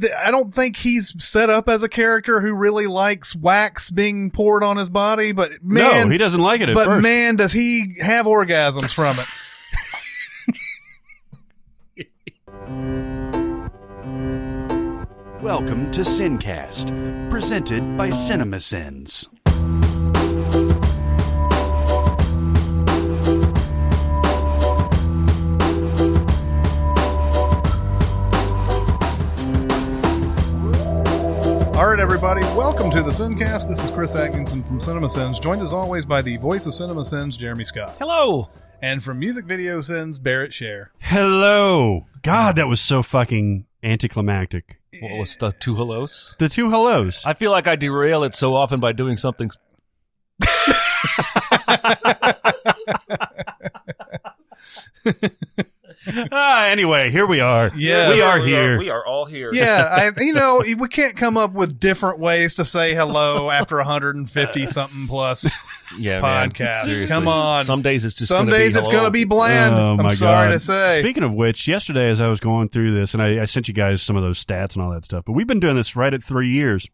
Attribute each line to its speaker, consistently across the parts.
Speaker 1: th- I don't think he's set up as a character who really likes wax being poured on his body, but man,
Speaker 2: no, he doesn't like it at
Speaker 1: but
Speaker 2: first.
Speaker 1: man, does he have orgasms from it?
Speaker 3: Welcome to Sincast, presented by CinemaSins.
Speaker 1: All right, everybody, welcome to the Sincast. This is Chris Atkinson from CinemaSins, joined as always by the voice of CinemaSins, Jeremy Scott,
Speaker 2: Hello.
Speaker 1: and from Music Video Sins, Barrett Share.
Speaker 2: Hello. God, that was so fucking anticlimactic.
Speaker 4: What was the two hellos?
Speaker 2: The two hellos.
Speaker 4: I feel like I derail it so often by doing something.
Speaker 2: ah, anyway, here we are.
Speaker 1: Yes.
Speaker 2: we are here.
Speaker 4: are all here.
Speaker 1: Yeah, I, you know, we can't come up with different ways to say hello after 150 something plus.
Speaker 4: yeah,
Speaker 1: Podcast.
Speaker 4: Man. Seriously.
Speaker 1: Come on.
Speaker 4: Some days it's just
Speaker 1: Some
Speaker 4: gonna
Speaker 1: days
Speaker 4: be
Speaker 1: it's
Speaker 4: hello.
Speaker 1: going to be bland.
Speaker 2: Oh my
Speaker 1: I'm sorry
Speaker 2: God.
Speaker 1: to say.
Speaker 2: Speaking of which, yesterday as I was going through this, and I, I sent you guys some of those stats and all that stuff, but we've been doing this right at three years.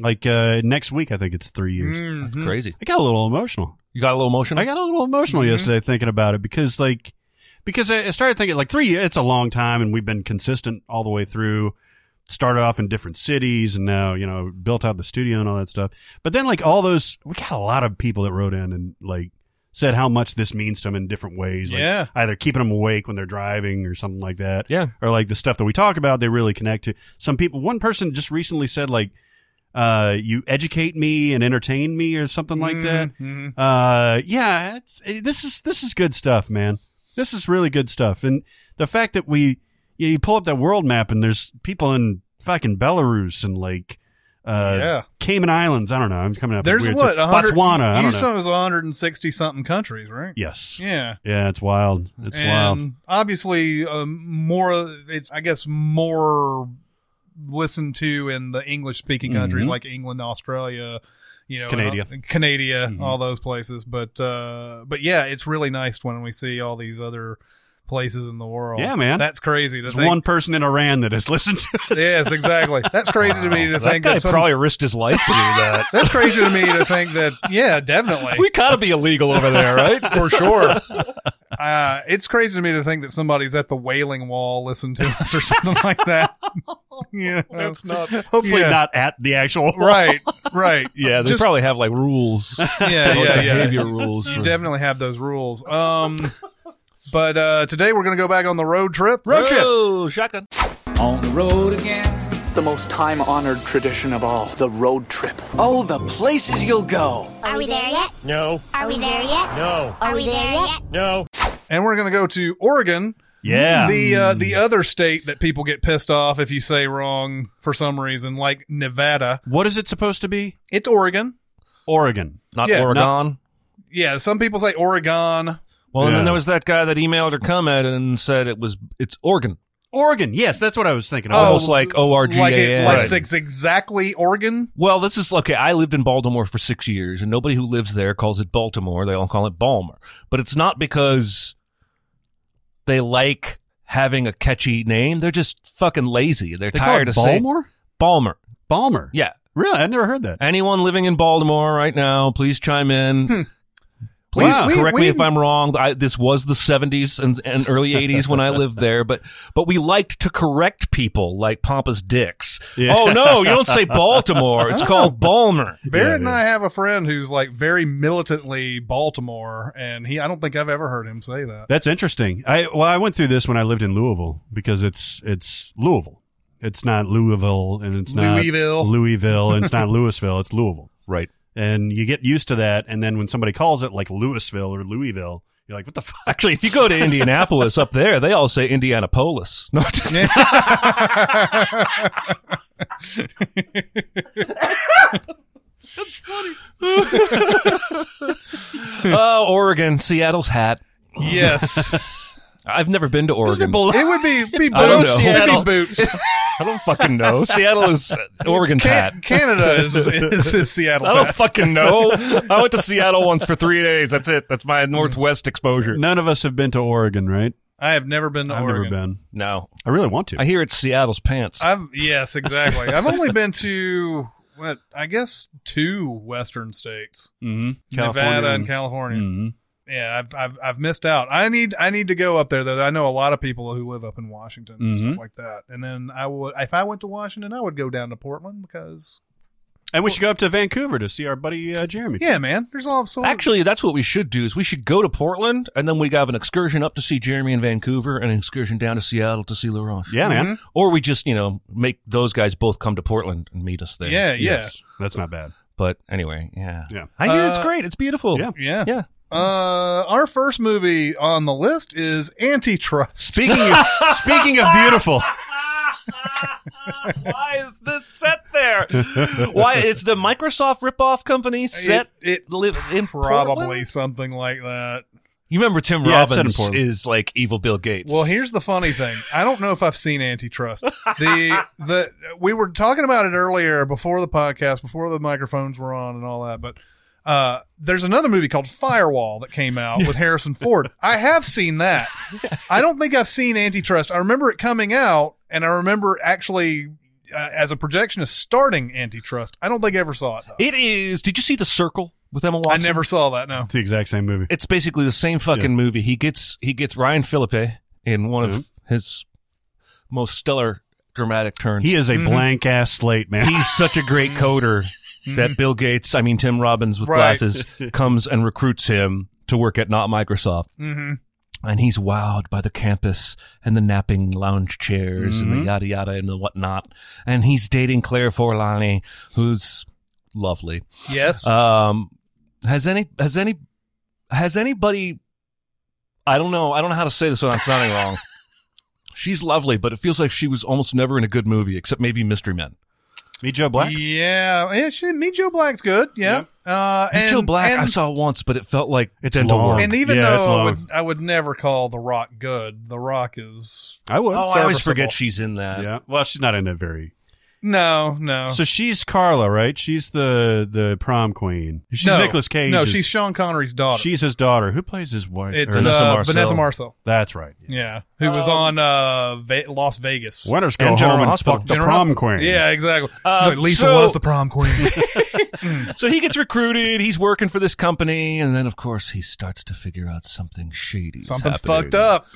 Speaker 2: Like uh, next week, I think it's three years.
Speaker 4: It's
Speaker 1: Mm-hmm. Hmm?
Speaker 4: crazy.
Speaker 2: I got a little emotional.
Speaker 4: You got a little emotional.
Speaker 2: I got a little emotional yesterday thinking about it because like because I I started thinking like three years it's a long time and we've been consistent all the way through. Started off in different cities and now, you know, built out the studio and all that stuff. But then like all those we got a lot of people that wrote in and like said how much this means to them in different ways. Like
Speaker 1: Yeah.
Speaker 2: either keeping them awake when they're driving or something like that.
Speaker 4: Yeah.
Speaker 2: Or like the stuff that we talk about, they really connect to some people one person just recently said like uh, you educate me and entertain me or something like that. Uh, yeah, it's, eh, this is this is good stuff, man. This is really good stuff, and the fact that we you, you pull up that world map and there's people in fucking Belarus and like uh,
Speaker 1: Yeah.
Speaker 2: Cayman Islands. I don't know. I'm coming up. with
Speaker 1: There's
Speaker 2: weird
Speaker 1: what?
Speaker 2: stuff.
Speaker 1: 100
Speaker 2: Botswana. I
Speaker 1: you
Speaker 2: don't know.
Speaker 1: said it was 160 something countries, right?
Speaker 2: yes.
Speaker 1: Yeah.
Speaker 2: Yeah, it's wild. It's
Speaker 1: and
Speaker 2: wild.
Speaker 1: obviously um, more it's i guess more listened to in the english speaking countries like england australia you know
Speaker 2: Mm-hmm. Canada. Mm-hmm.
Speaker 1: and, uh, canada all those places but uh but yeah it's really nice when we see all these other places in the world
Speaker 2: Yeah, man.
Speaker 1: that's crazy to
Speaker 2: There's
Speaker 1: think
Speaker 2: one person in Iran that has listened to us.
Speaker 1: yes exactly that's crazy to me to
Speaker 4: that
Speaker 1: think
Speaker 4: guy
Speaker 1: that some,
Speaker 4: probably risked his life to do that.
Speaker 1: that's crazy to me to think that yeah definitely
Speaker 4: we gotta be illegal over there, right?
Speaker 1: for sure. Uh, it's crazy to me to think that somebody's at the Wailing Wall listening to us or something like that. yeah, that's nuts.
Speaker 2: Hopefully
Speaker 1: Yeah.
Speaker 2: not at the actual.
Speaker 1: Right, right.
Speaker 4: Yeah, they
Speaker 1: Just-
Speaker 4: probably have like rules,
Speaker 1: yeah,
Speaker 4: like,
Speaker 1: yeah, yeah.
Speaker 4: behavior rules.
Speaker 1: You
Speaker 4: for-
Speaker 1: definitely have those rules. Um, but uh, today we're gonna go back on the road trip. Road trip.
Speaker 4: Oh, shotgun.
Speaker 5: On the road again.
Speaker 6: The most time honored tradition of all, the road trip.
Speaker 5: Oh, the places you'll go.
Speaker 7: Are we there yet? No. Are we there yet? No. Are we there yet?
Speaker 1: And we're gonna go to Oregon.
Speaker 2: Yeah.
Speaker 1: The uh, the other state that people get pissed off if you say wrong for some reason, like Nevada.
Speaker 2: what is it supposed to be?
Speaker 1: It's Oregon.
Speaker 2: Oregon.
Speaker 4: Not
Speaker 1: Yeah,
Speaker 4: Oregon.
Speaker 1: Yeah, some people say Oregon.
Speaker 4: well, and
Speaker 2: Yeah.
Speaker 4: then there was that guy that emailed or comment and said it was it's Oregon,
Speaker 2: Oregon. Yes, that's what I was thinking. of.
Speaker 1: Oh,
Speaker 4: almost like O R G A
Speaker 1: Like, it,
Speaker 4: N.
Speaker 1: like
Speaker 2: Right.
Speaker 1: it's ex- exactly Oregon.
Speaker 4: Well, this is okay. I lived in Baltimore for six years, and nobody who lives there calls it Baltimore. They all call it Balmer. But it's not because they like having a catchy name. They're just fucking lazy. They're
Speaker 2: They call
Speaker 4: tired
Speaker 2: it
Speaker 4: of saying
Speaker 2: Baltimore?
Speaker 4: Balmer.
Speaker 2: Balmer.
Speaker 4: Yeah.
Speaker 2: Really? I've never heard that.
Speaker 4: Anyone living in Baltimore right now, please chime in. Please
Speaker 1: Wow. We-
Speaker 4: correct
Speaker 1: we-
Speaker 4: me if I'm wrong. I, this was the 70s and, and early 80s when I lived there, but but we liked to correct people like Pompous Dicks.
Speaker 2: Yeah.
Speaker 4: Oh no, you don't say Baltimore. It's called Balmer.
Speaker 1: Barrett
Speaker 2: Yeah,
Speaker 1: and
Speaker 2: yeah.
Speaker 1: I have a friend who's like very militantly Baltimore, and he I don't think I've ever heard him say that.
Speaker 2: That's interesting. I well, I went through this when I lived in Louisville because it's it's Louisville. It's not Louisville and it's not
Speaker 1: Louisville.
Speaker 2: Louisville and it's not Louisville. It's Louisville.
Speaker 4: Right.
Speaker 2: And you get used to that, and then when somebody calls it like Louisville or Louisville, you're like, what the fuck?
Speaker 4: Actually, if you go to Indianapolis up there, they all say Indianapolis. No, oh, Oregon, Seattle's hat.
Speaker 1: yes,
Speaker 4: I've never been to Oregon.
Speaker 1: it would be be
Speaker 4: I don't
Speaker 1: boots.
Speaker 4: know.
Speaker 1: It'd
Speaker 4: Seattle.
Speaker 1: be boots.
Speaker 4: I don't fucking know. Seattle is Oregon's hat.
Speaker 1: Can- Canada is, is, is Seattle.
Speaker 4: I don't fucking know. I went to Seattle once for three days. That's it. That's my Northwest exposure.
Speaker 2: None of us have been to Oregon, right?
Speaker 1: I have never been to
Speaker 2: I've
Speaker 1: Oregon.
Speaker 2: never been.
Speaker 4: No,
Speaker 2: I really want to.
Speaker 4: I hear it's Seattle's pants.
Speaker 1: I've yes, exactly. I've only been to what I guess two Western states,
Speaker 2: mm-hmm.
Speaker 1: Nevada and California.
Speaker 2: hmm
Speaker 1: Yeah, I've, I've I've missed out. I need I need to go up there though. I know a lot of people who live up in Washington and stuff like that. And then I would if I went to Washington, I would go down to Portland because
Speaker 2: And we should go up to Vancouver to see our buddy uh, Jeremy.
Speaker 1: yeah, man, there's all so
Speaker 4: Actually, that's what we should do. Is we should go to Portland, and then we have an excursion up to see Jeremy in Vancouver, and an excursion down to Seattle to see LaRoche.
Speaker 2: Yeah, man.
Speaker 4: Or we just, you know, make those guys both come to Portland and meet us there.
Speaker 1: yeah, yeah, Mm-hmm.
Speaker 2: That's not bad.
Speaker 4: But anyway, yeah.
Speaker 2: Yeah.
Speaker 4: I hear it's
Speaker 1: Uh,
Speaker 4: great. It's beautiful.
Speaker 2: Yeah.
Speaker 1: yeah,
Speaker 4: Yeah.
Speaker 1: Uh, our first movie on the list is Antitrust.
Speaker 2: Speaking of, speaking of beautiful,
Speaker 4: Why is this set there? Why it's the Microsoft ripoff company set
Speaker 1: It- it
Speaker 4: live in
Speaker 1: Probably
Speaker 4: Portland?
Speaker 1: something like that.
Speaker 4: You remember Tim
Speaker 2: Yeah, it's set in
Speaker 4: Robbins
Speaker 2: Portland.
Speaker 4: is like evil Bill Gates.
Speaker 1: Well, here's the funny thing. I don't know if I've seen Antitrust. The the we were talking about it earlier before the podcast, before the microphones were on and all that, but uh, there's another movie called Firewall that came out with Harrison Ford. I have seen that. I don't think I've seen Antitrust. I remember it coming out, and I remember actually uh, as a projectionist starting Antitrust. I don't think I ever saw it. Though.
Speaker 4: it is. Did you see the Circle with Emma
Speaker 1: I
Speaker 4: Watson?
Speaker 1: never saw that. No.
Speaker 2: it's the exact same movie.
Speaker 4: It's basically the same fucking
Speaker 2: Yeah.
Speaker 4: movie. He gets he gets Ryan Philippe in one of his most stellar dramatic turns.
Speaker 2: Mm-hmm. He
Speaker 1: Mm-hmm.
Speaker 2: is a blank ass slate, man.
Speaker 4: he's such a great coder
Speaker 2: Mm-hmm.
Speaker 4: that Bill Gates, I mean Tim Robbins with
Speaker 1: Right.
Speaker 4: glasses, comes and recruits him to work at not Microsoft.
Speaker 1: Mm-hmm.
Speaker 4: And he's wowed by the campus and the napping lounge chairs
Speaker 1: Mm-hmm.
Speaker 4: and the yada yada and the whatnot. And he's dating Claire Forlani, who's lovely.
Speaker 1: Yes.
Speaker 4: Um, has any has any has anybody? I don't know. I don't know how to say this without sounding wrong. She's lovely, but it feels like she was almost never in a good movie, except maybe Mystery Men.
Speaker 2: Meet Joe Black.
Speaker 1: Yeah, yeah. She, Meet Joe Black's good. Yeah. Uh, and,
Speaker 4: Joe Black,
Speaker 1: and-
Speaker 4: I saw once, but it felt like
Speaker 2: It's
Speaker 4: dental
Speaker 2: long.
Speaker 4: work.
Speaker 1: And even
Speaker 2: Um, Yeah, it's
Speaker 1: though I would,
Speaker 2: long.
Speaker 1: I would never call The Rock good, The Rock is
Speaker 2: I was.
Speaker 4: Oh, I always
Speaker 1: serviceable.
Speaker 4: forget she's in that.
Speaker 2: yeah. Well, she's not in that very.
Speaker 1: no, no.
Speaker 2: So she's Carla, right? She's the the prom queen. She's
Speaker 1: no.
Speaker 2: Nicolas Cage.
Speaker 1: No, she's Sean Connery's daughter.
Speaker 2: she's his daughter. Who plays his wife?
Speaker 1: it's
Speaker 2: Or-
Speaker 4: Vanessa
Speaker 1: uh,
Speaker 4: Marcel.
Speaker 1: Vanessa Marcel.
Speaker 2: That's right.
Speaker 1: Yeah, who
Speaker 4: Oh.
Speaker 1: was on uh, Ve- Las Vegas.
Speaker 2: Winners go
Speaker 4: And General
Speaker 2: home and
Speaker 4: Hospital.
Speaker 2: fuck the
Speaker 1: General
Speaker 2: prom
Speaker 1: Hospital.
Speaker 2: queen.
Speaker 1: Yeah, exactly.
Speaker 4: Uh,
Speaker 1: He's like, Lisa
Speaker 4: so-
Speaker 1: was the prom queen.
Speaker 4: So he gets recruited. He's working for this company, and then of course he starts to figure out something shady.
Speaker 1: Something's fucked up.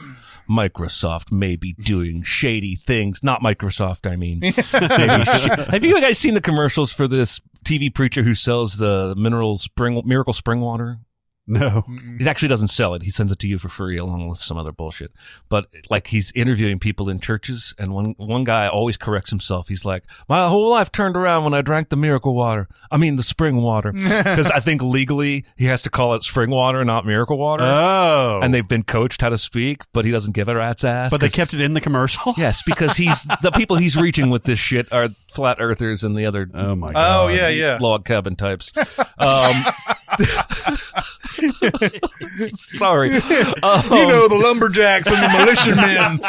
Speaker 4: Microsoft may be doing shady things. Not Microsoft, I mean. Maybe sh- Have you guys seen the commercials for this TV preacher who sells the mineral spring miracle spring water?
Speaker 2: No.
Speaker 1: Mm-hmm.
Speaker 4: He actually doesn't sell it. He sends it to you for free along with some other bullshit. But like he's interviewing people in churches and one one guy always corrects himself. He's like, "My whole life turned around when I drank the miracle water. I mean the spring water." Cuz I think legally he has to call it spring water, not miracle water.
Speaker 2: Oh.
Speaker 4: and they've been coached how to speak, but he doesn't give a rat's ass.
Speaker 2: but they
Speaker 4: 'cause-
Speaker 2: kept it in the commercial.
Speaker 4: Yes, because he's the people he's reaching with this shit are flat earthers and the other
Speaker 2: Oh my god.
Speaker 4: Uh,
Speaker 1: Oh yeah, yeah.
Speaker 4: log cabin types. Um, sorry. Um,
Speaker 1: you know the lumberjacks and the militiamen.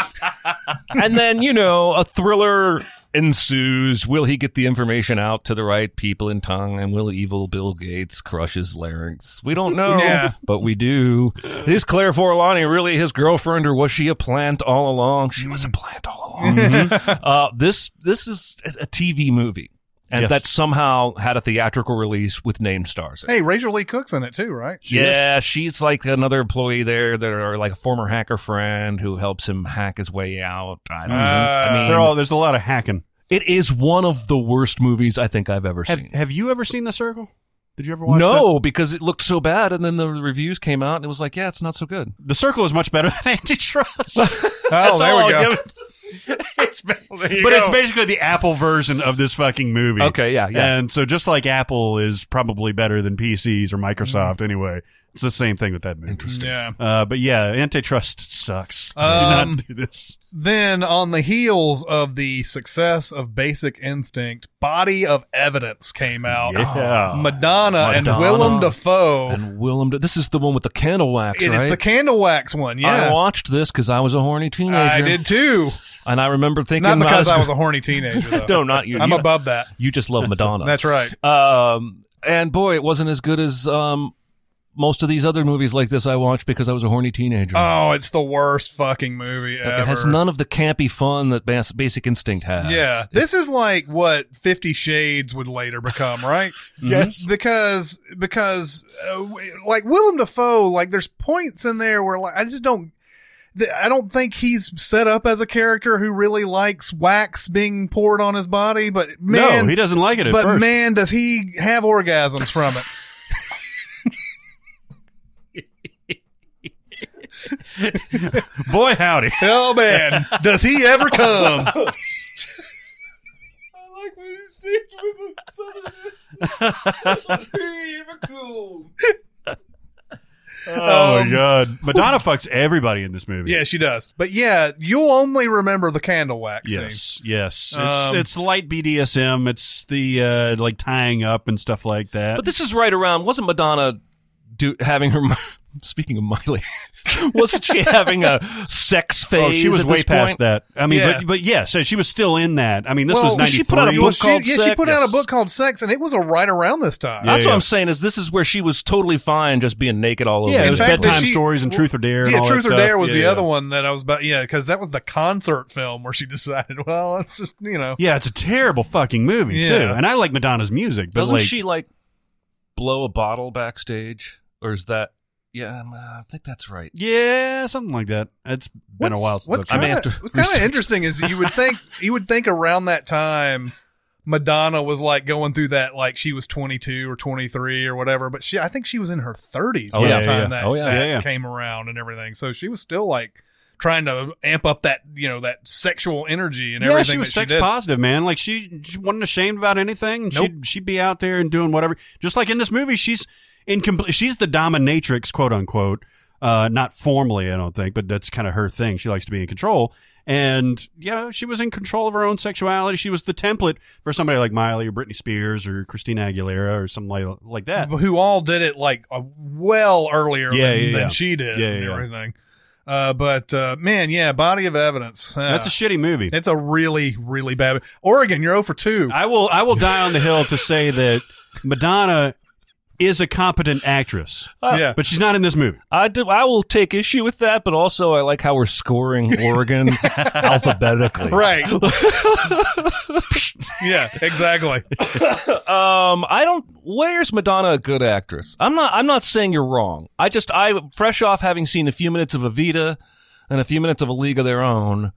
Speaker 4: and then you know a thriller ensues. Will he get the information out to the right people in time? And will evil Bill Gates crush his larynx? We don't know,
Speaker 1: Yeah.
Speaker 4: but we do. Is Claire Forlani really his girlfriend, or was she a plant all along? She was a plant all along.
Speaker 1: Mm-hmm.
Speaker 4: uh, this this is a- a TV movie. And
Speaker 2: Yes.
Speaker 4: that somehow had a theatrical release with name stars.
Speaker 1: hey, Rachel Lee Cook's in it too, right?
Speaker 4: Yeah, she's like another employee there that are like a former hacker friend who helps him hack his way out. I
Speaker 1: Mm-hmm.
Speaker 4: don't know. I mean,
Speaker 1: Uh,
Speaker 2: They're all. There's a lot of hacking.
Speaker 4: it is one of the worst movies I think I've ever
Speaker 2: Have
Speaker 4: seen.
Speaker 2: Have you ever seen The Circle? Did you ever watch? that?
Speaker 4: No, because it looked so bad, and then the reviews came out, and it was like, yeah, it's not so good.
Speaker 2: The Circle is much better than Antitrust.
Speaker 1: Oh, there we go.
Speaker 2: it's, ba- but it's basically the Apple version of this fucking movie.
Speaker 4: Okay, yeah, yeah.
Speaker 2: And so just like Apple is probably better than PCs or Microsoft
Speaker 4: Mm.
Speaker 2: anyway, it's the same thing with that movie.
Speaker 1: Yeah.
Speaker 2: Uh, but yeah, antitrust sucks.
Speaker 1: Um,
Speaker 2: do not do this.
Speaker 1: Then, on the heels of the success of Basic Instinct, Body of Evidence came out.
Speaker 2: Yeah.
Speaker 1: Madonna, and
Speaker 4: Oh. Madonna.
Speaker 1: Willem Dafoe.
Speaker 4: And Willem, this is the one with the candle wax,
Speaker 1: It
Speaker 4: right?
Speaker 1: is the candle wax one.
Speaker 4: I
Speaker 1: Yeah,
Speaker 4: watched this because I was a horny teenager.
Speaker 1: I, did too.
Speaker 4: and I remember thinking,
Speaker 1: Not because I
Speaker 4: I
Speaker 1: was a horny teenager. Though.
Speaker 4: no, not you.
Speaker 1: I'm
Speaker 4: you,
Speaker 1: above that.
Speaker 4: You just love Madonna.
Speaker 1: That's right.
Speaker 4: Um, and boy, it wasn't as good as um, most of these other movies like this I watched because I was a horny teenager.
Speaker 1: Oh, it's the worst fucking movie
Speaker 4: Like,
Speaker 1: ever.
Speaker 4: it has none of the campy fun that Bas- Basic Instinct has.
Speaker 1: Yeah,
Speaker 4: It-
Speaker 1: this is like what Fifty Shades would later become, right?
Speaker 4: Mm-hmm.
Speaker 2: Yes.
Speaker 1: because because uh, w- like Willem Dafoe, like there's points in there where like I just don't. th- I don't think he's set up as a character who really likes wax being poured on his body, but man,
Speaker 2: no, he doesn't like it at
Speaker 1: but
Speaker 2: first.
Speaker 1: man, does he have orgasms from it?
Speaker 2: Boy, howdy.
Speaker 1: oh man, does he ever come?
Speaker 2: Oh, my God. Madonna fucks everybody in this movie.
Speaker 1: yeah, she does. But yeah, you'll only remember the candle wax scene.
Speaker 2: Yes, yes. It's,
Speaker 1: Um,
Speaker 2: it's light BDSM. It's the uh, like tying up and stuff like that.
Speaker 4: But this is right around. Wasn't Madonna do, having her? mi- Speaking of Miley, wasn't she having a sex phase?
Speaker 2: oh, she was
Speaker 4: at
Speaker 2: way
Speaker 4: this
Speaker 2: past
Speaker 4: point?
Speaker 2: that. I mean,
Speaker 1: Yeah.
Speaker 2: but but yeah, so she was still in that. I mean, this
Speaker 1: Well,
Speaker 2: was
Speaker 1: well,
Speaker 2: ninety three.
Speaker 4: she put out a
Speaker 1: Well,
Speaker 4: book called
Speaker 1: she, yeah, she
Speaker 4: Sex.
Speaker 1: put out a book called Sex, and it was a right around this time.
Speaker 2: Yeah,
Speaker 4: That's
Speaker 2: yeah.
Speaker 4: what I'm saying. Is this is where she was totally fine just being naked all over?
Speaker 2: Yeah, it
Speaker 1: In
Speaker 2: was
Speaker 4: the
Speaker 1: fact, that
Speaker 4: place.
Speaker 2: bedtime
Speaker 1: she-
Speaker 2: stories and Truth or Dare. and
Speaker 1: Yeah,
Speaker 2: all
Speaker 1: Truth
Speaker 2: that
Speaker 1: or
Speaker 2: stuff.
Speaker 1: Dare was
Speaker 2: Yeah,
Speaker 1: the
Speaker 2: yeah.
Speaker 1: other one that I was about. Yeah, because that was the concert film where she decided, well, let's just you know.
Speaker 2: Yeah, it's a terrible fucking movie
Speaker 1: Yeah.
Speaker 2: too. And I like Madonna's music, but
Speaker 4: Doesn't
Speaker 2: like,
Speaker 4: she like blow a bottle backstage, or is that? Yeah, I'm, uh, I think that's right.
Speaker 2: yeah, something like that. It's been a
Speaker 1: What's-
Speaker 2: while since
Speaker 1: What's
Speaker 2: I've
Speaker 4: I
Speaker 1: kind
Speaker 4: may have to
Speaker 1: of what's kind of
Speaker 4: research.
Speaker 1: interesting is you would think you would think around that time. Madonna was like going through that, like she was 22 or 23 or whatever, but she, I think she was in her 30s
Speaker 4: Oh,
Speaker 1: by the
Speaker 4: yeah,
Speaker 2: yeah,
Speaker 1: time
Speaker 2: yeah.
Speaker 1: that,
Speaker 4: Oh, yeah,
Speaker 1: that
Speaker 2: yeah, yeah.
Speaker 1: came around and everything. So she was still like trying to amp up that, you know, that sexual energy and
Speaker 2: yeah,
Speaker 1: everything.
Speaker 2: she was
Speaker 1: that
Speaker 2: sex
Speaker 1: she did.
Speaker 2: positive, man. Like she, she wasn't ashamed about anything. and She'd she'd be out there and doing whatever. Just like in this movie, she's in compl- She's the dominatrix, quote unquote. Uh, not formally, I don't think, but that's kind of her thing. She likes to be in control, and you know, she was in control of her own sexuality. She was the template for somebody like Miley or Britney Spears or Christina Aguilera or something like, like that.
Speaker 1: who all did it like uh, well earlier
Speaker 2: Yeah,
Speaker 1: than,
Speaker 2: yeah,
Speaker 1: than
Speaker 2: yeah.
Speaker 1: she did
Speaker 2: Yeah,
Speaker 1: and
Speaker 2: yeah.
Speaker 1: everything. Uh, but uh, man, yeah, body of evidence. Uh,
Speaker 2: That's a shitty movie.
Speaker 1: it's a really really bad. Oregon, you're 0 for two.
Speaker 2: I will I will die on the hill to say that Madonna is a competent actress,
Speaker 1: yeah,
Speaker 2: but she's not in this movie.
Speaker 4: I do. I will take issue with that, but also I like how we're scoring Oregon alphabetically.
Speaker 1: right. yeah, exactly.
Speaker 4: Um, I don't. Where's Madonna a good actress? I'm not. I'm not saying you're wrong. I just. I fresh off having seen a few minutes of Evita and a few minutes of A League of Their Own,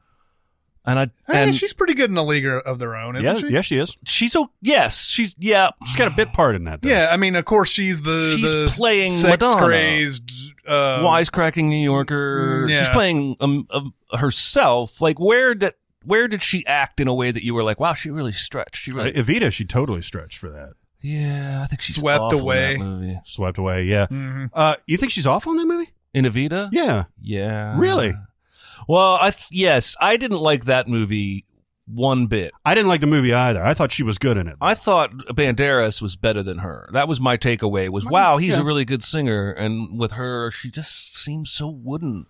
Speaker 4: and I.
Speaker 1: Hey,
Speaker 4: and
Speaker 1: she's pretty good in a league of their own, isn't
Speaker 2: yeah,
Speaker 1: she?
Speaker 2: yeah, she is.
Speaker 4: she's so. Yes, she's. Yeah,
Speaker 2: She's got a bit part in that. Though.
Speaker 1: Yeah, I mean, of course she's the
Speaker 4: She's
Speaker 1: the
Speaker 4: playing
Speaker 1: sex
Speaker 4: Madonna.
Speaker 1: crazed. Uh,
Speaker 4: wisecracking New Yorker.
Speaker 1: Mm, yeah.
Speaker 4: She's playing um, um, herself. Like where did where did she act in a way that you were like, wow, she really stretched. She
Speaker 2: Uh,
Speaker 4: really.
Speaker 2: Evita, she totally stretched for that.
Speaker 4: yeah, I think she's
Speaker 1: Swept
Speaker 4: awful in
Speaker 1: away.
Speaker 4: that movie.
Speaker 2: Swept away. Yeah.
Speaker 1: mhm.
Speaker 2: Uh, you think she's awful in that movie?
Speaker 4: in Evita.
Speaker 2: Yeah.
Speaker 1: Uh.
Speaker 4: Yeah.
Speaker 2: Really?
Speaker 4: Well, I th- yes, I didn't like that movie one bit.
Speaker 2: I didn't like the movie either. I thought she was good in it.
Speaker 4: I thought Banderas was better than her. That was my takeaway. Was wow, he's a really good singer, and with her, she just seems so wooden.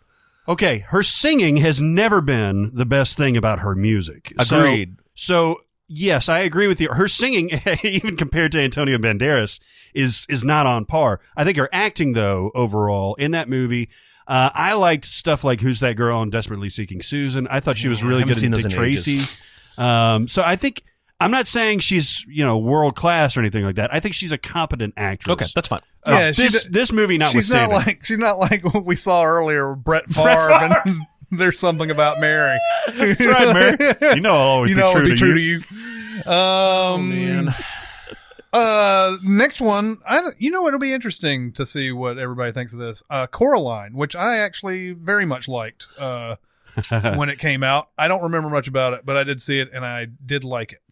Speaker 2: Okay, her singing has never been the best thing about her music. So-
Speaker 4: Agreed.
Speaker 2: So, yes, I agree with you. Her singing, even compared to Antonio Banderas, is is not on par. I think her acting, though, overall in that movie. Uh, I liked stuff like "Who's That Girl" and "Desperately Seeking Susan." I thought she was
Speaker 4: Yeah, I
Speaker 2: really
Speaker 4: haven't
Speaker 2: good
Speaker 4: seen
Speaker 2: in
Speaker 4: those
Speaker 2: Dick
Speaker 4: in ages.
Speaker 2: Tracy. Um, so I think I'm not saying she's you know world class or anything like that. I think she's a competent actress.
Speaker 4: Okay, that's fine.
Speaker 2: Uh,
Speaker 1: Yeah, she
Speaker 2: this
Speaker 1: d-
Speaker 2: this movie
Speaker 1: she's not
Speaker 2: notwithstanding.
Speaker 1: like she's not like what we saw earlier, Brett Favre, and there's something about Mary. That's
Speaker 2: You know, I'll always
Speaker 1: you know, it'll be true to you. Um, Uh, next one. I don't- you know it'll be interesting to see what everybody thinks of this. Uh, Coraline, which I actually very much liked. Uh, when it came out, I don't remember much about it, but I did see it and I did like it.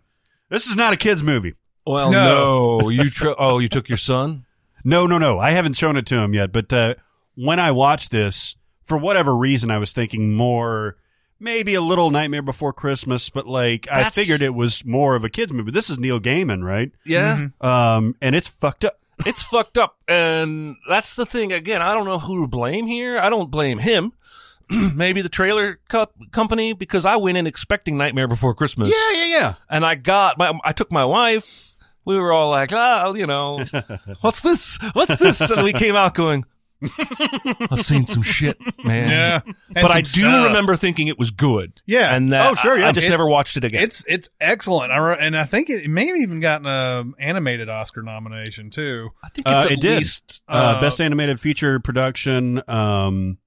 Speaker 2: This is not a kids movie.
Speaker 4: Well,
Speaker 1: No.
Speaker 4: no, you tr- oh, you took your son.
Speaker 2: No, no, no. I haven't shown it to him yet. But uh, when I watched this, for whatever reason, I was thinking more, maybe a little Nightmare Before Christmas, but like I
Speaker 4: That's-
Speaker 2: figured it was more of a kids movie. This is Neil Gaiman, right?
Speaker 4: Yeah,
Speaker 2: Um, and it's fucked up.
Speaker 4: Mm-hmm. it's fucked up, and that's the thing. Again, I don't know who to blame here. I don't blame him. Maybe the trailer co- company because I went in expecting Nightmare Before Christmas.
Speaker 2: yeah, yeah.
Speaker 4: and I got my I took my wife we were all like, oh, you know, what's this? What's this? And we came out going, I've seen some shit, man.
Speaker 1: Yeah. And
Speaker 4: But I
Speaker 1: some
Speaker 4: do
Speaker 1: stuff.
Speaker 4: remember thinking it was good.
Speaker 1: Yeah.
Speaker 4: And that
Speaker 1: Oh, sure,
Speaker 4: I-
Speaker 1: yeah.
Speaker 4: I just
Speaker 1: It-
Speaker 4: never watched it again.
Speaker 1: It's it's excellent. I re- and I think it, may have even gotten an animated Oscar nomination too.
Speaker 4: I think
Speaker 2: Uh,
Speaker 4: it's at
Speaker 2: it did.
Speaker 4: least
Speaker 2: Uh,
Speaker 1: Uh,
Speaker 2: best animated feature production, um,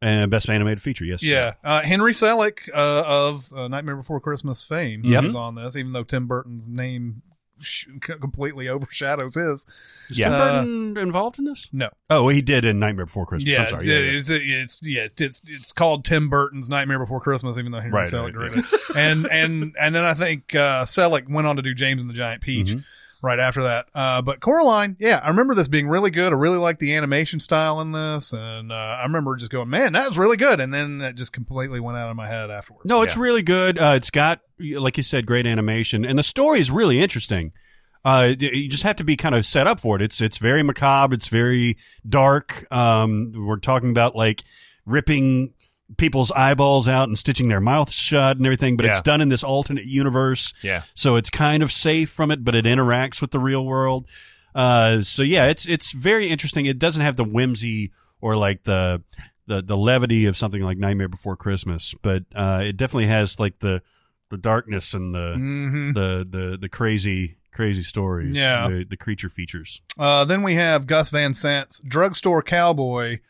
Speaker 2: and best animated feature. Yes.
Speaker 1: Yeah, uh, Henry Selick uh, of uh, Nightmare Before Christmas fame
Speaker 4: Yep.
Speaker 1: is on this, even though Tim Burton's name sh- c- completely overshadows his.
Speaker 2: Is
Speaker 4: Yeah.
Speaker 2: Tim
Speaker 1: Uh,
Speaker 2: Burton involved in this?
Speaker 1: No,
Speaker 2: Oh, he did in Nightmare Before Christmas.
Speaker 1: yeah,
Speaker 2: I'm sorry.
Speaker 1: yeah,
Speaker 2: Yeah, yeah.
Speaker 1: It's, it's yeah, it's it's called Tim Burton's Nightmare Before Christmas, even though Henry
Speaker 2: Right,
Speaker 1: Selick
Speaker 2: right,
Speaker 1: directed it. And and and then I think uh, Selick went on to do James and the Giant Peach.
Speaker 2: Mhm.
Speaker 1: Right after that, uh, but Coraline, yeah, I remember this being really good. I really liked the animation style in this, and uh, I remember just going, "Man, that was really good." And then that just completely went out of my head afterwards.
Speaker 2: No, it's really good. Uh, it's got, like you said, great animation, and the story is really interesting. Uh, y- you just have to be kind of set up for it. It's it's very macabre. It's very dark. Um, we're talking about like ripping people's eyeballs out and stitching their mouths shut and everything, but it's
Speaker 4: Yeah.
Speaker 2: done in this alternate universe.
Speaker 4: Yeah.
Speaker 2: So it's kind of safe from it, but it interacts with the real world. Uh, so yeah, it's it's very interesting. It doesn't have the whimsy or like the the the levity of something like Nightmare Before Christmas, but uh, it definitely has like the the darkness and the
Speaker 1: Mm-hmm.
Speaker 2: the the the crazy crazy stories.
Speaker 1: Yeah.
Speaker 2: the, the creature features.
Speaker 1: Uh, then we have Gus Van Sant's Drugstore Cowboy,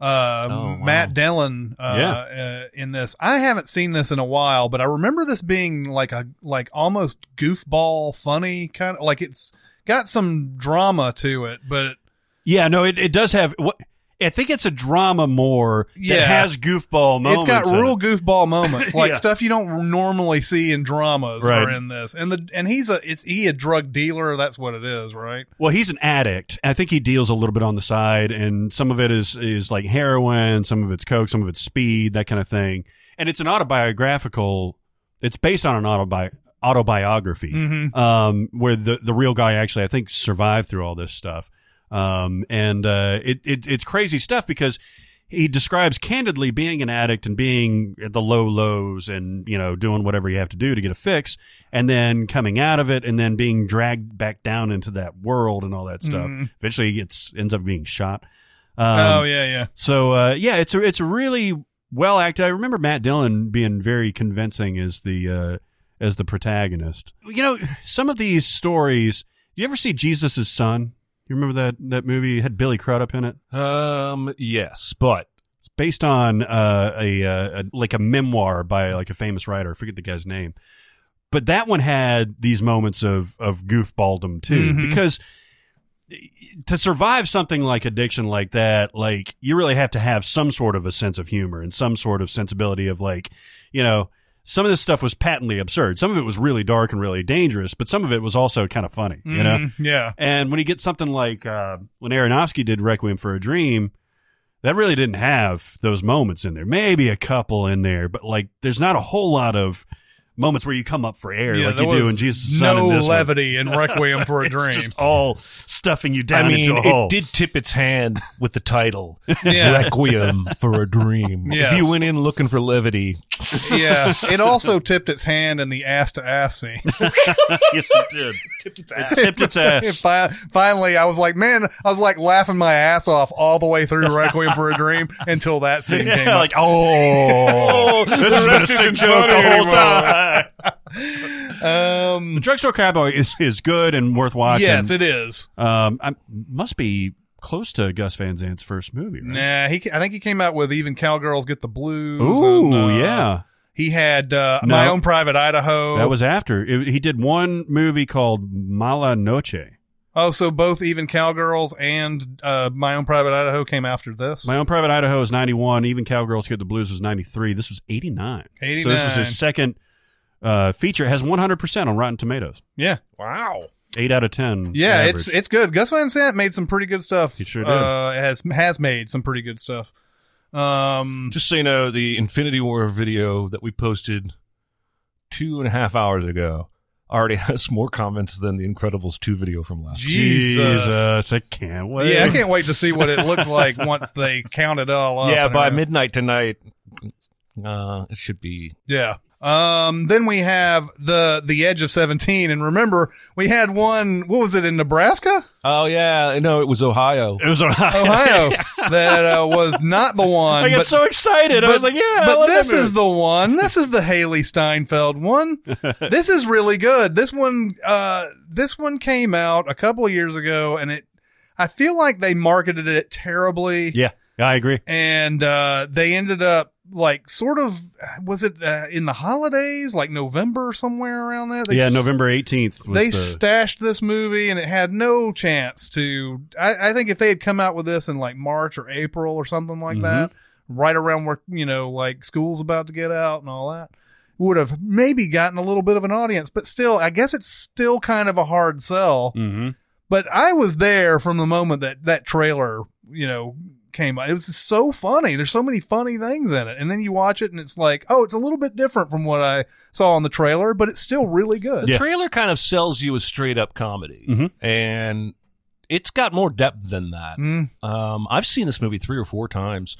Speaker 1: uh,
Speaker 4: Oh, wow.
Speaker 1: Matt Dillon, uh, uh, in this. I haven't seen this in a while, but I remember this being like a like almost goofball, funny kind of like it's got some drama to it, but
Speaker 2: Yeah, no, it, it does have what. I think it's a drama more
Speaker 1: Yeah.
Speaker 2: that has goofball moments.
Speaker 1: it's got
Speaker 2: in
Speaker 1: real
Speaker 2: it.
Speaker 1: goofball moments, like
Speaker 2: Yeah.
Speaker 1: stuff you don't normally see in dramas
Speaker 2: Right.
Speaker 1: are in this. And the and he's a it's he a drug dealer. That's what it is, right?
Speaker 2: Well, he's an addict. I think he deals a little bit on the side, and some of it is is like heroin, some of it's coke, some of it's speed, that kind of thing. And it's an autobiographical. It's based on an autobi- autobiography, um, where the the real guy actually, I think, survived through all this stuff. Um, and uh, it, it it's crazy stuff because he describes candidly being an addict and being at the low lows and you know doing whatever you have to do to get a fix and then coming out of it and then being dragged back down into that world and all that stuff eventually he gets ends up being shot um,
Speaker 1: oh yeah, yeah.
Speaker 2: so uh, yeah it's a, it's a really well acted i remember matt dillon being very convincing as the uh, as the protagonist you know some of these stories you ever see jesus' son you remember that that movie it had billy crudup in it
Speaker 4: um, yes, but
Speaker 2: it's based on uh, a, uh, a like a memoir by like a famous writer. I forget the guy's name, but that one had these moments of of goofballdom too,
Speaker 4: Mm-hmm.
Speaker 1: Mhm.
Speaker 2: because to survive something like addiction like that, like you really have to have some sort of a sense of humor and some sort of sensibility of like, you know. Some of this stuff was patently absurd. Some of it was really dark and really dangerous, but some of it was also kind of funny, you know?
Speaker 1: Mhm, yeah.
Speaker 2: And when you get something like uh, when Aronofsky did Requiem for a Dream, that really didn't have those moments in there. Maybe a couple in there, but like there's not a whole lot of moments where you come up for air like
Speaker 1: there
Speaker 2: you do
Speaker 1: was
Speaker 2: in Jesus' Son.
Speaker 1: no
Speaker 2: in this one.
Speaker 1: levity in Requiem for a Dream.
Speaker 2: It's just all stuffing you down
Speaker 4: I mean,
Speaker 2: into a hole.
Speaker 4: it did tip its hand with the title
Speaker 1: Yeah.
Speaker 4: Requiem for a Dream.
Speaker 1: Yes.
Speaker 4: If you went in looking for levity,
Speaker 1: yeah. It also tipped its hand in the ass to ass scene.
Speaker 2: yes, it did. tipped its ass. tipped its ass.
Speaker 1: Fi- Finally, I was like, man, I was like laughing my ass off all the way through Requiem for a Dream until that scene came
Speaker 2: Yeah,
Speaker 1: up.
Speaker 2: like oh, this has been a sick joke the whole time.
Speaker 1: um,
Speaker 2: Drugstore Cowboy is is good and worth watching.
Speaker 1: yes, it is.
Speaker 2: Um, I must be close to Gus Van Zant's first movie. Right?
Speaker 1: Nah, he. ca- I think he came out with even cowgirls get the blues.
Speaker 2: Ooh,
Speaker 1: and, uh,
Speaker 2: yeah,
Speaker 1: He had uh,
Speaker 2: No.
Speaker 1: my own private Idaho.
Speaker 2: that was after it, he did one movie called Mala Noche.
Speaker 1: oh, so both even cowgirls and uh, my own private Idaho came after this.
Speaker 2: My own private Idaho is ninety one. Even Cowgirls Get the Blues was ninety three. This was eighty nine. So this was
Speaker 1: 89.
Speaker 2: his second uh, feature. It has one hundred percent on Rotten Tomatoes.
Speaker 1: yeah,
Speaker 4: wow.
Speaker 2: Eight out of ten.
Speaker 1: Yeah,
Speaker 2: average.
Speaker 1: it's it's good. Gus Van Sant made some pretty good stuff.
Speaker 2: He sure did.
Speaker 1: Uh, has has made some pretty good stuff. Um,
Speaker 4: Just so you know, the Infinity War video that we posted two and a half hours ago already has more comments than the Incredibles 2 video from last year.
Speaker 1: Jesus.
Speaker 2: Jesus, I can't wait.
Speaker 1: Yeah, I can't wait to see what it looks like once they count it all up.
Speaker 4: Yeah,
Speaker 1: and
Speaker 4: by
Speaker 1: everything.
Speaker 4: midnight tonight, uh, it should be.
Speaker 1: Yeah. Um, then we have the the edge of seventeen, and remember we had one. What was it in Nebraska,
Speaker 4: Oh yeah, no, it was Ohio.
Speaker 2: It was Ohio.
Speaker 1: Ohio? that uh, was not the one.
Speaker 2: I got
Speaker 1: but-
Speaker 2: so
Speaker 1: Oh.
Speaker 2: excited. I was like, yeah. I
Speaker 1: But
Speaker 2: love
Speaker 1: this
Speaker 2: that movie.
Speaker 1: is the one. This is the Haley Steinfeld one. this is really good. This one, uh, this one came out a couple of years ago, and it. I feel like they marketed it terribly,
Speaker 2: Yeah, I agree.
Speaker 1: and uh, they ended up like sort of was it uh, in the holidays, like November somewhere around there. They
Speaker 2: yeah,
Speaker 1: s-
Speaker 2: November 18th. Was
Speaker 1: They
Speaker 2: the,
Speaker 1: stashed this movie, and it had no chance to. I, I think if they had come out with this in like March or April or something
Speaker 2: Mm-hmm.
Speaker 1: like that, right around where you know like school's about to get out and all that, would have maybe gotten a little bit of an audience. But still, I guess it's still kind of a hard sell.
Speaker 2: Mhm.
Speaker 1: But I was there from the moment that that trailer, you know, came out. It was just so funny. There's so many funny things in it. And then you watch it and it's like, oh, it's a little bit different from what I saw on the trailer, but it's still really good.
Speaker 4: The trailer kind of sells you a straight up comedy, and it's got more depth than that.
Speaker 1: Mm.
Speaker 4: Um, I've seen this movie three or four times.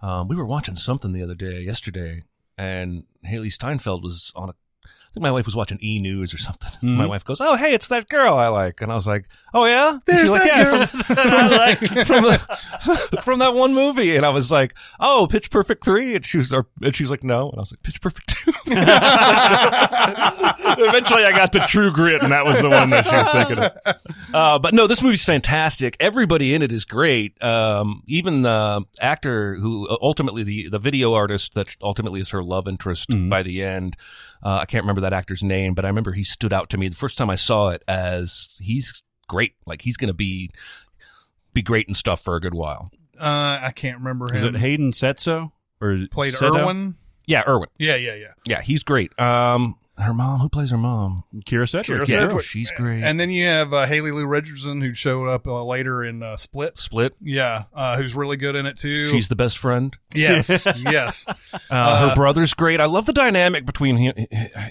Speaker 4: Um, we were watching something the other day, yesterday, and Haley Steinfeld was on a. I think my wife was watching E News or something. My
Speaker 1: Mm-hmm.
Speaker 4: wife goes, "Oh, hey, it's that girl I like," and I was like, "Oh yeah, And
Speaker 1: There's
Speaker 4: she's like,
Speaker 1: that
Speaker 4: yeah,
Speaker 1: girl."
Speaker 4: From, and I was like, from, the, from that one movie," and I was like, "Oh, Pitch Perfect 3. and she was, or, and she was like, "No," and I was like, "Pitch Perfect 2.
Speaker 2: Eventually, I got to True Grit, and that was the one that she was thinking of.
Speaker 4: Uh, but no, this movie's fantastic. Everybody in it is great. Um, even the actor who uh, ultimately the, the video artist that ultimately is her love interest by the end. Uh, I can't remember that actor's name, but I remember he stood out to me the first time I saw it as he's great. Like he's going to be be great and stuff for a good while.
Speaker 1: Uh, I can't remember him.
Speaker 2: Is it Hayden Setso? Or
Speaker 1: Played
Speaker 2: Seto?
Speaker 1: Irwin.
Speaker 4: Yeah, Irwin.
Speaker 1: Yeah, yeah, yeah.
Speaker 4: Yeah, he's great. Um, her mom, who plays her mom?
Speaker 2: Kira Sedgwick.
Speaker 1: Kira
Speaker 2: Yeah.
Speaker 1: Sedgwick.
Speaker 4: she's great.
Speaker 1: And then you have uh, Haley Lou Richardson, who showed up uh, later in uh, Split.
Speaker 4: Split.
Speaker 1: Yeah, uh, who's really good in it too.
Speaker 4: She's the best friend.
Speaker 1: yes, yes.
Speaker 4: Uh, her brother's great. I love the dynamic between he,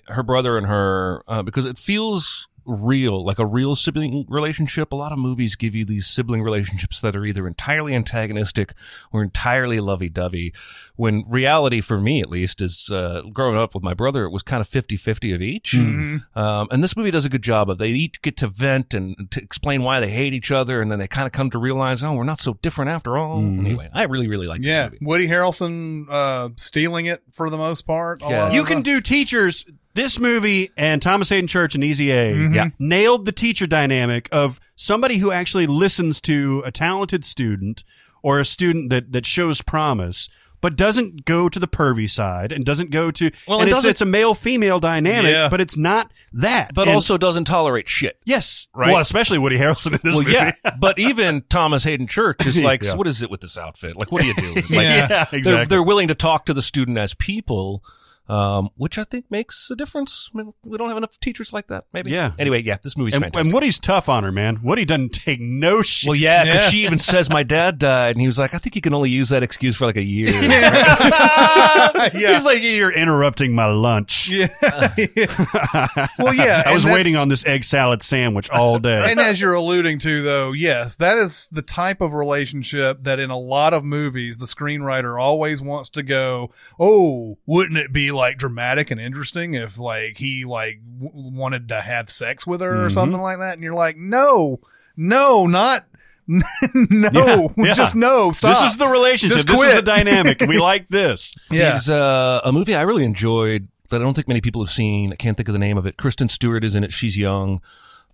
Speaker 4: her brother and her uh, because it feels real, like a real sibling relationship. A lot of movies give you these sibling relationships that are either entirely antagonistic or entirely lovey dovey. When reality, for me at least, is uh, growing up with my brother, it was kind of 50 50 of each. Um, and this movie does a good job of they each get to vent and to explain why they hate each other, and then they kind of come to realize, oh, we're not so different after all. Anyway, I really, really like this
Speaker 1: Yeah,
Speaker 4: movie.
Speaker 1: Woody Harrelson uh, stealing it for the most part. all
Speaker 4: Yeah.
Speaker 1: over
Speaker 2: You can
Speaker 1: the-
Speaker 2: do teachers. This movie and Thomas Hayden Church and Easy A
Speaker 4: Yeah.
Speaker 2: nailed the teacher dynamic of somebody who actually listens to a talented student or a student that, that shows promise, but doesn't go to the pervy side and doesn't go to.
Speaker 4: Well,
Speaker 2: and
Speaker 4: it
Speaker 2: it's,
Speaker 4: doesn't-
Speaker 2: it's a male female dynamic,
Speaker 1: Yeah.
Speaker 2: but it's not that.
Speaker 4: But
Speaker 2: And-
Speaker 4: also doesn't tolerate shit.
Speaker 2: yes,
Speaker 4: Right.
Speaker 2: Well, especially Woody Harrelson in this
Speaker 4: well,
Speaker 2: movie.
Speaker 4: yeah, but even Thomas Hayden Church is like,
Speaker 2: Yeah.
Speaker 4: what is it with this outfit? Like, what do you do? Like,
Speaker 1: Yeah.
Speaker 2: Yeah,
Speaker 4: they're,
Speaker 2: exactly.
Speaker 4: they're willing to talk to the student as people, um, which I think makes a difference. I mean, we don't have enough teachers like that, maybe.
Speaker 2: Yeah.
Speaker 4: Anyway, yeah, this movie's
Speaker 2: and,
Speaker 4: fantastic.
Speaker 2: and Woody's tough on her, man. Woody doesn't take no shit.
Speaker 4: well, yeah, because
Speaker 1: Yeah.
Speaker 4: she even says my dad died, and he was like, "I think you can only use that excuse for like a year."
Speaker 1: yeah.
Speaker 2: He's like, you're interrupting my lunch.
Speaker 1: well, yeah.
Speaker 2: I was
Speaker 1: and that's-
Speaker 2: waiting on this egg salad sandwich all day.
Speaker 1: And as you're alluding to, though, yes, that is the type of relationship that in a lot of movies, the screenwriter always wants to go, Oh, wouldn't it be like dramatic and interesting if like he like w- wanted to have sex with her
Speaker 2: Mm-hmm.
Speaker 1: or something like that? And you're like, No, no, not, no,
Speaker 2: Yeah.
Speaker 1: just no, stop.
Speaker 2: This is the relationship.
Speaker 1: Just
Speaker 2: This is the
Speaker 1: quit.
Speaker 2: dynamic. We like this.
Speaker 1: yeah.
Speaker 4: There's uh, a movie I really enjoyed that I don't think many people have seen. I can't think of the name of it. Kristen Stewart is in it. She's young,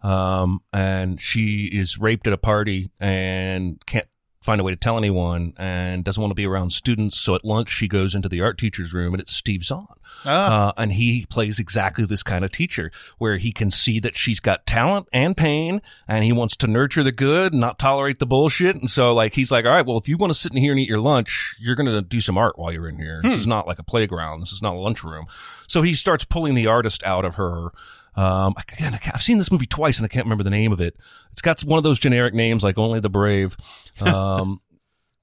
Speaker 4: um, and she is raped at a party and can't find a way to tell anyone and doesn't want to be around students. So at lunch, she goes into the art teacher's room and it's Steve Zahn. Uh, and he plays exactly this kind of teacher where he can see that she's got talent and pain and he wants to nurture the good, not tolerate the bullshit. And so like, he's like, all right, well, if you want to sit in here and eat your lunch, you're going to do some art while you're in here. This is not like a playground. This is not a lunchroom. So he starts pulling the artist out of her. Um, I can't- I can't- I've seen this movie twice and I can't remember the name of it. It's got one of those generic names like Only the Brave. Um,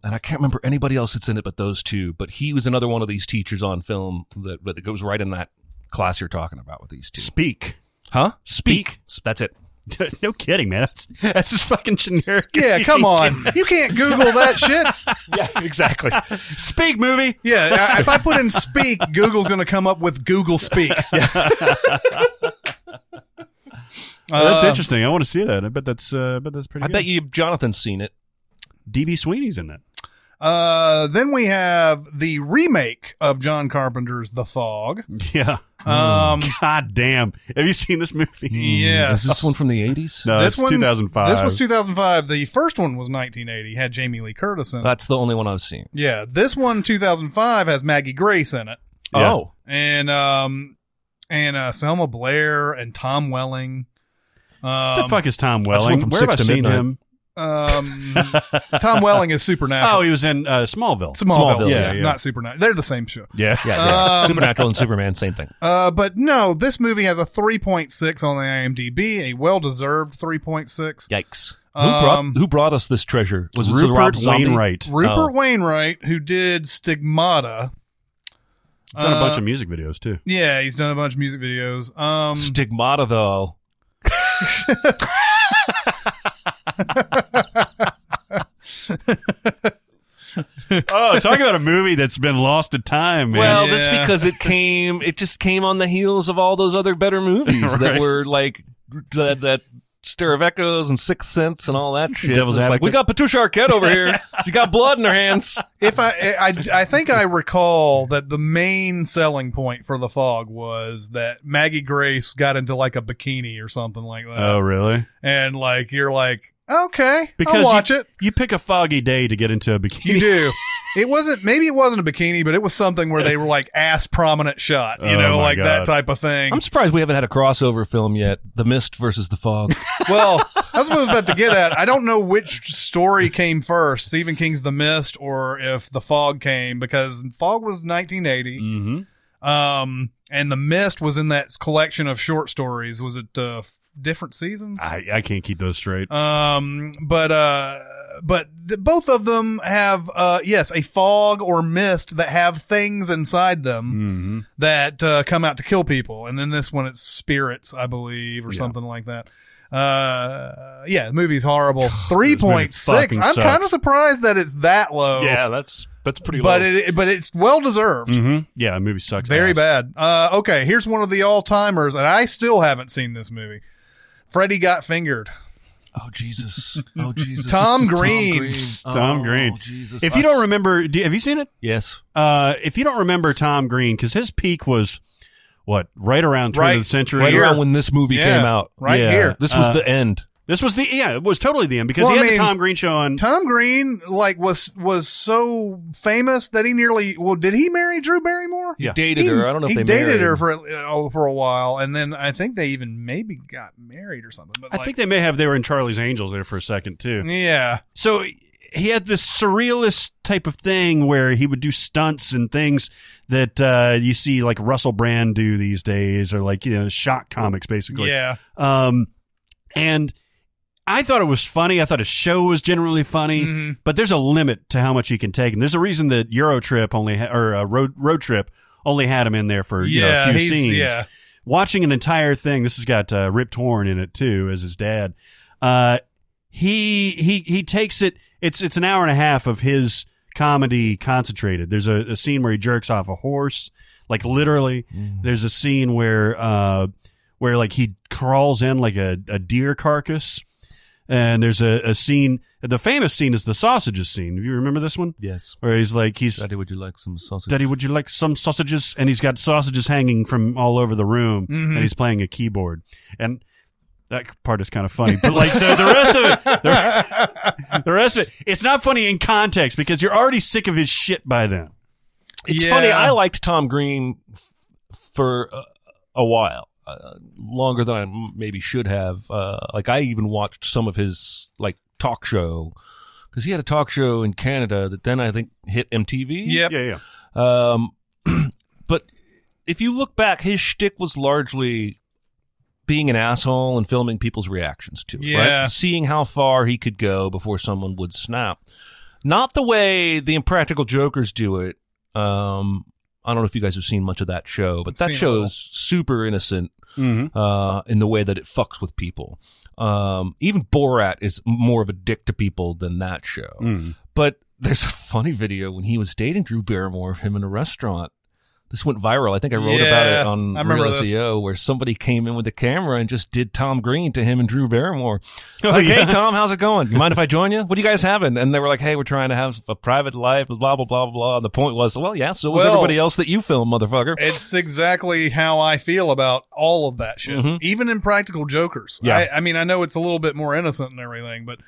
Speaker 4: and I can't remember anybody else that's in it but those two. But he was another one of these teachers on film that that goes right in that class you're talking about with these two.
Speaker 2: Speak.
Speaker 4: Huh? Speak. S- That's it.
Speaker 2: no kidding, man. That's, that's as fucking generic. as
Speaker 1: Yeah,
Speaker 2: you
Speaker 1: come
Speaker 2: can
Speaker 1: on. You can't Google that shit.
Speaker 4: Yeah, exactly.
Speaker 2: get. Speak movie.
Speaker 1: Yeah, I- if I put in speak, Google's going to come up with Google speak.
Speaker 2: that's
Speaker 1: Uh,
Speaker 2: interesting. I want to see that. I bet that's. Uh, I bet that's pretty.
Speaker 4: I bet you Jonathan's seen it.
Speaker 2: DB Sweeney's in that.
Speaker 1: Uh, then we have the remake of John Carpenter's The Fog.
Speaker 2: Yeah. Mm,
Speaker 1: Um,
Speaker 2: God damn. Have you seen this movie?
Speaker 1: yes.
Speaker 4: Is this one from the 80s?
Speaker 2: No,
Speaker 1: this
Speaker 2: it's 2005.
Speaker 1: This was 2005. The first one was 1980, had Jamie Lee Curtis in it.
Speaker 4: That's the only one I've seen.
Speaker 1: yeah, this one 2005 has Maggie Grace in it,
Speaker 2: Yeah.
Speaker 4: Oh.
Speaker 1: and um, and uh, Selma Blair and Tom Welling. Um,
Speaker 2: What the fuck is Tom
Speaker 4: That's
Speaker 2: Welling?
Speaker 4: one from
Speaker 2: Where
Speaker 4: Six
Speaker 2: have I
Speaker 4: to
Speaker 2: seen
Speaker 4: Midnight.
Speaker 2: him?
Speaker 1: Um, Tom Welling is
Speaker 2: Oh,
Speaker 1: supernatural.
Speaker 2: he was in uh,
Speaker 1: Smallville,
Speaker 2: Smallville.
Speaker 4: Smallville,
Speaker 1: yeah,
Speaker 2: yeah, yeah.
Speaker 1: not supernatural. They're the same show.
Speaker 2: yeah.
Speaker 4: Yeah, yeah.
Speaker 1: Um,
Speaker 4: Supernatural and Superman, same thing.
Speaker 1: Uh, but no, this movie has a 3.6 on the IMDb, a well-deserved 3.6.
Speaker 4: Yikes.
Speaker 1: Um,
Speaker 4: who brought who brought us this treasure? Was it Sir Rob
Speaker 2: Rupert
Speaker 4: Zombie?
Speaker 2: Wainwright.
Speaker 1: Rupert
Speaker 4: Oh.
Speaker 1: Wainwright, who did Stigmata,
Speaker 2: He's done a bunch
Speaker 1: Uh,
Speaker 2: of music videos too.
Speaker 1: yeah, he's done a bunch of music videos. Um,
Speaker 4: Stigmata though.
Speaker 2: Oh, talk about a movie that's been lost to time, man.
Speaker 4: Well, that's
Speaker 1: Yeah.
Speaker 4: because it came. It just came on the heels of all those other better movies that
Speaker 2: Right.
Speaker 4: were like that. that Stir of Echoes and Sixth Sense and all that shit.
Speaker 2: Devil's
Speaker 4: It was like,
Speaker 2: Advocate.
Speaker 4: we got Patricia Arquette over here. She got blood in her hands.
Speaker 1: if I, I, I think I recall that the main selling point for The Fog was that Maggie Grace got into like a bikini or something like that,
Speaker 2: oh, really?
Speaker 1: and like you're like, okay, I'll
Speaker 2: Because
Speaker 1: watch
Speaker 2: you,
Speaker 1: it.
Speaker 2: You pick a foggy day to get into a bikini.
Speaker 1: You do. It wasn't maybe it wasn't a bikini, but it was something where they were like ass prominent shot, you
Speaker 2: Oh
Speaker 1: know,
Speaker 2: my
Speaker 1: like that
Speaker 2: God.
Speaker 1: type of thing.
Speaker 4: I'm surprised we haven't had a crossover film yet. The Mist versus the Fog.
Speaker 1: well, that's what I was about to get at. I don't know which story came first, Stephen King's The Mist or if The Fog came because Fog was 1980.
Speaker 2: Mm-hmm.
Speaker 1: Um and The Mist was in that collection of short stories. Was it uh, f- different seasons?
Speaker 2: I, I can't keep those straight.
Speaker 1: um but uh but th- both of them have uh yes, a fog or mist that have things inside them.
Speaker 2: Mm-hmm.
Speaker 1: that uh, come out to kill people, and then this one it's spirits, I believe, or
Speaker 2: Yeah.
Speaker 1: something like that. Uh, yeah, the movie's horrible. Three point six.
Speaker 2: fucking
Speaker 1: I'm
Speaker 2: sucks.
Speaker 1: kind of surprised that it's that low.
Speaker 4: that's that's pretty.
Speaker 1: but it but it's well deserved.
Speaker 2: Mm-hmm. Yeah, the movie sucks.
Speaker 1: Very
Speaker 2: ass.
Speaker 1: bad. Uh, okay, here's one of the all timers, and I still haven't seen this movie. Freddy got fingered.
Speaker 4: oh Jesus! Oh Jesus!
Speaker 1: Tom Green.
Speaker 2: Tom
Speaker 4: Oh,
Speaker 2: Green.
Speaker 4: Jesus!
Speaker 2: If you don't remember, do, have you seen it?
Speaker 4: yes,
Speaker 2: Uh, if you don't remember Tom Green, because his peak was what right around turn
Speaker 1: Right.
Speaker 2: of the century.
Speaker 4: right
Speaker 1: Here.
Speaker 4: around when this movie
Speaker 1: Yeah,
Speaker 4: came out,
Speaker 1: right
Speaker 2: Yeah.
Speaker 1: here.
Speaker 4: This was
Speaker 2: Uh,
Speaker 4: the end.
Speaker 2: This was the yeah, it was totally the end because
Speaker 1: Well,
Speaker 2: he
Speaker 1: I
Speaker 2: had
Speaker 1: mean,
Speaker 2: the Tom Green show on.
Speaker 1: Tom Green like was was so famous that he nearly well did he marry Drew Barrymore?
Speaker 2: Yeah.
Speaker 4: Dated her. I don't know if
Speaker 1: he
Speaker 4: they
Speaker 1: dated
Speaker 4: married.
Speaker 1: her for oh, for a while, and then I think they even maybe got married or something. But
Speaker 2: I
Speaker 1: like,
Speaker 2: think they may have they were in Charlie's Angels there for a second too.
Speaker 1: yeah,
Speaker 2: So he had this surrealist type of thing where he would do stunts and things that uh, you see like Russell Brand do these days, or like you know shock comics basically.
Speaker 1: yeah.
Speaker 2: Um, and I thought it was funny. I thought his show was generally funny,
Speaker 1: Mhm.
Speaker 2: but there's a limit to how much he can take. And there's a reason that Euro Trip only ha- or uh, road road trip only had him in there for you
Speaker 1: yeah,
Speaker 2: know a few
Speaker 1: he's-
Speaker 2: scenes.
Speaker 1: yeah.
Speaker 2: Watching an entire thing. This has got uh, Rip Torn in it too as his dad. Uh, he he he takes it. It's it's an hour and a half of his comedy concentrated. There's a, a scene where he jerks off a horse, like literally. There's a scene where uh, where like he crawls in like a, a deer carcass. And there's a, a scene. The famous scene is the sausages scene. Do you remember this one?
Speaker 4: Yes.
Speaker 2: Where he's like, he's
Speaker 4: Daddy, would you like some sausage?
Speaker 2: Daddy, would you like some sausages? And he's got sausages hanging from all over the room, and he's playing a keyboard. And that part is kind of funny, but like the, the rest of it, the, the rest of it, it's not funny in context because you're already sick of his shit by then.
Speaker 4: It's
Speaker 1: Yeah.
Speaker 4: funny. I liked Tom Green f- for uh, a while, uh, longer than I m- maybe should have. Uh, like I even watched some of his like talk show because he had a talk show in Canada that then I think hit MTV.
Speaker 1: Yep.
Speaker 2: Yeah, yeah.
Speaker 4: Um, but if you look back, his shtick was largely being an asshole and filming people's reactions to it,
Speaker 1: Yeah.
Speaker 4: right? Seeing how far he could go before someone would snap. Not the way the Impractical Jokers do it, um, I don't know if you guys have seen much of that show, but that
Speaker 1: Seen a
Speaker 4: show
Speaker 1: little.
Speaker 4: is super innocent
Speaker 2: Mm-hmm.
Speaker 4: uh, in the way that it fucks with people. Um, even Borat is more of a dick to people than that show.
Speaker 1: Mm-hmm.
Speaker 4: But there's a funny video when he was dating Drew Barrymore of him in a restaurant. This went viral. I think I wrote about
Speaker 1: Yeah,
Speaker 4: it on
Speaker 1: I remember
Speaker 4: Real
Speaker 1: this.
Speaker 4: SEO, where somebody came in with a camera and just did Tom Green to him and Drew Barrymore.
Speaker 2: Oh,
Speaker 4: like,
Speaker 2: yeah.
Speaker 4: hey Tom, how's it going? You mind if I join you? What are you guys having? And they were like, hey, we're trying to have a private life, blah blah blah blah. blah. And the point was, well, yeah, so was
Speaker 1: Well-
Speaker 4: everybody else that you film, motherfucker.
Speaker 1: It's exactly how I feel about all of that shit,
Speaker 4: Mhm.
Speaker 1: even in Practical Jokers.
Speaker 2: Yeah.
Speaker 1: I, I mean, I know it's a little bit more innocent and everything, but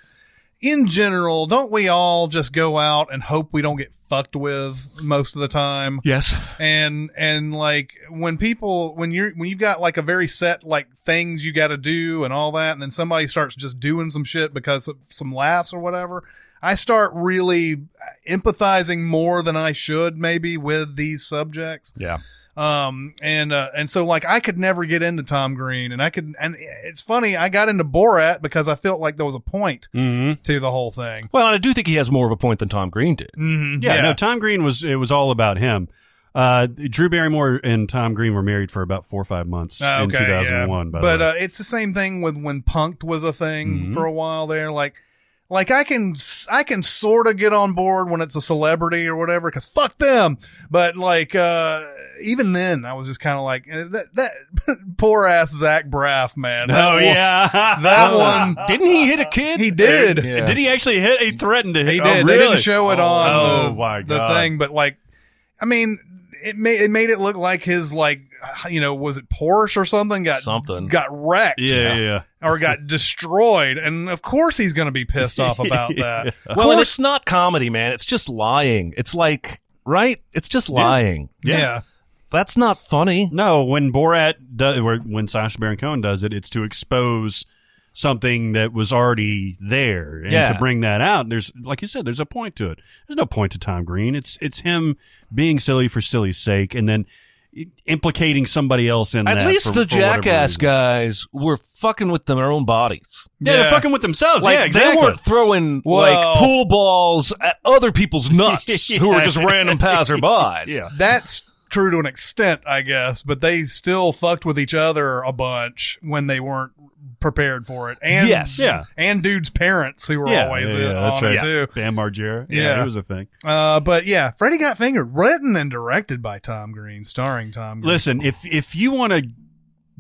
Speaker 1: in general, don't we all just go out and hope we don't get fucked with most of the time?
Speaker 4: yes.
Speaker 1: and and like when people when you're when you've got like a very set like things you got to do and all that and then somebody starts just doing some shit because of some laughs or whatever i start really uh, empathizing more than i should maybe with these subjects
Speaker 2: Yeah.
Speaker 1: um and uh, and so like i could never get into tom green and i could and it's funny i got into borat because i felt like there was a point
Speaker 2: Mm-hmm.
Speaker 1: to the whole thing
Speaker 4: Well, and I do think he has more of a point than Tom Green did.
Speaker 1: Mhm.
Speaker 2: Yeah, No, Tom Green was it was all about him. Uh, Drew Barrymore and Tom Green were married for about four or five months
Speaker 1: Oh,
Speaker 2: in
Speaker 1: okay,
Speaker 2: two thousand one.
Speaker 1: yeah. but
Speaker 2: By the way. Mm-hmm.
Speaker 1: Uh, it's the same thing with when punked was a thing for a while there. Like, like I can s- I can sort of get on board when it's a celebrity or whatever because fuck them. But like uh, even then, I was just kind of like eh, that that poor ass Zach Braff man. That
Speaker 2: oh
Speaker 1: one-
Speaker 2: yeah,
Speaker 1: that one
Speaker 4: Didn't he hit a kid?
Speaker 1: he did.
Speaker 4: Yeah.
Speaker 2: Did he actually hit? He threatened to hit.
Speaker 1: He
Speaker 2: oh,
Speaker 1: did. They
Speaker 2: really?
Speaker 1: didn't show it
Speaker 2: Oh,
Speaker 1: on
Speaker 2: oh,
Speaker 1: the,
Speaker 2: my
Speaker 1: the
Speaker 2: God.
Speaker 1: thing, but like, I mean, it made it made it look like his like you know was it Porsche or something got
Speaker 4: Something.
Speaker 1: got wrecked.
Speaker 2: Yeah, yeah. yeah.
Speaker 1: or got destroyed. And of course, he's going to be pissed off about that.
Speaker 4: Well, and it's not comedy, man. It's just lying. It's like, right? It's just lying.
Speaker 1: Yeah.
Speaker 4: That's not funny.
Speaker 2: No, when Borat does, or when Sasha Baron Cohen does it, it's to expose something that was already there and
Speaker 4: Yeah.
Speaker 2: to bring that out. There's, like you said, there's a point to it. There's no point to Tom Green. It's it's him being silly for silly's sake, and then implicating somebody else in
Speaker 4: At
Speaker 2: that
Speaker 4: least
Speaker 2: for-
Speaker 4: the
Speaker 2: for whatever
Speaker 4: jackass
Speaker 2: reason.
Speaker 4: guys were fucking with their own bodies.
Speaker 2: Yeah,
Speaker 1: Yeah.
Speaker 2: they're fucking with themselves.
Speaker 4: Like
Speaker 2: yeah, exactly.
Speaker 4: they weren't throwing
Speaker 1: Well-
Speaker 4: like pool balls at other people's nuts who were just random passerbys.
Speaker 2: Yeah.
Speaker 1: That's true to an extent, I guess, but they still fucked with each other a bunch when they weren't prepared for it. And
Speaker 4: Yes.
Speaker 2: Yeah.
Speaker 1: And dude's parents who were
Speaker 2: yeah,
Speaker 1: always
Speaker 2: yeah,
Speaker 1: in
Speaker 2: yeah, that's
Speaker 1: on
Speaker 2: right.
Speaker 1: it too.
Speaker 2: Bam Margera. Yeah,
Speaker 1: Yeah.
Speaker 2: it was a thing.
Speaker 1: Uh, but yeah, Freddy Got Fingered, written and directed by Tom Green, starring Tom Green.
Speaker 2: Listen, if if you want to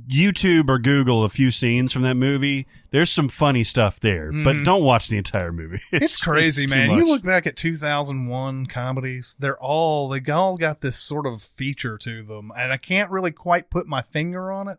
Speaker 2: YouTube or Google a few scenes from that movie, there's some funny stuff there, but don't watch the entire movie.
Speaker 1: It's crazy,
Speaker 2: Mm-hmm. it's too
Speaker 1: man. You
Speaker 2: much.
Speaker 1: look back at 2001 comedies; they're all they all got this sort of feature to them, and I can't really quite put my finger on it.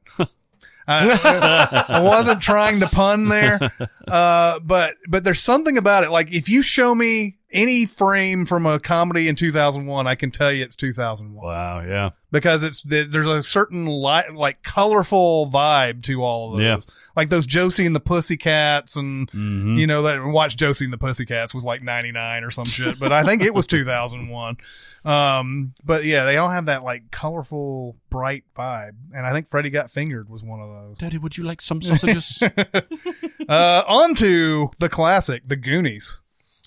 Speaker 1: I, I wasn't trying to pun there, uh, but but there's something about it. Like if you show me any frame from a comedy in 2001, I can tell you it's 2001
Speaker 2: Wow, yeah,
Speaker 1: because it's there- there's a certain li- like colorful vibe to all of those.
Speaker 2: Yeah.
Speaker 1: Like those Josie and the Pussycats and
Speaker 2: Mhm.
Speaker 1: you know that watch Josie and the Pussycats was like 99 or some shit, but I think it was 2001. Um but yeah, they all have that like colorful bright vibe and I think Freddy Got Fingered was one of those.
Speaker 2: Daddy, would you like some sausages?
Speaker 1: Uh on to the classic, The Goonies.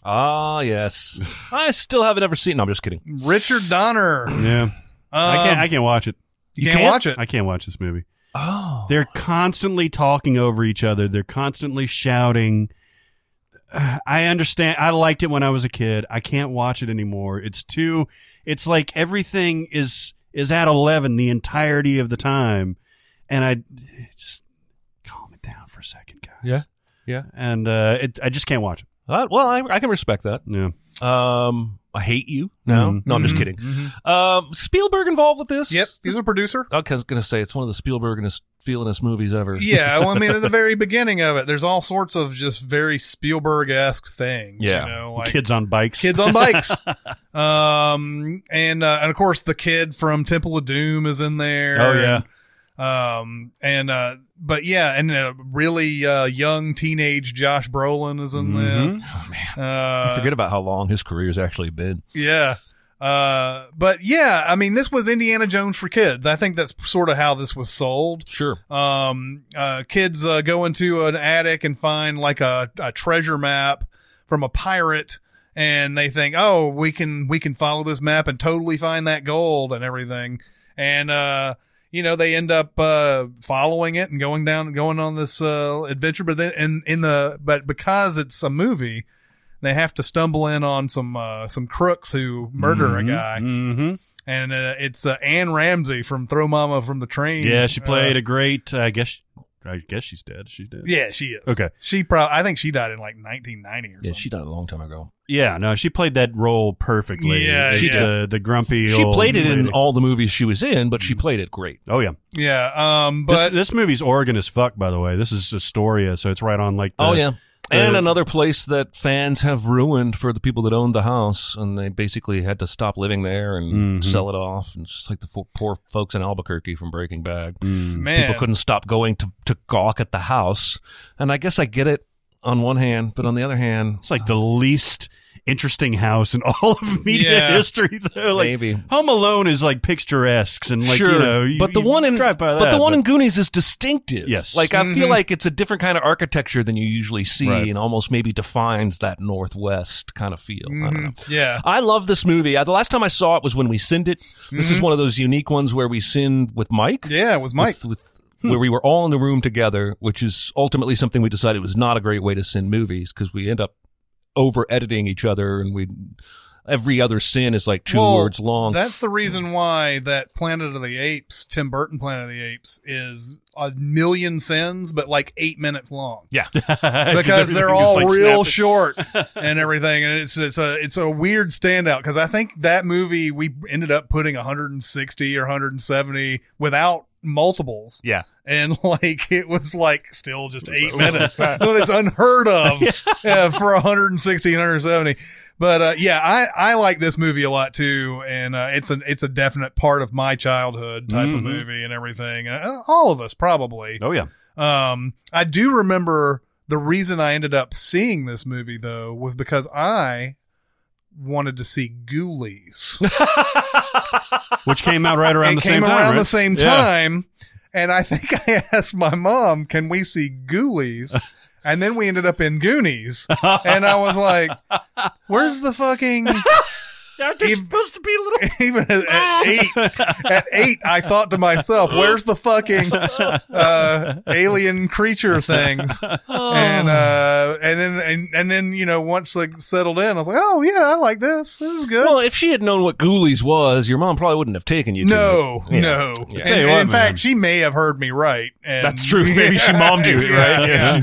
Speaker 4: Ah, yes. I still haven't ever seen. No, I'm just kidding.
Speaker 1: Richard Donner.
Speaker 2: yeah, I can't. I can't watch it.
Speaker 1: Um, you, can't, watch it.
Speaker 2: I can't watch this movie. Oh, they're constantly talking over each other. They're constantly shouting. Uh, I understand. I liked it when I was a kid. I can't watch it anymore. It's too. It's like everything is is at eleven the entirety of the time, and I just calm it down for a second, guys.
Speaker 4: Yeah. Yeah.
Speaker 2: And uh, it, I just can't watch it.
Speaker 4: Uh, well, I, I can respect that.
Speaker 2: Yeah.
Speaker 4: Um, I hate you. No,
Speaker 2: Mhm.
Speaker 4: no, I'm just kidding. Um, Spielberg involved with this?
Speaker 1: mm-hmm. Yep, he's a producer.
Speaker 4: I was gonna say it's one of the Spielberginest, feelingest movies ever.
Speaker 1: yeah, well, I mean, at the very beginning of it, there's all sorts of just very Spielberg esque things.
Speaker 4: Yeah.
Speaker 1: you know, like kids,
Speaker 2: Kids on bikes.
Speaker 1: on bikes. um, and uh, and of course, the kid from Temple of Doom is in there.
Speaker 2: Oh yeah.
Speaker 1: Um, and uh, but yeah, and a really uh, young teenage Josh Brolin is in this.
Speaker 4: You
Speaker 1: Uh,
Speaker 4: forget about how long his career's actually been.
Speaker 1: yeah. Uh, but yeah, I mean, this was Indiana Jones for kids. I think that's sort of how this was sold.
Speaker 4: Sure.
Speaker 1: um, uh, kids uh, go into an attic and find like a, a treasure map from a pirate and they think, oh, we can we can follow this map and totally find that gold and everything, and uh, you know they end up uh, following it and going down going on this uh, adventure. But then in in the but because it's a movie, they have to stumble in on some uh, some crooks who murder a guy.
Speaker 2: Mm-hmm.
Speaker 1: And uh, it's uh, Anne Ramsey from Throw Mama from the Train.
Speaker 2: Yeah, she
Speaker 1: Uh,
Speaker 2: played a great. I guess. I guess she's dead. She's dead.
Speaker 1: yeah, she is.
Speaker 2: Okay.
Speaker 1: She probably. I think she died in like 1990 or
Speaker 4: Yeah,
Speaker 1: something.
Speaker 4: she died a long time ago.
Speaker 2: Yeah, no, she played that role perfectly.
Speaker 1: Yeah,
Speaker 2: she's
Speaker 1: yeah.
Speaker 2: the the grumpy.
Speaker 4: She
Speaker 2: old
Speaker 4: played it in
Speaker 2: lady.
Speaker 4: all the movies she was in, but she played it great.
Speaker 2: Oh yeah,
Speaker 1: yeah. Um. But
Speaker 2: this, this movie's Oregon as fuck. By the way, this is Astoria, so it's right on like. The,
Speaker 4: oh yeah. And
Speaker 2: the-
Speaker 4: another place that fans have ruined for the people that owned the house, and they basically had to stop living there
Speaker 2: Mhm.
Speaker 4: and sell it off, and it's just like the fo- poor folks in Albuquerque from Breaking Bad.
Speaker 2: Mm.
Speaker 1: man,
Speaker 4: People couldn't stop going to, to gawk at the house, and I guess I get it on one hand, but on the other hand,
Speaker 2: It's like the least interesting house in all of media
Speaker 1: Yeah.
Speaker 2: history. Though, like
Speaker 4: Maybe.
Speaker 2: Home Alone is like picturesque and like you know, you-
Speaker 4: but the
Speaker 2: you
Speaker 4: one in
Speaker 2: drive by
Speaker 4: but
Speaker 2: that,
Speaker 4: the one in Goonies is distinctive.
Speaker 2: Yes.
Speaker 4: like I
Speaker 1: Mhm.
Speaker 4: feel like it's a different kind of architecture than you usually see,
Speaker 2: Right.
Speaker 4: and almost maybe defines that northwest kind of feel. I don't know.
Speaker 1: Mhm. Yeah.
Speaker 4: I love this movie. I, the last time I saw it was when we sinned it. This
Speaker 1: Mm-hmm.
Speaker 4: is one of those unique ones where we sinned with Mike.
Speaker 1: Yeah, it was Mike.
Speaker 4: With, with- where we were all in the room together, which is ultimately something we decided was not a great way to sin movies because we end up over editing each other and we every other sin is like two
Speaker 1: Well,
Speaker 4: words long.
Speaker 1: That's the reason why that Planet of the Apes, Tim Burton Planet of the Apes, is a million sins, but like eight minutes long.
Speaker 4: yeah.
Speaker 1: Because they're
Speaker 2: everything just,
Speaker 1: all
Speaker 2: like,
Speaker 1: real
Speaker 2: snapping.
Speaker 1: short and everything, and it's it's a it's a weird standout because I think that movie we ended up putting 160 or 170 without multiples,
Speaker 4: Yeah.
Speaker 1: and like it was like still just eight minutes. well, it's unheard of uh, for 160, 170. But uh, yeah, I, I like this movie a lot too, and uh, it's an it's a definite part of my childhood type
Speaker 2: Mhm.
Speaker 1: of movie and everything. Uh, all of us probably.
Speaker 2: Oh yeah,
Speaker 1: Um, I do remember the reason I ended up seeing this movie though was because I wanted to see Ghoulies.
Speaker 2: which came out right around
Speaker 1: it
Speaker 2: the
Speaker 1: came
Speaker 2: same time.
Speaker 1: around
Speaker 2: right?
Speaker 1: the same
Speaker 2: Yeah.
Speaker 1: time, and I think I asked my mom, "Can we see Ghoulies?" and then we ended up in Goonies, and I was like, "Where's the fucking?" Even-
Speaker 2: supposed to be a little.
Speaker 1: Even at, at eight, at eight, I thought to myself, "Where's the fucking uh, alien creature things?"
Speaker 2: Oh.
Speaker 1: And uh, and then and, and then you know once like settled in, I was like, "Oh yeah, I like this. This is good."
Speaker 4: Well, if she had known what Ghoulies was, your mom probably wouldn't have taken you. to
Speaker 1: No,
Speaker 4: it. Yeah.
Speaker 1: no.
Speaker 4: Yeah.
Speaker 1: And-
Speaker 2: you what,
Speaker 1: in
Speaker 2: man.
Speaker 1: fact, she may have heard me right. and-
Speaker 4: That's true. Maybe she mommed you, right?
Speaker 1: Yeah.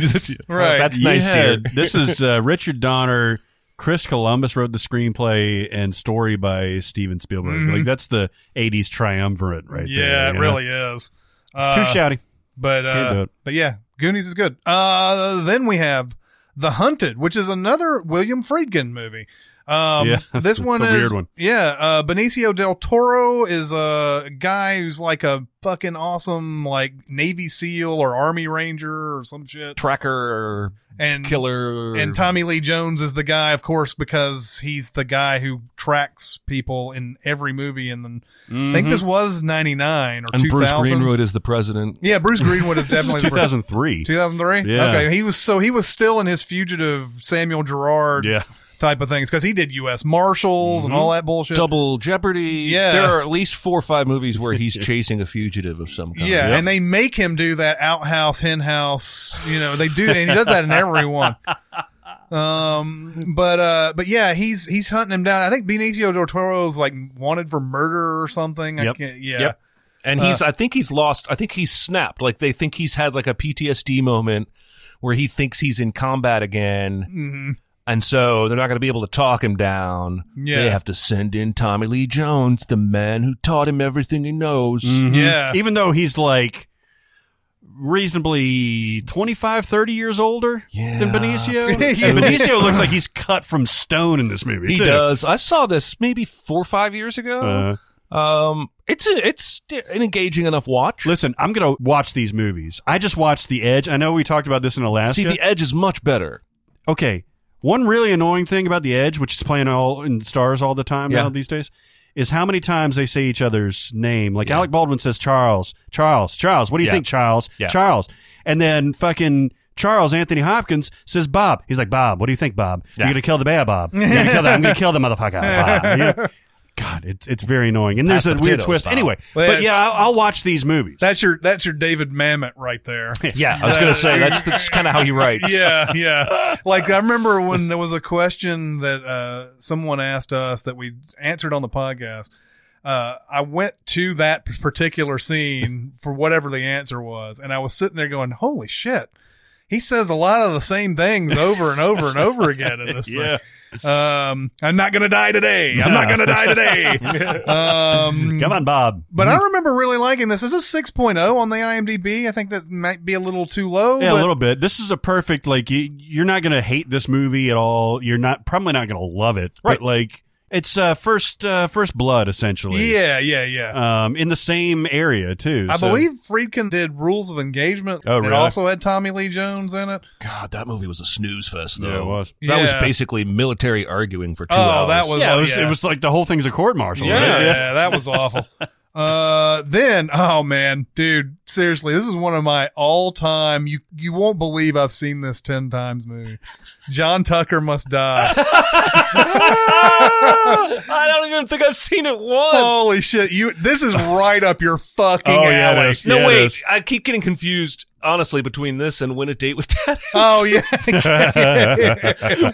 Speaker 1: Right.
Speaker 4: That's nice,
Speaker 2: yeah,
Speaker 4: dear.
Speaker 2: this is uh, Richard Donner. Chris Columbus wrote the screenplay and story by Steven Spielberg.
Speaker 1: Mhm.
Speaker 2: Like that's the '80s triumvirate, right there.
Speaker 1: yeah, it
Speaker 2: you know?
Speaker 1: really is.
Speaker 2: It's too
Speaker 1: Uh,
Speaker 2: shouty.
Speaker 1: But
Speaker 2: Can't do
Speaker 1: uh,
Speaker 2: it.
Speaker 1: but yeah, Goonies is good. Uh, then we have The Hunted, which is another William Friedkin movie. Um,
Speaker 2: Yeah,
Speaker 1: this
Speaker 2: it's
Speaker 1: one
Speaker 2: a
Speaker 1: is
Speaker 2: weird one.
Speaker 1: yeah. Uh, Benicio del Toro is a guy who's like a fucking awesome like Navy SEAL or Army Ranger or some shit,
Speaker 4: Tracker, or
Speaker 1: and
Speaker 4: killer,
Speaker 1: and Tommy Lee Jones is the guy, of course, because he's the guy who tracks people in every movie. And then I think this was ninety nine or
Speaker 4: Mm-hmm. and
Speaker 1: two
Speaker 4: Bruce
Speaker 1: thousand.
Speaker 4: Greenwood is the president.
Speaker 1: Yeah, Bruce Greenwood is
Speaker 2: This
Speaker 1: definitely
Speaker 2: is
Speaker 1: the first-
Speaker 2: 2003.
Speaker 1: 2003.
Speaker 2: Yeah.
Speaker 1: Okay, he was so he was still in his fugitive Samuel Gerard
Speaker 2: Yeah.
Speaker 1: type of things because he did U.S. Marshals and all that bullshit.
Speaker 4: Mm-hmm. Double Jeopardy.
Speaker 1: Yeah.
Speaker 4: There are at least four or five movies where he's chasing a fugitive of some kind.
Speaker 1: Yeah,
Speaker 2: Yep.
Speaker 1: and they make him do that outhouse, hen house. You know, they do, and he does that in every one. Um, but uh, but yeah, he's he's hunting him down. I think Benicio del Toro's like wanted for murder or something. I
Speaker 2: Yep.
Speaker 1: can't, yeah,
Speaker 4: Yep. And he's, I think he's lost. I think he's snapped. Like they think he's had like a PTSD moment where he thinks he's in combat again.
Speaker 1: Mhm.
Speaker 4: And so they're not going to be able to talk him down.
Speaker 1: Yeah.
Speaker 4: They have to send in Tommy Lee Jones, the man who taught him everything he knows.
Speaker 1: yeah,
Speaker 2: Even though he's like reasonably 25, 30 years older
Speaker 4: Yeah.
Speaker 2: than Benicio.
Speaker 1: Yeah.
Speaker 2: And Benicio looks like he's cut from stone in this movie.
Speaker 4: He
Speaker 2: too.
Speaker 4: does. I saw this maybe four or five years ago.
Speaker 2: Uh,
Speaker 4: um, it's a, it's an engaging enough watch.
Speaker 2: listen, I'm going to watch these movies. I just watched The Edge. I know we talked about this in Alaska.
Speaker 4: See, The Edge is much better.
Speaker 2: okay, one really annoying thing about The Edge, which is playing all in stars all the time
Speaker 4: Yeah.
Speaker 2: now these days, is how many times they say each other's name. Like Alec Baldwin says Charles, Charles, Charles. What do you
Speaker 4: Yeah.
Speaker 2: think, Charles?
Speaker 4: Yeah.
Speaker 2: Charles. And then fucking Charles Anthony Hopkins says, Bob. He's like, Bob, what do you think, Bob?
Speaker 4: Yeah.
Speaker 2: You're going to kill the bear, Bob. You're gonna kill the, I'm going to kill the motherfucker, Bob. You know? God, it's, it's very annoying. And there's
Speaker 4: Pass
Speaker 2: a
Speaker 4: the
Speaker 2: weird
Speaker 4: potato
Speaker 2: twist.
Speaker 4: style.
Speaker 2: Anyway,
Speaker 1: Well,
Speaker 2: but yeah,
Speaker 1: it's-
Speaker 2: I'll, I'll watch these movies.
Speaker 1: That's your that's your David Mamet right there.
Speaker 4: Yeah, I was gonna say that's that's kind of how he writes.
Speaker 1: yeah, yeah. Like I remember when there was a question that uh, someone asked us that we answered on the podcast. Uh, I went to that particular scene for whatever the answer was, and I was sitting there going, "Holy shit!" He says a lot of the same things over and over and over again in this
Speaker 2: Yeah.
Speaker 1: thing. Um, I'm not gonna die today. I'm not gonna die today. Um,
Speaker 2: Come on, Bob.
Speaker 1: But I remember really liking this. This is 6.0 on the IMDb. I think that might be a little too low.
Speaker 2: Yeah,
Speaker 1: but
Speaker 2: a little bit. This is a perfect like you, you're not going to hate this movie at all. You're not probably not going to love it.
Speaker 4: Right.
Speaker 2: But like it's uh, first uh, first blood essentially.
Speaker 1: Yeah, yeah, yeah.
Speaker 2: Um, in the same area too.
Speaker 1: I
Speaker 2: so-
Speaker 1: believe Friedkin did Rules of Engagement.
Speaker 2: Oh,
Speaker 1: It
Speaker 2: really?
Speaker 1: also had Tommy Lee Jones in it.
Speaker 4: God, that movie was a snooze fest, though.
Speaker 2: Yeah, it was.
Speaker 4: That was
Speaker 1: Yeah.
Speaker 4: basically military arguing for two
Speaker 1: Oh,
Speaker 4: hours.
Speaker 1: that was-
Speaker 2: Yeah, it was,
Speaker 1: yeah.
Speaker 2: it was like the whole thing's a court martial.
Speaker 1: Yeah,
Speaker 2: Right?
Speaker 1: that was awful. uh, then, oh man, dude, seriously, this is one of my all-time. You you won't believe I've seen this ten times movie. John Tucker must die.
Speaker 4: Ah! I don't even think I've seen it once.
Speaker 1: Holy shit! You this is right up your fucking
Speaker 2: Oh, yeah, it
Speaker 1: alley.
Speaker 2: is.
Speaker 4: no,
Speaker 2: Yeah, it
Speaker 4: wait.
Speaker 2: is.
Speaker 4: I keep getting confused, honestly, between this and Win a Date with Dad.
Speaker 1: Oh yeah.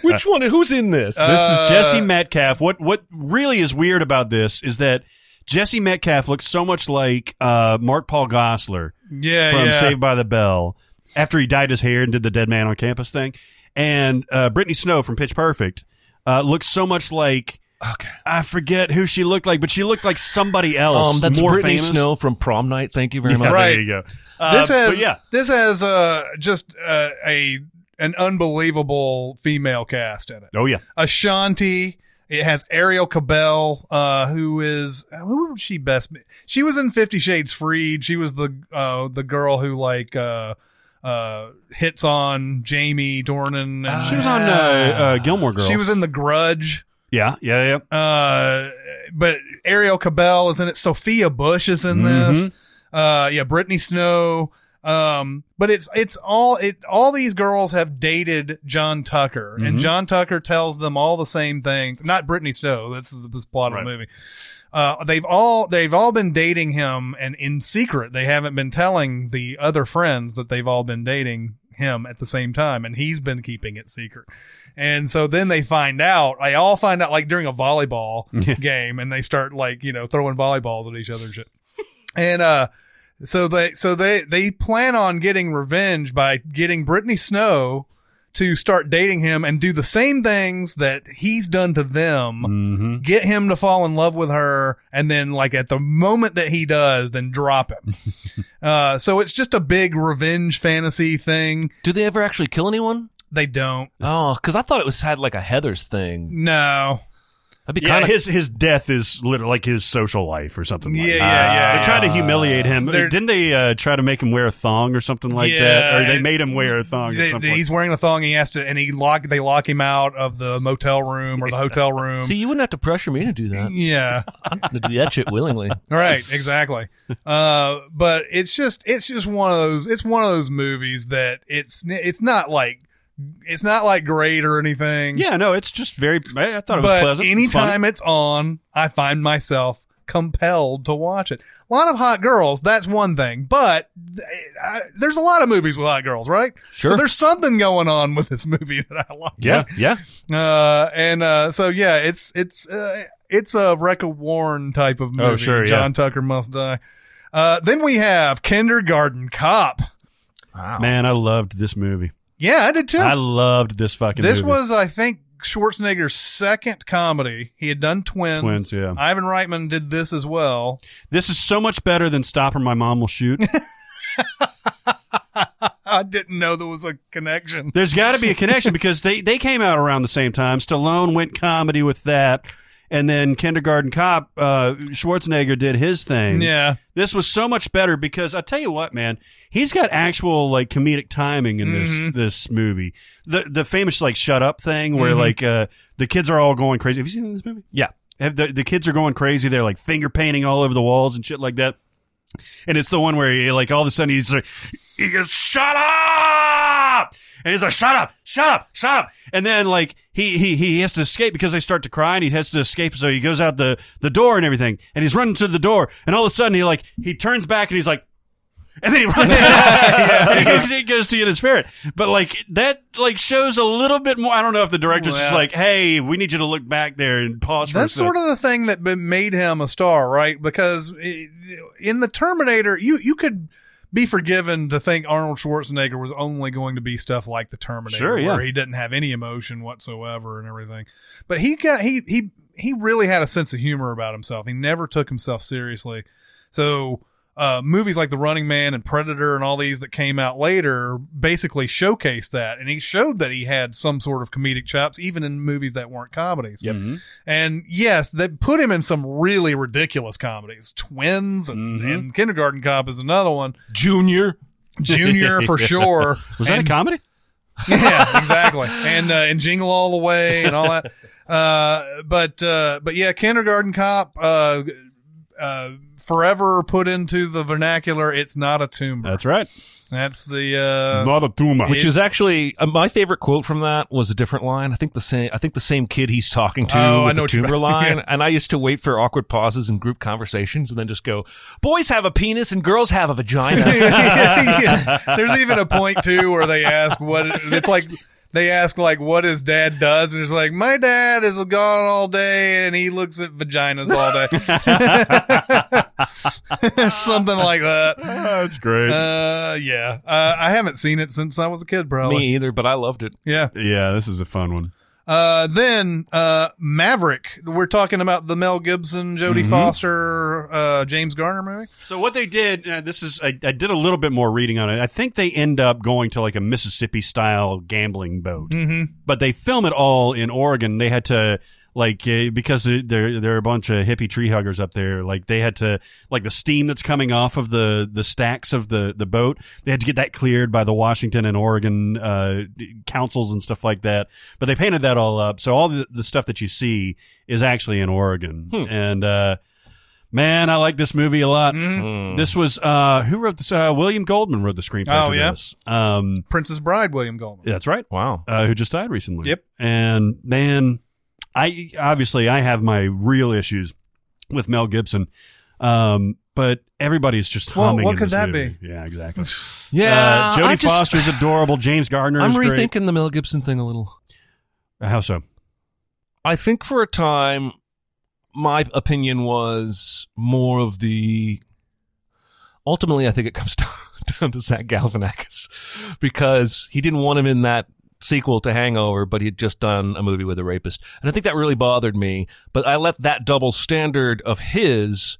Speaker 4: Which one? Who's in this?
Speaker 2: This
Speaker 1: Uh,
Speaker 2: is Jesse Metcalf. What what really is weird about this is that Jesse Metcalf looks so much like uh, Mark Paul Gossler
Speaker 1: yeah,
Speaker 2: from
Speaker 1: yeah.
Speaker 2: Saved by the Bell after he dyed his hair and did the Dead Man on Campus thing, and uh, Brittany Snow from Pitch Perfect uh, looks so much like
Speaker 4: okay.
Speaker 2: I forget who she looked like, but she looked like somebody else.
Speaker 4: Um, that's
Speaker 2: more
Speaker 4: Brittany
Speaker 2: famous.
Speaker 4: Snow from Prom Night. Thank you very much.
Speaker 2: Yeah,
Speaker 1: Right.
Speaker 2: There you go. Uh,
Speaker 1: this
Speaker 2: but
Speaker 1: has
Speaker 2: yeah.
Speaker 1: this has uh just uh, a an unbelievable female cast in it.
Speaker 2: Oh yeah.
Speaker 1: Ashanti. It has Ariel Cabell, uh, who is who was she best? She was in Fifty Shades Freed. She was the uh, the girl who like uh, uh, hits on Jamie Dornan. And
Speaker 2: She was on uh, uh, Gilmore Girls.
Speaker 1: She was in The Grudge.
Speaker 2: Yeah. Yeah. Yeah.
Speaker 1: Uh, but Ariel Cabell is in it. Sophia Bush is in this. Uh, yeah, Brittany Snow. Um, but it's it's all it all these girls have dated John Tucker, and John Tucker tells them all the same things. Not Brittany Snow. That's the this plot of the movie. Uh, they've all they've all been dating him, and in secret, they haven't been telling the other friends that they've all been dating him at the same time, and he's been keeping it secret. And so then they find out. They all find out like during a volleyball game, and they start like you know throwing volleyballs at each other and shit. And uh, so they so they they plan on getting revenge by getting Brittany Snow to start dating him and do the same things that he's done to them. Get him to fall in love with her, and then like at the moment that he does, then drop him. uh, so it's just a big revenge fantasy thing.
Speaker 4: Do they ever actually kill anyone?
Speaker 1: They don't.
Speaker 4: Oh, because I thought it was had like a Heather's thing.
Speaker 1: No.
Speaker 4: That'd be
Speaker 2: Yeah,
Speaker 4: kind of
Speaker 2: his his death is literally like his social life or something. like
Speaker 1: Yeah,
Speaker 2: that.
Speaker 1: yeah, yeah.
Speaker 2: They tried to humiliate him.
Speaker 1: They're-
Speaker 2: Didn't they uh, try to make him wear a thong or something like
Speaker 1: Yeah,
Speaker 2: that? Or they
Speaker 1: it-
Speaker 2: made him wear a thong.
Speaker 1: They-
Speaker 2: at some
Speaker 1: they-
Speaker 2: point.
Speaker 1: he's wearing a thong. He has to, and he lock. They lock him out of the motel room or the hotel room.
Speaker 4: See, you wouldn't have to pressure me to do that.
Speaker 1: yeah,
Speaker 4: I'm going to do that shit willingly.
Speaker 1: right, exactly. Uh, but it's just, it's just one of those. It's one of those movies that it's, it's not like, it's not like great or anything.
Speaker 2: yeah, no, it's just very. I I thought it was
Speaker 1: but
Speaker 2: pleasant. It's
Speaker 1: anytime it's on, I find myself compelled to watch it. A lot of hot girls, that's one thing, but th- I, there's a lot of movies with hot girls, right?
Speaker 4: Sure.
Speaker 1: So there's something going on with this movie that I like.
Speaker 4: Yeah, yeah.
Speaker 1: Uh, and uh, so yeah, it's it's uh, it's a Wreck of Warren type of movie.
Speaker 2: Oh, sure, yeah.
Speaker 1: John Tucker must die. Uh, then we have Kindergarten Cop.
Speaker 4: Wow.
Speaker 2: fun. Man, I loved this movie.
Speaker 1: Yeah, I did too.
Speaker 2: I loved this fucking.
Speaker 1: this
Speaker 2: movie.
Speaker 1: was, I think, Schwarzenegger's second comedy. He had done Twins.
Speaker 2: Twins, yeah.
Speaker 1: Ivan Reitman did this as well.
Speaker 2: This is so much better than Stop or My Mom Will Shoot.
Speaker 1: I didn't know there was a connection.
Speaker 2: There's got to be a connection because they they came out around the same time. Stallone went comedy with that, and then Kindergarten Cop. Uh, Schwarzenegger did his thing.
Speaker 1: Yeah.
Speaker 2: This was so much better because I tell you what, man, he's got actual like comedic timing in this
Speaker 1: Mm-hmm.
Speaker 2: this movie. The the famous like shut up thing
Speaker 1: Mm-hmm.
Speaker 2: where like uh the kids are all going crazy. Have you seen this movie?
Speaker 4: Yeah.
Speaker 2: Have the the kids are going crazy. They're like finger painting all over the walls and shit like that. And it's the one where he, like all of a sudden he's like, he goes, "Shut up!" up!" And he's like, "Shut up! Shut up! Shut up!" And then like he he he has to escape because they start to cry, and he has to escape. So he goes out the the door and everything, and he's running to the door, and all of a sudden he like he turns back and he's like. And then he runs. and he, goes, he goes to get his ferret, but like that, like shows a little bit more. I don't know if the director's just
Speaker 1: Well.
Speaker 2: like, "Hey, we need you to look back there and pause for a
Speaker 1: That's
Speaker 2: second.
Speaker 1: sort of the thing that be- made him a star, right? Because i- in the Terminator, you you could be forgiven to think Arnold Schwarzenegger was only going to be stuff like the Terminator,
Speaker 2: Sure, yeah.
Speaker 1: where he didn't have any emotion whatsoever and everything. But he got he he he really had a sense of humor about himself. He never took himself seriously. So uh, movies like The Running Man and Predator and all these that came out later basically showcased that, and he showed that he had some sort of comedic chops, even in movies that weren't comedies. And yes, they put him in some really ridiculous comedies, Twins and, and Kindergarten Cop is another one,
Speaker 4: Junior.
Speaker 1: Junior for sure.
Speaker 2: Was that
Speaker 1: And-
Speaker 2: a comedy?
Speaker 1: yeah, exactly. And uh, and jingle all the way and all that. Uh, but uh, but yeah, kindergarten cop. Uh, uh, forever put into the vernacular. It's not a tumor.
Speaker 2: That's right.
Speaker 1: That's the uh,
Speaker 2: Not a tumor.
Speaker 4: Which is actually uh, my favorite quote from that was a different line. I think the same. I think the same kid he's talking to
Speaker 1: Oh, I
Speaker 4: with
Speaker 1: know
Speaker 4: the
Speaker 1: what you
Speaker 4: tumor
Speaker 1: mean.
Speaker 4: line. And I used to wait for awkward pauses in group conversations and then just go, "Boys have a penis and girls have a vagina."
Speaker 1: Yeah. There's even a point too where they ask what it's like. They ask like, "What his dad does?" and it's like, "My dad is gone all day, and he looks at vaginas all day." Something like that.
Speaker 2: that's great.
Speaker 1: Uh, yeah. Uh, I haven't seen it since I was a kid, probably.
Speaker 4: Me either, but I loved it.
Speaker 1: Yeah.
Speaker 2: yeah, this is a fun one.
Speaker 1: Uh, then uh, Maverick. We're talking about the Mel Gibson, Jodie
Speaker 2: Mm-hmm.
Speaker 1: Foster, uh, James Garner movie.
Speaker 2: So what they did, uh, this is I, I did a little bit more reading on it. I think they end up going to like a Mississippi style gambling boat, mm-hmm. but they film it all in Oregon. They had to like uh, because there there are a bunch of hippie tree huggers up there. Like they had to like the steam that's coming off of the the stacks of the the boat. They had to get that cleared by the Washington and Oregon uh, councils and stuff like that. But they painted that all up, so all the, the stuff that you see is actually in Oregon
Speaker 1: Hmm.
Speaker 2: and. uh Man, I like this movie a lot. This was uh, who wrote this? Uh, William Goldman wrote the screenplay.
Speaker 1: Mm-hmm. Oh,
Speaker 2: to
Speaker 1: yeah?
Speaker 2: this. um,
Speaker 1: Princess Bride, William Goldman.
Speaker 2: that's right.
Speaker 4: Wow.
Speaker 2: Uh, who just died recently?
Speaker 1: Yep.
Speaker 2: And man, I obviously I have my real issues with Mel Gibson, um, but everybody's just
Speaker 1: Well,
Speaker 2: humming.
Speaker 1: what
Speaker 2: in
Speaker 1: could
Speaker 2: this
Speaker 1: that
Speaker 2: movie. Yeah, exactly.
Speaker 4: Yeah,
Speaker 2: uh, Jodie
Speaker 4: I just-
Speaker 2: Foster's adorable. James Gardner.
Speaker 4: I'm
Speaker 2: is great.
Speaker 4: rethinking the Mel Gibson thing a little.
Speaker 2: How so?
Speaker 4: I think for a time, my opinion was more of the. Ultimately, I think it comes down, down to Zach Galifianakis because he didn't want him in that sequel to Hangover, but he had just done a movie with a rapist, and I think that really bothered me. But I let that double standard of his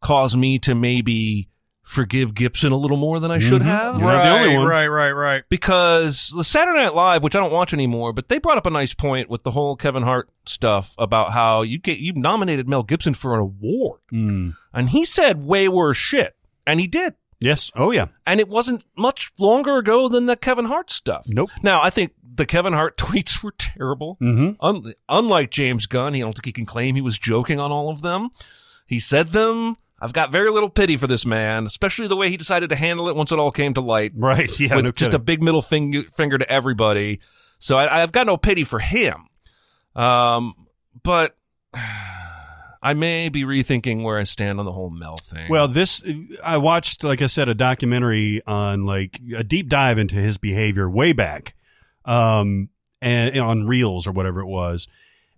Speaker 4: cause me to maybe forgive Gibson a little more than I should have
Speaker 2: You're not the only one.
Speaker 1: right, right, right.
Speaker 4: because the Saturday Night Live, which I don't watch anymore, but they brought up a nice point with the whole Kevin Hart stuff about how you get you nominated Mel Gibson for an award,
Speaker 2: Mm.
Speaker 4: and he said way worse shit, and he did,
Speaker 2: Yes. Oh yeah.
Speaker 4: and it wasn't much longer ago than the Kevin Hart stuff.
Speaker 2: Nope.
Speaker 4: Now I think the Kevin Hart tweets were terrible.
Speaker 2: Mm-hmm.
Speaker 4: Un- unlike James Gunn, he I don't think he can claim he was joking on all of them. He said them. I've got very little pity for this man, especially the way he decided to handle it once it all came to light
Speaker 2: Right. Yeah.
Speaker 4: with
Speaker 2: no
Speaker 4: just a
Speaker 2: kidding.
Speaker 4: big middle finger, finger to everybody. So I, I've got no pity for him. Um, but I may be rethinking where I stand on the whole Mel thing.
Speaker 2: Well, this I watched, like I said, a documentary on like a deep dive into his behavior way back, um, and, and on Reels or whatever it was,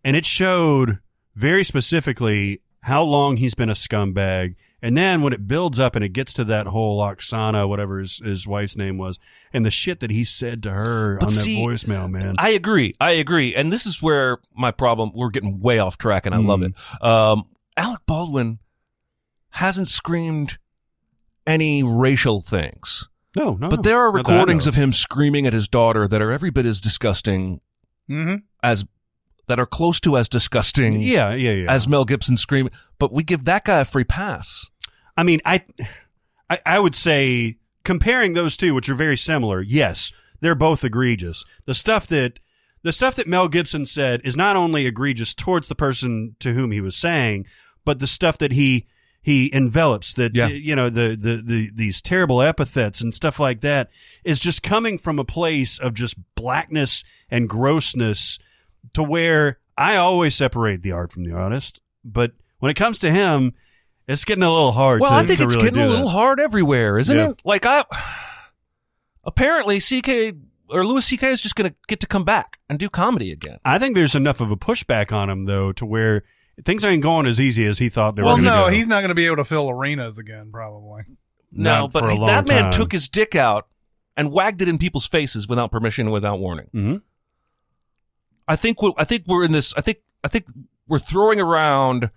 Speaker 2: and it showed very specifically how long he's been a scumbag. And then when it builds up and it gets to that whole Oksana, whatever his, his wife's name was, and the shit that he said to her
Speaker 4: But
Speaker 2: on
Speaker 4: see,
Speaker 2: that voicemail, man.
Speaker 4: I agree. I agree. And this is where my problem, we're getting way off track and I
Speaker 2: Mm.
Speaker 4: love it. Um, Alec Baldwin hasn't screamed any racial things,
Speaker 2: no, no.
Speaker 4: but there are
Speaker 2: Oh, not that I
Speaker 4: recordings
Speaker 2: know
Speaker 4: of him screaming at his daughter that are every bit as disgusting
Speaker 1: Mm-hmm.
Speaker 4: as, that are close to as disgusting
Speaker 2: Yeah, yeah, yeah.
Speaker 4: as Mel Gibson screaming, but we give that guy a free pass.
Speaker 2: I mean, I, I, I would say comparing those two, which are very similar. Yes, they're both egregious. The stuff that the stuff that Mel Gibson said is not only egregious towards the person to whom he was saying, but the stuff that he he envelops that
Speaker 4: Yeah.
Speaker 2: you know the, the the these terrible epithets and stuff like that is just coming from a place of just blackness and grossness to where I always separate the art from the artist, but when it comes to him, it's getting a little hard.
Speaker 4: Well,
Speaker 2: to,
Speaker 4: I think
Speaker 2: to
Speaker 4: it's
Speaker 2: really
Speaker 4: getting a
Speaker 2: do
Speaker 4: little
Speaker 2: that.
Speaker 4: hard everywhere, isn't
Speaker 2: Yeah.
Speaker 4: it? Like I apparently CK or Louis CK is just going to get to come back and do comedy again.
Speaker 2: I think there's enough of a pushback on him though to where things ain't going as easy as he thought they
Speaker 1: well,
Speaker 2: were. gonna
Speaker 1: no,
Speaker 2: go.
Speaker 1: he's not going to be able to fill arenas again, probably.
Speaker 4: No,
Speaker 2: Not
Speaker 4: but
Speaker 2: for a
Speaker 4: he-
Speaker 2: long
Speaker 4: that man
Speaker 2: time.
Speaker 4: took his dick out and wagged it in people's faces without permission and without warning.
Speaker 2: Mhm.
Speaker 4: I think we I think we're in this I think I think we're throwing around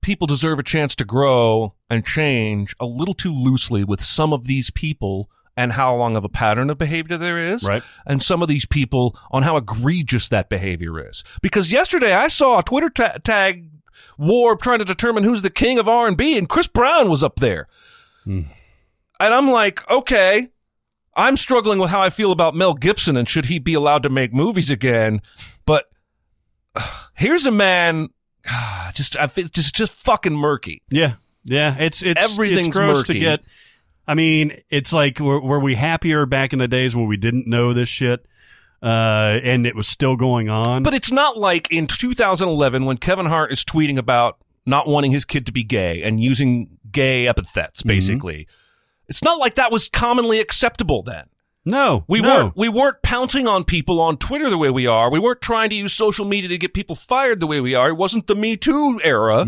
Speaker 4: people deserve a chance to grow and change a little too loosely with some of these people and how long of a pattern of behavior there is
Speaker 2: Right.
Speaker 4: and some of these people on how egregious that behavior is because yesterday I saw a Twitter ta- tag war trying to determine who's the king of R&B and Chris Brown was up there and I'm like, okay, I'm struggling with how I feel about Mel Gibson and should he be allowed to make movies again? But uh, here's a man, ah, just I feel just just fucking murky.
Speaker 2: Yeah, yeah. It's it's
Speaker 4: Everything's
Speaker 2: it's gross
Speaker 4: murky.
Speaker 2: to get. I mean, it's like were, were we happier back in the days when we didn't know this shit, uh, and it was still going on?
Speaker 4: But it's not like in 2011 when Kevin Hart is tweeting about not wanting his kid to be gay and using gay epithets, basically. It's not like that was commonly acceptable then.
Speaker 2: no,
Speaker 4: We
Speaker 2: no.
Speaker 4: weren't we weren't pouncing on people on Twitter the way we are. We weren't trying to use social media to get people fired the way we are. It wasn't the Me Too era,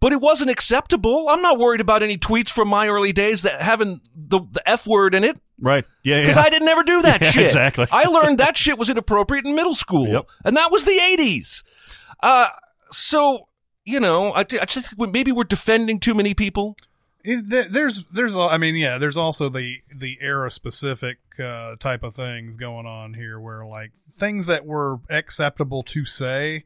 Speaker 4: but it wasn't acceptable. I'm not worried about any tweets from my early days that having the, the F word in it
Speaker 2: right. Yeah,
Speaker 4: because
Speaker 2: yeah.
Speaker 4: I didn't ever do that
Speaker 2: Yeah,
Speaker 4: shit.
Speaker 2: exactly.
Speaker 4: I learned that shit was inappropriate in middle school,
Speaker 2: Yep.
Speaker 4: and that was the '80s. Uh, so you know, I, I just think we- maybe we're defending too many people.
Speaker 1: It, there- there's there's al- I mean yeah there's also the the era specific uh, type of things going on here where like things that were acceptable to say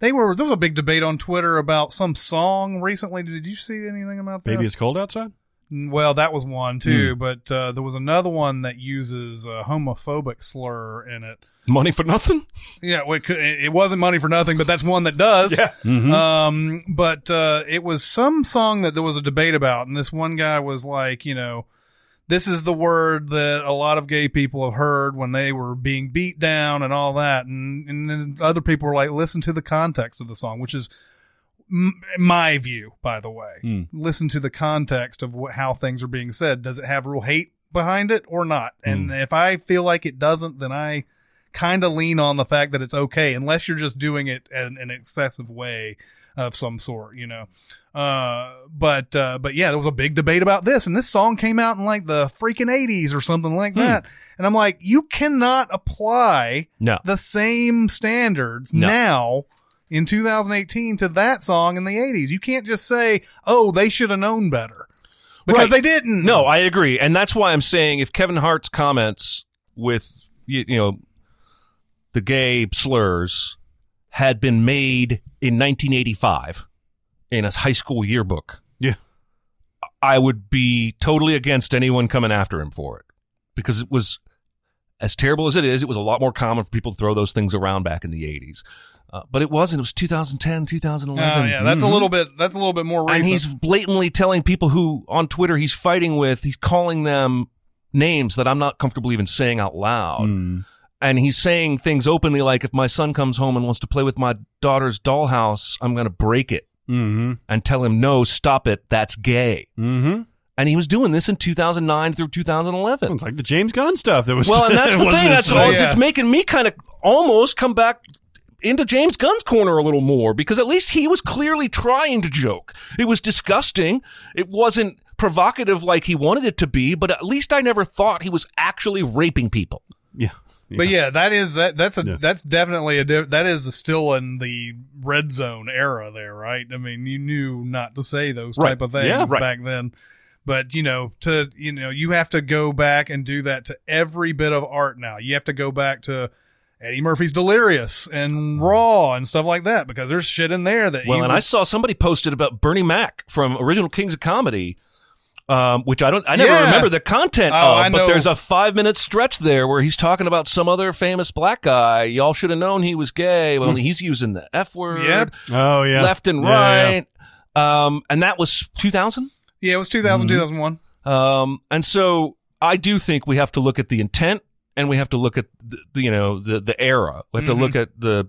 Speaker 1: they were there was a big debate on Twitter about some song recently did you see anything about this
Speaker 2: Baby, it's cold outside.
Speaker 1: well that was one too but uh, there was another one that uses a homophobic slur in it
Speaker 4: Money for nothing.
Speaker 1: yeah, well, it, could, it it wasn't money for nothing, but that's one that does. Yeah. Um, but uh, it was some song that there was a debate about, and this one guy was like, you know, this is the word that a lot of gay people have heard when they were being beat down and all that, and and then other people were like, listen to the context of the song, which is m- my view, by the way. Listen to the context of wh- how things are being said. Does it have real hate behind it or not? And if I feel like it doesn't, then I kind of lean on the fact that it's okay, unless you're just doing it in an excessive way of some sort, you know. Uh, but uh, but yeah, there was a big debate about this, and this song came out in like the freaking 80s or something like
Speaker 4: Hmm.
Speaker 1: that. And I'm like, you cannot apply
Speaker 4: No.
Speaker 1: the same standards
Speaker 4: No.
Speaker 1: now in 2018 to that song in the 80s. You can't just say, "Oh, they should have known better," because
Speaker 4: Right.
Speaker 1: they didn't.
Speaker 4: No, I agree, and that's why I'm saying if Kevin Hart's comments with you, you know the gay slurs had been made in 1985 in a high school yearbook,
Speaker 2: Yeah.
Speaker 4: I would be totally against anyone coming after him for it because it was as terrible as it is. It was a lot more common for people to throw those things around back in the 80s, uh, but it wasn't. It was 2010,
Speaker 1: Oh,
Speaker 4: 2011.
Speaker 1: yeah, that's a little bit. That's a little bit more. Recent.
Speaker 4: Mm-hmm. And he's blatantly telling people who on Twitter he's fighting with, he's calling them names that I'm not comfortable even saying out loud. And he's saying things openly like, if my son comes home and wants to play with my daughter's dollhouse, I'm going to break it
Speaker 2: Mm-hmm.
Speaker 4: and tell him, no, stop it. That's gay.
Speaker 2: Mm-hmm.
Speaker 4: And he was doing this in 2009 through 2011.
Speaker 2: Sounds like the James Gunn stuff. That was
Speaker 4: Well, and that's the
Speaker 2: wasn't
Speaker 4: thing.
Speaker 2: as-
Speaker 4: That's
Speaker 1: Oh,
Speaker 4: all.
Speaker 1: yeah.
Speaker 4: It's making me kind of almost come back into James Gunn's corner a little more because at least he was clearly trying to joke. It was disgusting. It wasn't provocative like he wanted it to be, but at least I never thought he was actually raping people.
Speaker 2: Yeah.
Speaker 1: But yeah, that is that. That's a
Speaker 2: Yeah.
Speaker 1: that's definitely a di- that is still in the red zone era there, right? I mean, you knew not to say those
Speaker 4: Right.
Speaker 1: type of things
Speaker 2: Yeah, right.
Speaker 1: back then. But you know, to you know, you have to go back and do that to every bit of art now. You have to go back to Eddie Murphy's Delirious and Raw and stuff like that because there's shit in there that
Speaker 4: Well,
Speaker 1: you
Speaker 4: and
Speaker 1: would-
Speaker 4: I saw somebody posted about Bernie Mac from Original Kings of Comedy. Um, which I don't, I never
Speaker 1: Yeah.
Speaker 4: remember the content
Speaker 1: Oh,
Speaker 4: of,
Speaker 1: I
Speaker 4: but
Speaker 1: know.
Speaker 4: there's a five minute stretch there where he's talking about some other famous black guy. Y'all should have known he was gay. Well, he's using the F word.
Speaker 1: Hmm. Yep.
Speaker 2: Oh yeah.
Speaker 4: left and
Speaker 2: Yeah, yeah,
Speaker 4: right. Um, and that was 2000.
Speaker 1: Yeah, it was 2000, 2001.
Speaker 4: Um, and so I do think we have to look at the intent and we have to look at the, the you know the the era. We have
Speaker 2: Mm-hmm.
Speaker 4: to look at the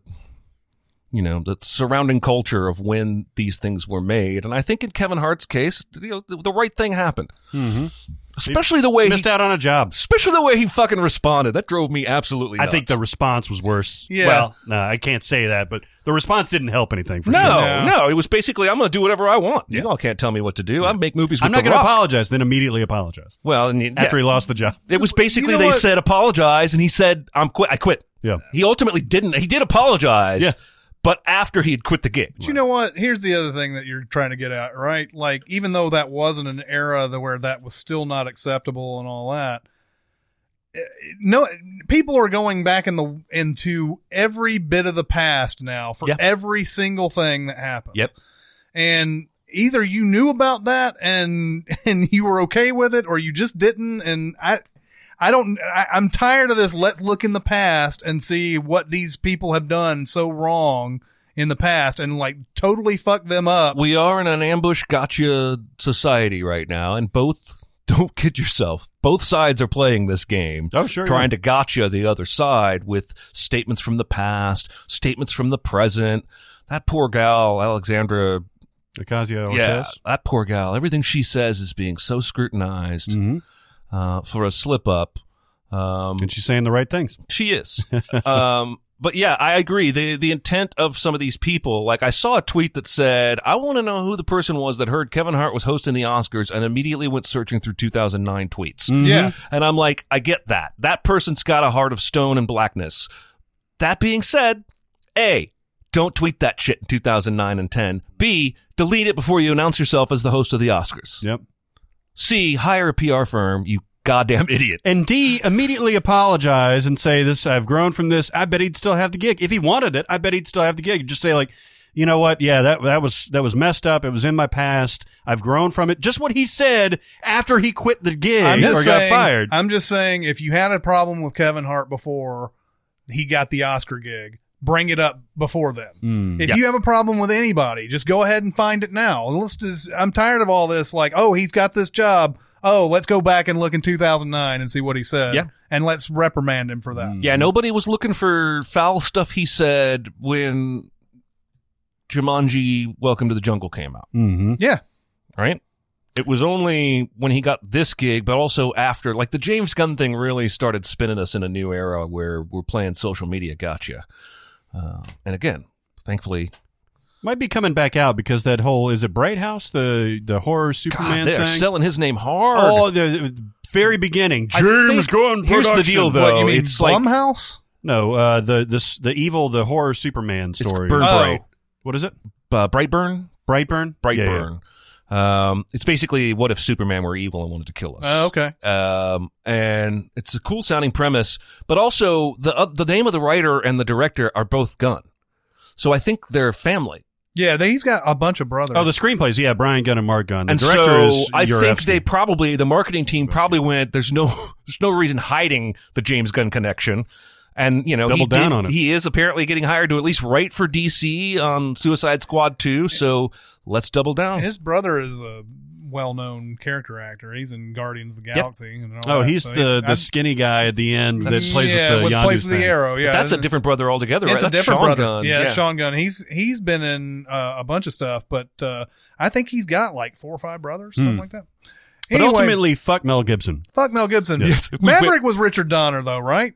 Speaker 4: you know the surrounding culture of when these things were made. And I think in Kevin Hart's case, you know, the, the right thing happened.
Speaker 2: Mm-hmm.
Speaker 4: Especially the way he,
Speaker 2: Missed out on a job.
Speaker 4: especially the way he fucking responded. That drove me absolutely.
Speaker 2: I
Speaker 4: Nuts.
Speaker 2: think the response was worse.
Speaker 1: Yeah.
Speaker 2: Well, no, I can't say that, but the response didn't help anything. For sure.
Speaker 4: no,
Speaker 1: Yeah.
Speaker 4: no, it was basically I'm going to do whatever I want. You all can't tell me what to do. I make movies with
Speaker 2: I'm not
Speaker 4: the
Speaker 2: going to
Speaker 4: Rock.
Speaker 2: apologize. Then immediately apologize
Speaker 4: well, and, you-
Speaker 2: after
Speaker 4: yeah.
Speaker 2: he lost the job.
Speaker 4: it was basically
Speaker 1: know
Speaker 4: they
Speaker 1: what?
Speaker 4: said apologize, and he said I'm quit. I quit.
Speaker 2: Yeah.
Speaker 4: He ultimately didn't. He did apologize.
Speaker 2: Yeah.
Speaker 4: But after he had quit the gig.
Speaker 1: But you know what? Here's the other thing that you're trying to get at, right? Like, even though that wasn't an era that- where that was still not acceptable and all that, eh, no, people are going back in the into every bit of the past now for
Speaker 4: Yeah.
Speaker 1: every single thing that happens.
Speaker 4: Yep.
Speaker 1: And either you knew about that and and you were okay with it, or you just didn't. And I. I don't. I, I'm tired of this. Let's look in the past and see what these people have done so wrong in the past and like totally fuck them up.
Speaker 4: We are in an ambush gotcha society right now, and both don't kid yourself. Both sides are playing this game.
Speaker 2: Oh, sure,
Speaker 4: Trying
Speaker 2: yeah.
Speaker 4: to gotcha the other side with statements from the past, statements from the present. That poor gal, Alexandra
Speaker 2: Ocasio
Speaker 4: Yeah,
Speaker 2: Cortez.
Speaker 4: that poor gal. Everything she says is being so scrutinized
Speaker 2: Mm-hmm.
Speaker 4: uh, for a slip up. Um,
Speaker 2: And she's saying the right things.
Speaker 4: she is. um, but yeah, I agree. The the intent of some of these people, like I saw a tweet that said, "I want to know who the person was that heard Kevin Hart was hosting the Oscars and immediately went searching through 2009 tweets."
Speaker 1: Yeah.
Speaker 4: And I'm like, I get that. That person's got a heart of stone and blackness. That being said, A, don't tweet that shit in 2009 and 10. B, delete it before you announce yourself as the host of the Oscars.
Speaker 2: Yep.
Speaker 4: C, hire a PR firm, you goddamn idiot.
Speaker 2: And D immediately apologize and say this. I've grown from this. I bet he'd still have the gig if he wanted it. I bet he'd still have the gig. Just say like, you know what? Yeah, that that was that was messed up. It was in my past. I've grown from it. Just what he said after he quit the gig
Speaker 1: I'm
Speaker 2: or
Speaker 1: just, saying,
Speaker 2: got fired.
Speaker 1: I'm just saying, if you had a problem with Kevin Hart before he got the Oscar gig, bring it up before then.
Speaker 2: Hmm,
Speaker 1: if you have a problem with anybody, just go ahead and find it now. Let's just, I'm tired of all this, like, oh, he's got this job. Oh, let's go back and look in 2009 and see what he said.
Speaker 4: Yeah.
Speaker 1: And let's reprimand him for
Speaker 2: Hmm,
Speaker 1: that.
Speaker 4: Yeah,
Speaker 2: Mm-hmm.
Speaker 4: nobody was looking for foul stuff he said when Jumanji Welcome to the Jungle came out.
Speaker 2: mm-hmm.
Speaker 1: Yeah.
Speaker 4: right? It was only when he got this gig, but also after, like the James Gunn thing really started spinning us in a new era where we're playing social media gotcha. Uh, and again, thankfully,
Speaker 2: Might be coming back out because that whole is it Bright House the the horror
Speaker 4: God,
Speaker 2: Superman
Speaker 4: they're
Speaker 2: thing.
Speaker 4: selling his name hard.
Speaker 2: oh, the, the very beginning.
Speaker 4: I
Speaker 2: James
Speaker 4: think-
Speaker 2: Gunn.
Speaker 4: here's the deal,
Speaker 2: Productions.
Speaker 4: though.
Speaker 1: What, you mean
Speaker 4: it's like-
Speaker 1: Blumhouse?
Speaker 2: No, uh, the this the evil the horror Superman
Speaker 4: it's
Speaker 2: story.
Speaker 4: Burn
Speaker 1: Oh.
Speaker 4: Bright,
Speaker 2: What is it?
Speaker 4: uh, Brightburn,
Speaker 2: Brightburn. Yeah, yeah.
Speaker 4: Brightburn. Um, it's basically what if Superman were evil and wanted to kill us?
Speaker 2: Uh,
Speaker 1: Oh, okay.
Speaker 4: um, and it's a cool sounding premise. But also, the uh, the name of the writer and the director are both Gunn, so I think they're family.
Speaker 1: Yeah, they, he's got a bunch of brothers.
Speaker 2: Oh, the screenplays. Yeah, Brian Gunn and Mark Gunn. The
Speaker 4: and
Speaker 2: director
Speaker 4: so
Speaker 2: is
Speaker 4: I think
Speaker 2: Urevsky.
Speaker 4: they probably the marketing team probably went. There's no there's no reason hiding the James Gunn connection, and you know he
Speaker 2: Double down
Speaker 4: did-
Speaker 2: on it.
Speaker 4: He is apparently getting hired to at least write for DC on Suicide Squad two. So let's double down.
Speaker 1: His brother is a well-known character actor. He's in Guardians of the Galaxy. And all
Speaker 2: Oh,
Speaker 1: that.
Speaker 2: he's
Speaker 1: So
Speaker 2: the the
Speaker 1: I'm-
Speaker 2: skinny guy at the end that plays
Speaker 1: yeah,
Speaker 2: with the Yondu
Speaker 1: plays with
Speaker 2: thing.
Speaker 1: the arrow. Yeah,
Speaker 4: That's a
Speaker 1: different.
Speaker 4: different brother altogether.
Speaker 1: It's
Speaker 4: right?
Speaker 1: a
Speaker 4: That's
Speaker 1: different
Speaker 4: Sean
Speaker 1: brother.
Speaker 4: Gunn.
Speaker 1: Yeah, it's Sean Gunn. He's he's been in uh, a bunch of stuff, but uh, I think he's got like four or five brothers,
Speaker 2: Hmm.
Speaker 1: something like that.
Speaker 2: But
Speaker 1: Anyway,
Speaker 2: ultimately, fuck Mel Gibson.
Speaker 1: fuck Mel Gibson.
Speaker 4: Yes.
Speaker 1: Maverick was Richard Donner, though, right?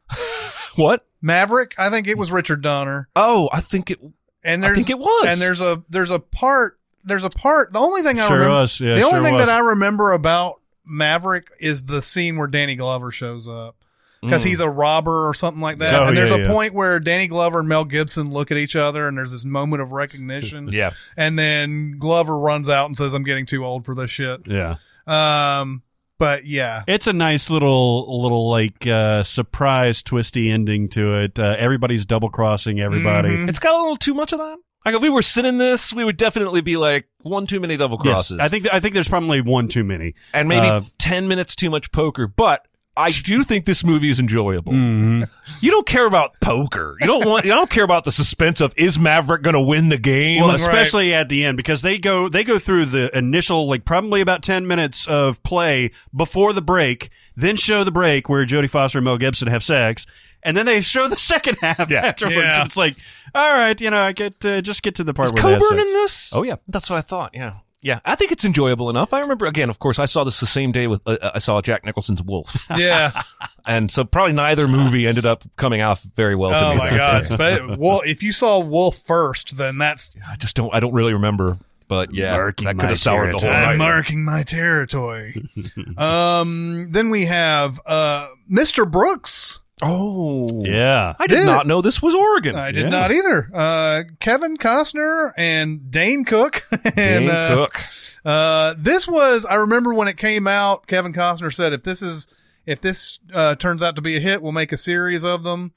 Speaker 4: What?
Speaker 1: Maverick, I think it was Richard Donner.
Speaker 4: Oh, I think it.
Speaker 1: And
Speaker 4: I
Speaker 1: there's
Speaker 4: think it was.
Speaker 1: And there's a there's a part there's a part. The only thing I
Speaker 2: Sure
Speaker 1: remember
Speaker 2: was. Yeah,
Speaker 1: the only
Speaker 2: sure
Speaker 1: thing
Speaker 2: was.
Speaker 1: that I remember about Maverick is the scene where Danny Glover shows up. Because he's a robber or something like that.
Speaker 2: Mm. Oh,
Speaker 1: and there's
Speaker 2: yeah,
Speaker 1: a
Speaker 2: yeah.
Speaker 1: point where Danny Glover and Mel Gibson look at each other and there's this moment of recognition.
Speaker 4: Yeah.
Speaker 1: And then Glover runs out and says, I'm getting too old for this shit.
Speaker 2: Yeah,
Speaker 1: Um, but yeah.
Speaker 2: it's a nice little little like uh, surprise twisty ending to it. Uh, everybody's double crossing everybody.
Speaker 1: Mhm.
Speaker 4: It's got a little too much of that. Like if we were sitting this, we would definitely be like one too many double
Speaker 2: Yes,
Speaker 4: crosses.
Speaker 2: I think I think there's probably one too many.
Speaker 4: and maybe
Speaker 2: uh,
Speaker 4: ten minutes too much poker. But I do think this movie is enjoyable.
Speaker 2: Mm-hmm.
Speaker 4: You don't care about poker. You don't want. You don't care about the suspense of is Maverick going to win the game.
Speaker 2: Well, especially at the end because they go they go through the initial like probably about ten minutes of play before the break, then show the break where Jodie Foster and Mel Gibson have sex, and then they show the second half afterwards.
Speaker 1: Yeah.
Speaker 2: It's like, all right, you know, I get uh, just get to the part
Speaker 4: Is
Speaker 2: where they have
Speaker 4: Coburn
Speaker 2: sex.
Speaker 4: in this?
Speaker 2: Oh, yeah.
Speaker 4: that's what I thought. Yeah, yeah. I think it's enjoyable enough. I remember again. Of course, I saw this the same day with uh, I saw Jack Nicholson's Wolf,
Speaker 1: Yeah.
Speaker 4: and so probably neither movie ended up coming off very well to
Speaker 1: oh
Speaker 4: me.
Speaker 1: my
Speaker 4: that
Speaker 1: god.
Speaker 4: day.
Speaker 1: Sp- well, if you saw Wolf first, then that's
Speaker 4: I just don't. I don't really remember. But yeah,
Speaker 2: Marking
Speaker 4: that could
Speaker 2: my
Speaker 4: have soured the whole
Speaker 2: territory.
Speaker 4: night.
Speaker 1: I'm marking my territory. um. Then we have uh Mr. Brooks.
Speaker 4: oh,
Speaker 2: Yeah.
Speaker 4: I did
Speaker 1: Did-
Speaker 4: not know this was Oregon.
Speaker 1: I did
Speaker 2: Yeah.
Speaker 1: not either. Uh, Kevin Costner and Dane Cook. and,
Speaker 4: Dane
Speaker 1: uh,
Speaker 4: Cook.
Speaker 1: Uh, this was I remember when it came out. Kevin Costner said, "If this is if this uh, turns out to be a hit, we'll make a series of them."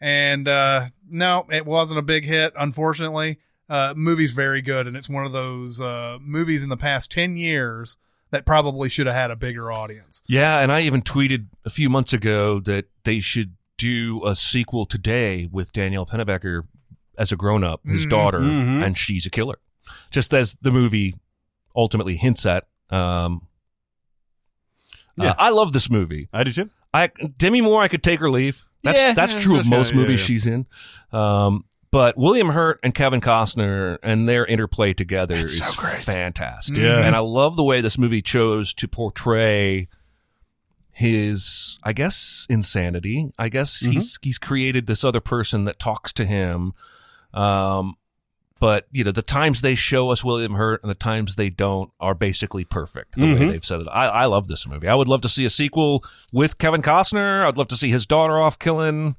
Speaker 1: And uh, no, it wasn't a big hit, unfortunately. Uh, movie's very good, and it's one of those uh, movies in the past ten years that probably should have had a bigger audience.
Speaker 4: Yeah, and I even tweeted a few months ago that they should do a sequel today with Danielle Pennebecker as a grown up,
Speaker 1: Mm-hmm.
Speaker 4: his daughter,
Speaker 2: Mhm.
Speaker 4: and she's a killer. Just as the movie ultimately hints at. Um, uh,
Speaker 2: Yeah.
Speaker 4: I love this movie.
Speaker 2: I do too.
Speaker 4: I Demi Moore, I could take or leave. That's
Speaker 2: Yeah,
Speaker 4: that's true of
Speaker 2: yeah,
Speaker 4: most
Speaker 2: yeah,
Speaker 4: movies
Speaker 2: yeah.
Speaker 4: she's in. Um, but William Hurt and Kevin Costner and their interplay together is fantastic.
Speaker 2: Yeah.
Speaker 4: And I love the way this movie chose to portray his I guess insanity. I guess he's
Speaker 2: Mm-hmm.
Speaker 4: he's created this other person that talks to him. Um but you know the times they show us William Hurt and the times they don't are basically perfect the
Speaker 1: Mm-hmm.
Speaker 4: way they've set it. I, I love this movie. I would love to see a sequel with Kevin Costner. I'd love to see his daughter off killing.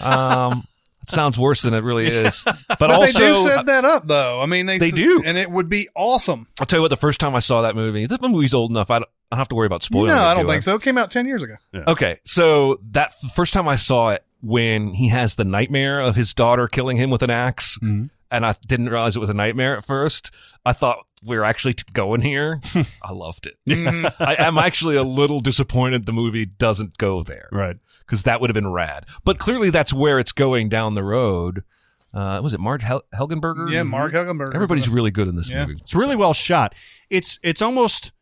Speaker 4: Um, it sounds worse than it really is. But,
Speaker 1: But
Speaker 4: also,
Speaker 1: they do set that up, though. I mean, they
Speaker 4: They
Speaker 1: s-
Speaker 4: do.
Speaker 1: and it would be awesome.
Speaker 4: I'll tell you what. The first time I saw that movie, this movie's old enough. I don't, I don't have to worry about spoiling.
Speaker 1: no,
Speaker 4: it,
Speaker 1: I don't
Speaker 4: do
Speaker 1: think so. It came out ten years ago.
Speaker 4: Okay, so that the first time I saw it, when he has the nightmare of his daughter killing him with an ax and I didn't realize it was a nightmare at first. I thought we were actually t- going here. I loved it.
Speaker 1: Mm-hmm.
Speaker 4: I, I'm actually a little disappointed the movie doesn't go there
Speaker 2: Right.
Speaker 4: because that would have been rad. But clearly, that's where it's going down the road. Uh, was it Marge Hel- Helgenberger?
Speaker 1: Yeah, Mark Huckenberg.
Speaker 4: Everybody's really good in this
Speaker 1: Yeah.
Speaker 4: movie.
Speaker 2: It's really well shot. It's it's almost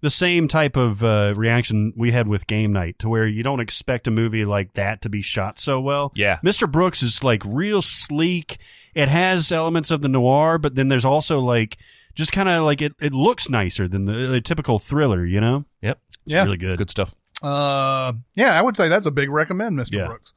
Speaker 2: the same type of uh, reaction we had with Game Night, to where you don't expect a movie like that to be shot so well.
Speaker 4: Yeah.
Speaker 2: Mr. Brooks is like real sleek. It has elements of the noir, but then there's also like just kind of like it, it looks nicer than the, the typical thriller, you know?
Speaker 4: Yep.
Speaker 2: It's
Speaker 1: Yeah.
Speaker 2: really good.
Speaker 4: Good stuff.
Speaker 1: Uh, yeah, I would say that's a big recommend, Mr.
Speaker 2: Yeah.
Speaker 1: Brooks.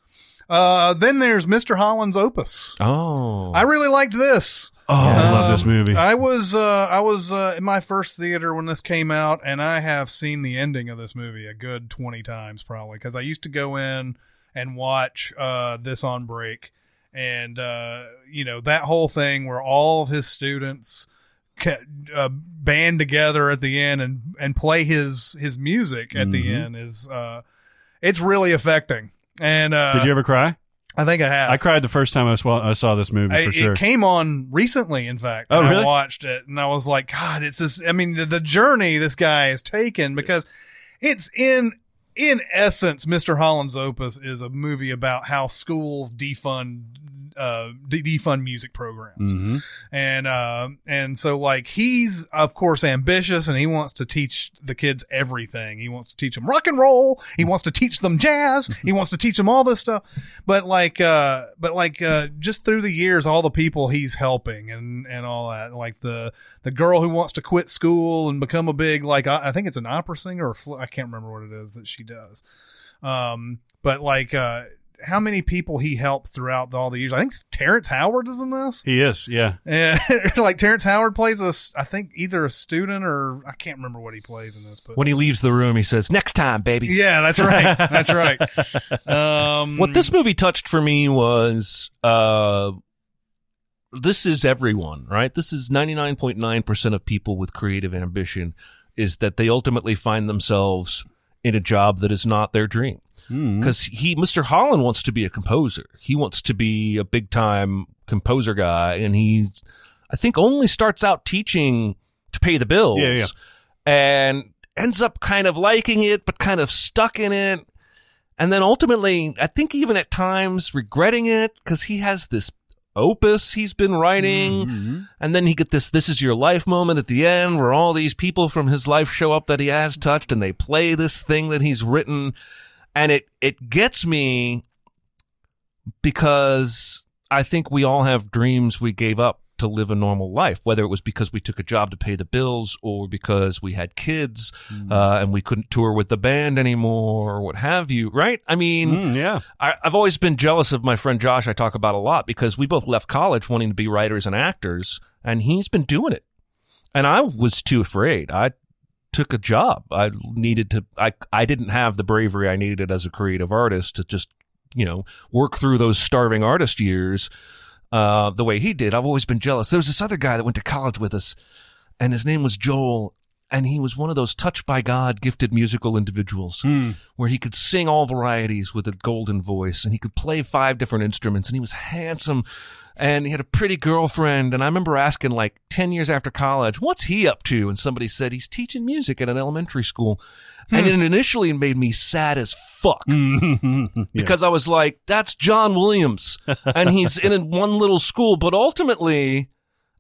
Speaker 1: Uh, then there's Mr. Holland's Opus.
Speaker 4: Oh,
Speaker 1: I really liked this.
Speaker 2: Oh, I love
Speaker 1: Um,
Speaker 2: this movie.
Speaker 1: I was uh, I was uh, in my first theater when this came out, and I have seen the ending of this movie a good twenty times probably because I used to go in and watch uh, this on break, and uh, you know that whole thing where all of his students ca- uh, band together at the end and and play his his music at
Speaker 2: Mm-hmm.
Speaker 1: the end is uh, it's really affecting. And uh,
Speaker 2: Did you ever cry?
Speaker 1: I think I have.
Speaker 2: I cried the first time I saw, I saw this movie
Speaker 1: uh, I-
Speaker 2: for sure.
Speaker 1: It came on recently, in fact.
Speaker 2: Oh,
Speaker 1: and I
Speaker 2: really?
Speaker 1: watched it and I was like, God, it's this. I mean, the, the journey this guy has taken because it's in in essence, Mr. Holland's Opus is a movie about how schools defund uh, de- defund music programs,
Speaker 2: Mhm.
Speaker 1: and uh, and so like he's of course ambitious and he wants to teach the kids everything. He wants to teach them rock and roll. He wants to teach them jazz. he wants to teach them all this stuff. But like, uh, but like, uh, just through the years, all the people he's helping and and all that, like the the girl who wants to quit school and become a big like I, I think it's an opera singer or fl- I can't remember what it is that she does. Um, but like, uh, how many people he helps throughout all the years? I think Terrence Howard is in this.
Speaker 2: He is, yeah.
Speaker 1: And like Terrence Howard plays a, s- I think either a student or I can't remember what he plays in this, but
Speaker 4: when he leaves the room, he says, "Next time, baby."
Speaker 1: yeah, that's right, that's right. Um,
Speaker 4: What this movie touched for me was uh, this is everyone, right? This is 99.9% of people with creative ambition is that they ultimately find themselves in a job that is not their dream. Because he, Mr. Holland wants to be a composer. He wants to be a big time composer guy. And he's, I think, only starts out teaching to pay the bills
Speaker 2: Yeah, yeah.
Speaker 4: and ends up kind of liking it, but kind of stuck in it and then ultimately, I think even at times regretting it because he has this opus he's been writing, and then he get this "This Is Your Life" moment at the end where all these people from his life show up that he has touched, and they play this thing that he's written, and it it gets me because I think we all have dreams we gave up to live a normal life, whether it was because we took a job to pay the bills or because we had kids uh, and we couldn't tour with the band anymore or what have you, right? I mean,
Speaker 2: Mm, yeah.
Speaker 4: I, I've always been jealous of my friend Josh, I talk about a lot because we both left college wanting to be writers and actors, and he's been doing it. And I was too afraid. I took a job. I needed to, I, I didn't have the bravery I needed as a creative artist to just, you know, work through those starving artist years uh, the way he did. I've always been jealous. There was this other guy that went to college with us, and his name was Joel. And he was one of those touched by God gifted musical individuals where he could sing all varieties with a golden voice and he could play five different instruments and he was handsome and he had a pretty girlfriend. And I remember asking like 10 years after college, what's he up to? And somebody said, he's teaching music at an elementary school. And it initially made me sad as fuck
Speaker 2: Mm,
Speaker 4: because I was like, that's John Williams. And he's in a- one little school. But ultimately,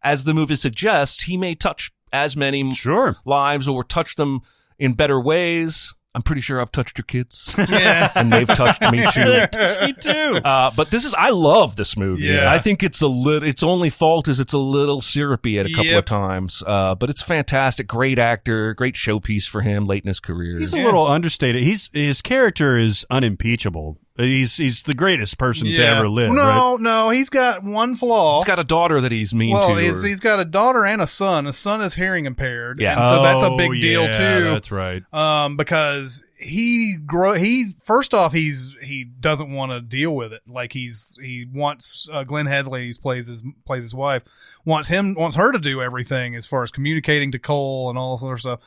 Speaker 4: as the movie suggests, he may touch as many m-
Speaker 2: Sure.
Speaker 4: lives or touch them in better ways. I'm pretty sure I've touched your kids.
Speaker 1: Yeah.
Speaker 4: and they've touched me too.
Speaker 2: Me too.
Speaker 4: Uh, but this is, I love this movie.
Speaker 1: Yeah.
Speaker 4: I think it's a little, its only fault is it's a little syrupy at a couple
Speaker 1: Yep.
Speaker 4: of times. Uh, but it's fantastic. Great actor, great showpiece for him late in his career.
Speaker 2: He's a little understated. He's his character is unimpeachable. He's he's the greatest person to
Speaker 1: Yeah.
Speaker 2: ever live. right?
Speaker 1: No, no, he's got one flaw.
Speaker 4: he's got a daughter that he's mean
Speaker 1: well,
Speaker 4: to.
Speaker 1: he's,
Speaker 4: or-
Speaker 1: he's got a daughter and a son. His son is hearing impaired,
Speaker 4: Yeah.
Speaker 1: and so that's a
Speaker 2: Oh,
Speaker 1: big deal
Speaker 2: yeah,
Speaker 1: too.
Speaker 2: That's right.
Speaker 1: um, because he grow he first off he's he doesn't want to deal with it. Like he's he wants uh, Glenn Headley who plays his plays his wife wants him wants her to do everything as far as communicating to Cole and all this other stuff.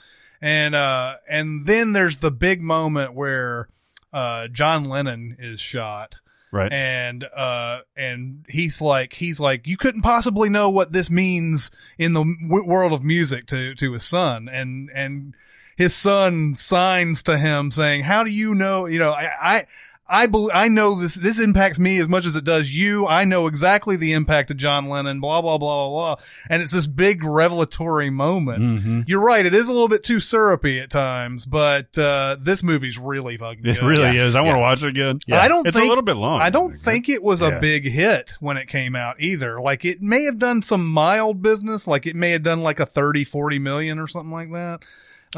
Speaker 1: And uh, and then there's the big moment where uh, John Lennon is shot
Speaker 2: Right.
Speaker 1: and uh and he's like he's like you couldn't possibly know what this means in the w- world of music to to his son and and his son signs to him saying how do you know you know i i I, bel I know this this impacts me as much as it does you. I know exactly the impact of John Lennon, blah blah blah blah blah. And it's this big revelatory moment.
Speaker 2: Mm-hmm.
Speaker 1: You're right, it is a little bit too syrupy at times, but uh this movie's really fucking good.
Speaker 2: it really is. I want to watch it again.
Speaker 1: I don't
Speaker 2: It's
Speaker 1: think,
Speaker 2: a little bit long.
Speaker 1: I don't think it was
Speaker 2: Oh, Yeah.
Speaker 1: a big hit when it came out either. Like it may have done some mild business, like it may have done like a 30, 40 million or something like that.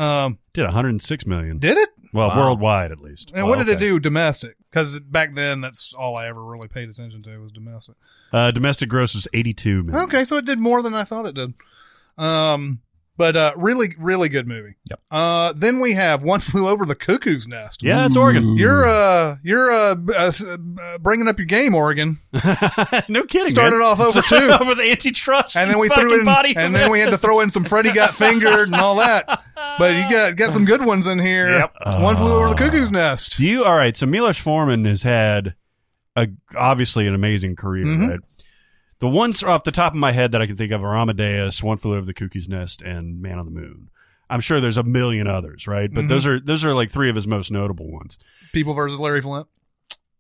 Speaker 1: Um,
Speaker 2: Did 106 million.
Speaker 1: did it?
Speaker 2: well,
Speaker 4: Wow.
Speaker 2: worldwide at least.
Speaker 1: And what
Speaker 4: Wow,
Speaker 1: did it
Speaker 4: okay.
Speaker 1: do domestic? Because back then, that's all I ever really paid attention to was domestic.
Speaker 2: Uh, domestic gross was 82 million.
Speaker 1: Okay, so it did more than I thought it did. Um, but uh, really, really good movie.
Speaker 4: Yep.
Speaker 1: Uh, then we have One Flew Over the Cuckoo's Nest.
Speaker 2: Yeah, it's Oregon.
Speaker 1: You're uh, you're uh, b- uh, s- uh, bringing up your game, Oregon.
Speaker 2: no kidding.
Speaker 1: Started
Speaker 2: man.
Speaker 1: off over two.
Speaker 2: Started off with antitrust.
Speaker 1: and then we
Speaker 2: fucking
Speaker 1: threw in,
Speaker 2: body
Speaker 1: and then we had to throw in some Freddy got fingered and all that. But you got got some good ones in here. One flew over the
Speaker 2: Uh,
Speaker 1: cuckoo's nest.
Speaker 2: Do you all right? So Milos Forman has had a obviously an amazing career, right? The ones off the top of my head that I can think of are Amadeus, One Flew Over the Cuckoo's Nest, and Man on the Moon. I'm sure there's a million others, right? But those are those are like three of his most notable ones.
Speaker 1: People versus Larry Flint.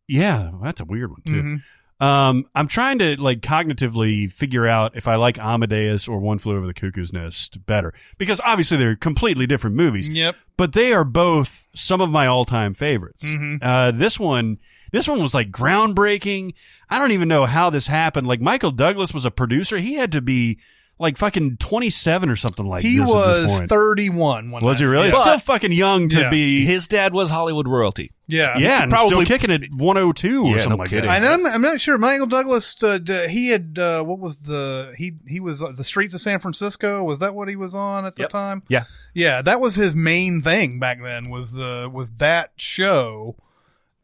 Speaker 2: Yeah, that's a weird one too. Um, I'm trying to like cognitively figure out if I like Amadeus or One Flew Over the Cuckoo's Nest better because obviously they're completely different movies
Speaker 1: Yep.
Speaker 2: but they are both some of my all-time favorites.
Speaker 1: Mm-hmm.
Speaker 2: Uh, this one, this one was like groundbreaking. I don't even know how this happened. Like Michael Douglas was a producer; he had to be like fucking twenty-seven or something like
Speaker 1: He
Speaker 2: this at this
Speaker 1: was
Speaker 2: point.
Speaker 1: 31 when
Speaker 2: was
Speaker 1: that-
Speaker 2: he really
Speaker 1: Yeah.
Speaker 2: still fucking young to
Speaker 1: Yeah.
Speaker 2: be?
Speaker 4: his dad was Hollywood royalty.
Speaker 1: Yeah.
Speaker 2: yeah, and
Speaker 4: probably-
Speaker 2: still kicking at one hundred two or
Speaker 4: Yeah, no
Speaker 2: something like
Speaker 4: kidding.
Speaker 2: that.
Speaker 1: And I'm, I'm not sure. Michael Douglas, uh, d- he had uh, what was the he he was uh, the Streets of San Francisco. Was that what he was on at the
Speaker 4: Yep.
Speaker 1: time?
Speaker 4: Yeah.
Speaker 1: yeah, that was his main thing back then. Was the was that show,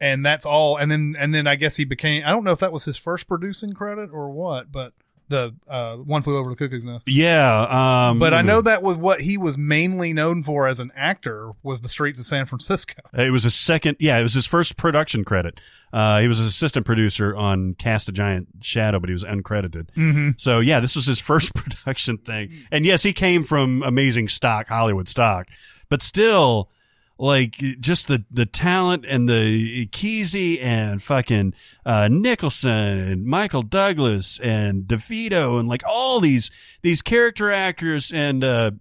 Speaker 1: and that's all. And then and then I guess he became. I don't know if that was his first producing credit or what, but the uh, one flew over the cuckoo's nest.
Speaker 2: Yeah, um,
Speaker 1: But I know that was what he was mainly known for as an actor was the Streets of San Francisco.
Speaker 2: It was his second, yeah, it was his first production credit. Uh, he was an assistant producer on Cast a Giant Shadow, but he was uncredited. Mm-hmm. So, yeah, this was his first production thing. And yes, he came from amazing stock, Hollywood stock, but still, like just the the talent and the Kesey and fucking uh, Nicholson and Michael Douglas and DeVito and like all these these character actors and uh,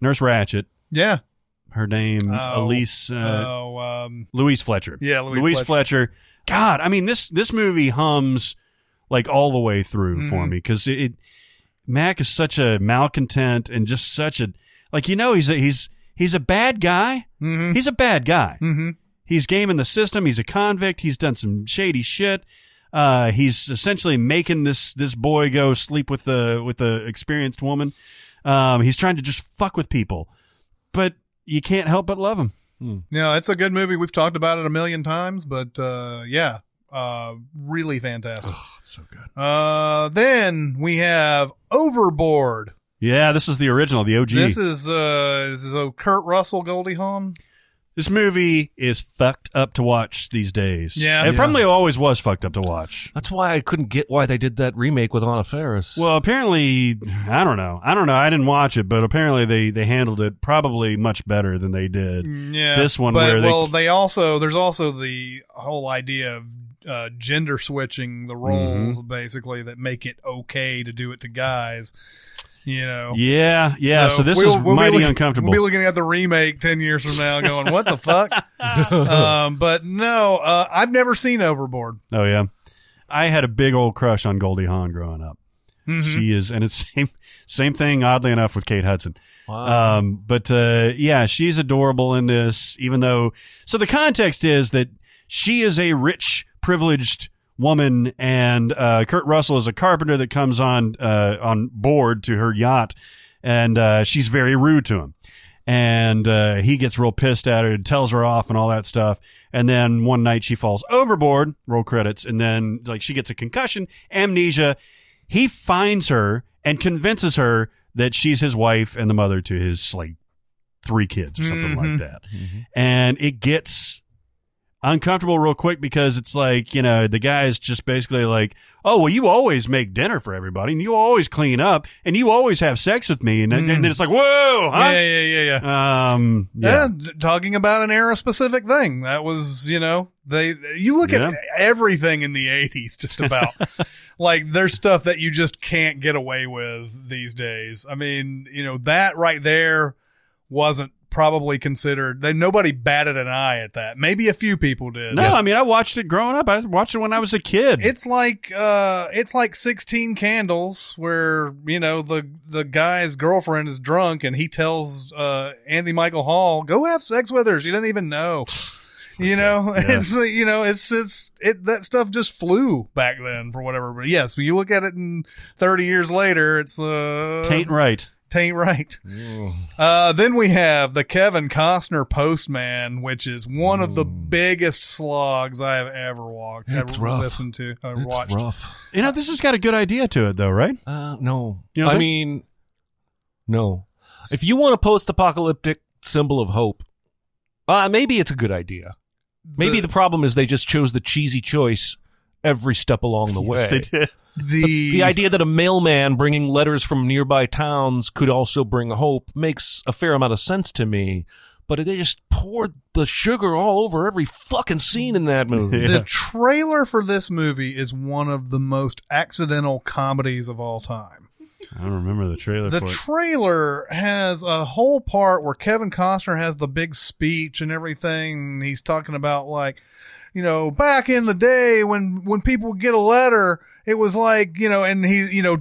Speaker 2: Nurse Ratchet.
Speaker 1: Yeah.
Speaker 2: Her name
Speaker 1: Oh,
Speaker 2: Mm, Elise uh,
Speaker 1: oh, um,
Speaker 2: Louise Fletcher.
Speaker 1: Yeah, Louise
Speaker 2: Fletcher. God, I mean this this movie hums like all the way through
Speaker 1: Mm-hmm.
Speaker 2: for me because it, it Mac is such a malcontent and just such a like you know he's a, he's he's a bad guy. He's a bad guy.
Speaker 1: mm-hmm.
Speaker 2: He's gaming the system. He's a convict. He's done some shady shit. Uh, he's essentially making this this boy go sleep with the with the experienced woman. Um, he's trying to just fuck with people, but you can't help but love him.
Speaker 1: No, it's a good movie. We've talked about it a million times, but uh, yeah, uh, really fantastic.
Speaker 2: So good.
Speaker 1: Uh, then we have Overboard.
Speaker 2: Yeah, this is the original, the OG.
Speaker 1: This is uh, this is uh, Kurt Russell, Goldie Hawn.
Speaker 2: This movie is fucked up to watch these days.
Speaker 1: Yeah.
Speaker 2: it
Speaker 1: Yeah.
Speaker 2: probably always was fucked up to watch.
Speaker 4: That's why I couldn't get why they did that remake with Anna Faris.
Speaker 2: Well, apparently, I don't know. I don't know. I didn't watch it, but apparently they they handled it probably much better than they did.
Speaker 1: Yeah,
Speaker 2: This one
Speaker 1: But
Speaker 2: where they-
Speaker 1: well, they, also there's also the whole idea of uh, gender switching
Speaker 2: Mm-hmm.
Speaker 1: the roles, basically that make it okay to do it to guys. You know.
Speaker 2: Yeah, yeah. So, this
Speaker 1: we'll-
Speaker 2: is
Speaker 1: we'll be
Speaker 2: mighty
Speaker 1: looking-
Speaker 2: uncomfortable.
Speaker 1: We'll be looking at the remake ten years from now, going, "What the fuck?" um, but no, uh, I've never seen Overboard.
Speaker 2: oh yeah, I had a big old crush on Goldie Hawn growing up.
Speaker 1: Mm-hmm.
Speaker 2: She is, and it's same same thing. Oddly enough, with Kate Hudson. Um, but uh, yeah, she's adorable in this, even though. So the context is that she is a rich, privileged woman, and uh, Kurt Russell is a carpenter that comes on uh, on board to her yacht, and uh, she's very rude to him. And uh, he gets real pissed at her and tells her off and all that stuff. And then one night she falls overboard, roll credits, and then like she gets a concussion, amnesia, he finds her and convinces her that she's his wife and the mother to his like three kids or something
Speaker 1: Mm-hmm.
Speaker 2: like that and it gets uncomfortable real quick because it's like you know the guy is just basically like oh well you always make dinner for everybody and you always clean up and you always have sex with me and, then- then it's like whoa huh?
Speaker 1: Mm. Yeah, yeah, yeah, yeah.
Speaker 2: um
Speaker 1: Yeah.
Speaker 2: yeah
Speaker 1: d- talking about an era specific thing. That was, you know, they you look
Speaker 2: Yeah.
Speaker 1: at everything in the 80s just about. like there's stuff that you just can't get away with these days. I mean, you know, that right there wasn't probably considered. They nobody batted an eye at that. Maybe a few people did.
Speaker 2: no i mean i watched it growing up i watched it when i was a kid
Speaker 1: It's like uh it's like 16 candles where, you know, the the guy's girlfriend is drunk and he tells uh Anthony Michael Hall, "Go have sex with her. She doesn't even know." you know, it's like, you know, it's it's it that stuff just flew back then for whatever. But yes, when you look at it in 30 years later, it's uh
Speaker 2: taint right
Speaker 1: taint right. Uh, then we have the Kevin Costner Postman, which is one of the biggest slogs I have ever walked,
Speaker 4: It's
Speaker 1: ever
Speaker 4: rough.
Speaker 1: listened to, uh,
Speaker 4: it's
Speaker 1: watched.
Speaker 4: rough.
Speaker 2: you know this has got a good idea to it though right
Speaker 4: Uh, no,
Speaker 2: You don't
Speaker 4: I
Speaker 2: think-
Speaker 4: mean, no. If you want a post-apocalyptic symbol of hope, uh, maybe it's a good idea. Maybe the, problem is they just chose the cheesy choice every step along the way.
Speaker 2: they did
Speaker 1: the,
Speaker 4: The idea that a mailman bringing letters from nearby towns could also bring hope makes a fair amount of sense to me. But they just poured the sugar all over every fucking scene in that movie.
Speaker 1: the trailer for this movie is one of the most accidental comedies of all time.
Speaker 2: i don't remember the trailer
Speaker 1: The
Speaker 2: for it.
Speaker 1: trailer has a whole part where Kevin Costner has the big speech and everything. He's talking about like, you know, back in the day when when people would get a letter, it was like, you know, and he, you know,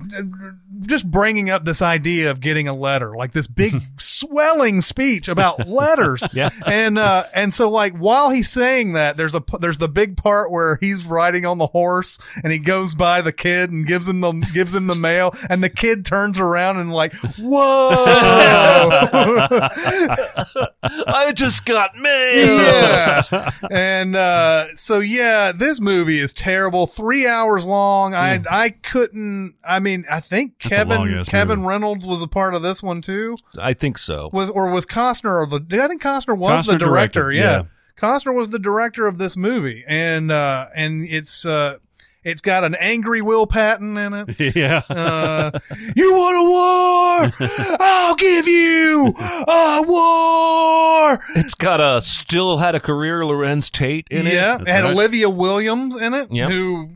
Speaker 1: just bringing up this idea of getting a letter, like this big swelling speech about letters. yeah. And uh and so like while he's saying that, there's a p- there's the big part where he's riding on the horse and he goes by the kid and gives him the gives him the mail and the kid turns around and like, "Whoa."
Speaker 4: I just got mail.
Speaker 1: yeah. And uh, so yeah, this movie is terrible. Three hours long. I I couldn't. I mean, I think
Speaker 2: Hmm. That's a
Speaker 1: Kevin
Speaker 2: long-ass
Speaker 1: Kevin
Speaker 2: movie.
Speaker 1: Reynolds was a part of this one too.
Speaker 4: I think so.
Speaker 1: Was or was Costner or the? I think Costner was the
Speaker 2: Costner
Speaker 1: director.
Speaker 2: directed,
Speaker 1: yeah.
Speaker 2: yeah.
Speaker 1: Costner was the director of this movie, and uh, and it's uh, It's got an angry Will Patton in it.
Speaker 2: yeah.
Speaker 1: Uh, you want a war? I'll give you a war.
Speaker 4: It's got a still had a career Lorenz Tate in
Speaker 1: yeah,
Speaker 4: it.
Speaker 1: had
Speaker 2: right.
Speaker 1: Olivia Williams in it.
Speaker 4: Yep.
Speaker 1: Who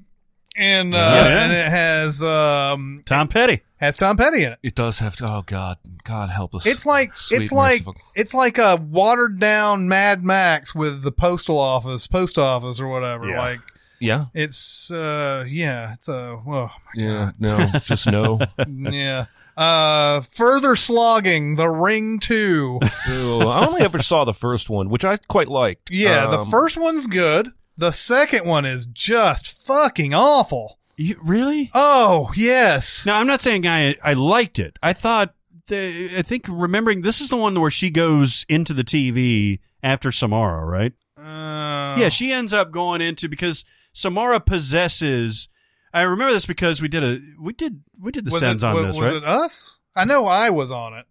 Speaker 1: and uh,
Speaker 2: Yeah, yeah.
Speaker 1: and it has um
Speaker 2: Tom Petty.
Speaker 1: has Tom Petty in it.
Speaker 4: It does have to. Oh God, God help us.
Speaker 1: It's like
Speaker 4: Sweet
Speaker 1: it's like
Speaker 4: merciful.
Speaker 1: it's like a watered down Mad Max with the postal office, post office or whatever.
Speaker 2: Yeah.
Speaker 1: Like
Speaker 4: yeah,
Speaker 1: it's uh yeah, it's a well
Speaker 4: yeah. No, just no.
Speaker 1: yeah. Uh further slogging, the ring two.
Speaker 4: Ew, I only ever saw the first one, which I quite liked.
Speaker 1: Yeah, the
Speaker 4: Um,
Speaker 1: first one's good. The second one is just fucking awful.
Speaker 2: You, really?
Speaker 1: Oh, yes.
Speaker 2: No, I'm not saying I I liked it. I thought the, I think remembering this is the one where she goes into the TV after Samara, right?
Speaker 1: Uh,
Speaker 2: Yeah, she ends up going into because Samara possesses. I remember this because we did a we did we did the
Speaker 1: was
Speaker 2: sends
Speaker 1: it,
Speaker 2: on
Speaker 1: wa-
Speaker 2: this,
Speaker 1: was
Speaker 2: right?
Speaker 1: it us? I know I was on it.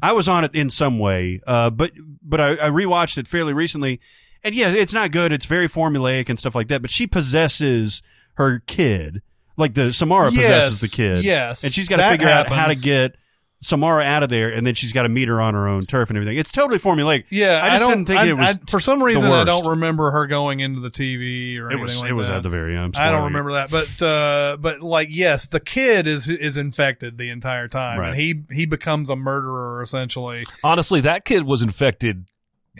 Speaker 2: I was on it in some way, uh, but but I, I rewatched it fairly recently, and yeah, it's not good. It's very formulaic and stuff like that. But she possesses her kid, like the Samara
Speaker 1: Yes,
Speaker 2: possesses the kid.
Speaker 1: yes.
Speaker 2: and she's got to
Speaker 1: That
Speaker 2: figure out how to
Speaker 1: happens.
Speaker 2: get Samara out of there, and then she's got to meet her on her own turf and everything. It's totally formulaic.
Speaker 1: Yeah,
Speaker 2: I just
Speaker 1: don't,
Speaker 2: didn't think
Speaker 1: I-
Speaker 2: it was
Speaker 1: I- for some
Speaker 2: the
Speaker 1: reason, I
Speaker 2: worst.
Speaker 1: don't remember her going into the TV or
Speaker 2: It
Speaker 1: anything
Speaker 2: was
Speaker 1: like
Speaker 2: it was
Speaker 1: that.
Speaker 2: at the very end. I'm
Speaker 1: I don't
Speaker 2: spoiling it.
Speaker 1: remember that, but uh, but like yes, the kid is is infected the entire time,
Speaker 2: Right.
Speaker 1: and he he becomes a murderer essentially.
Speaker 4: honestly, that kid was infected.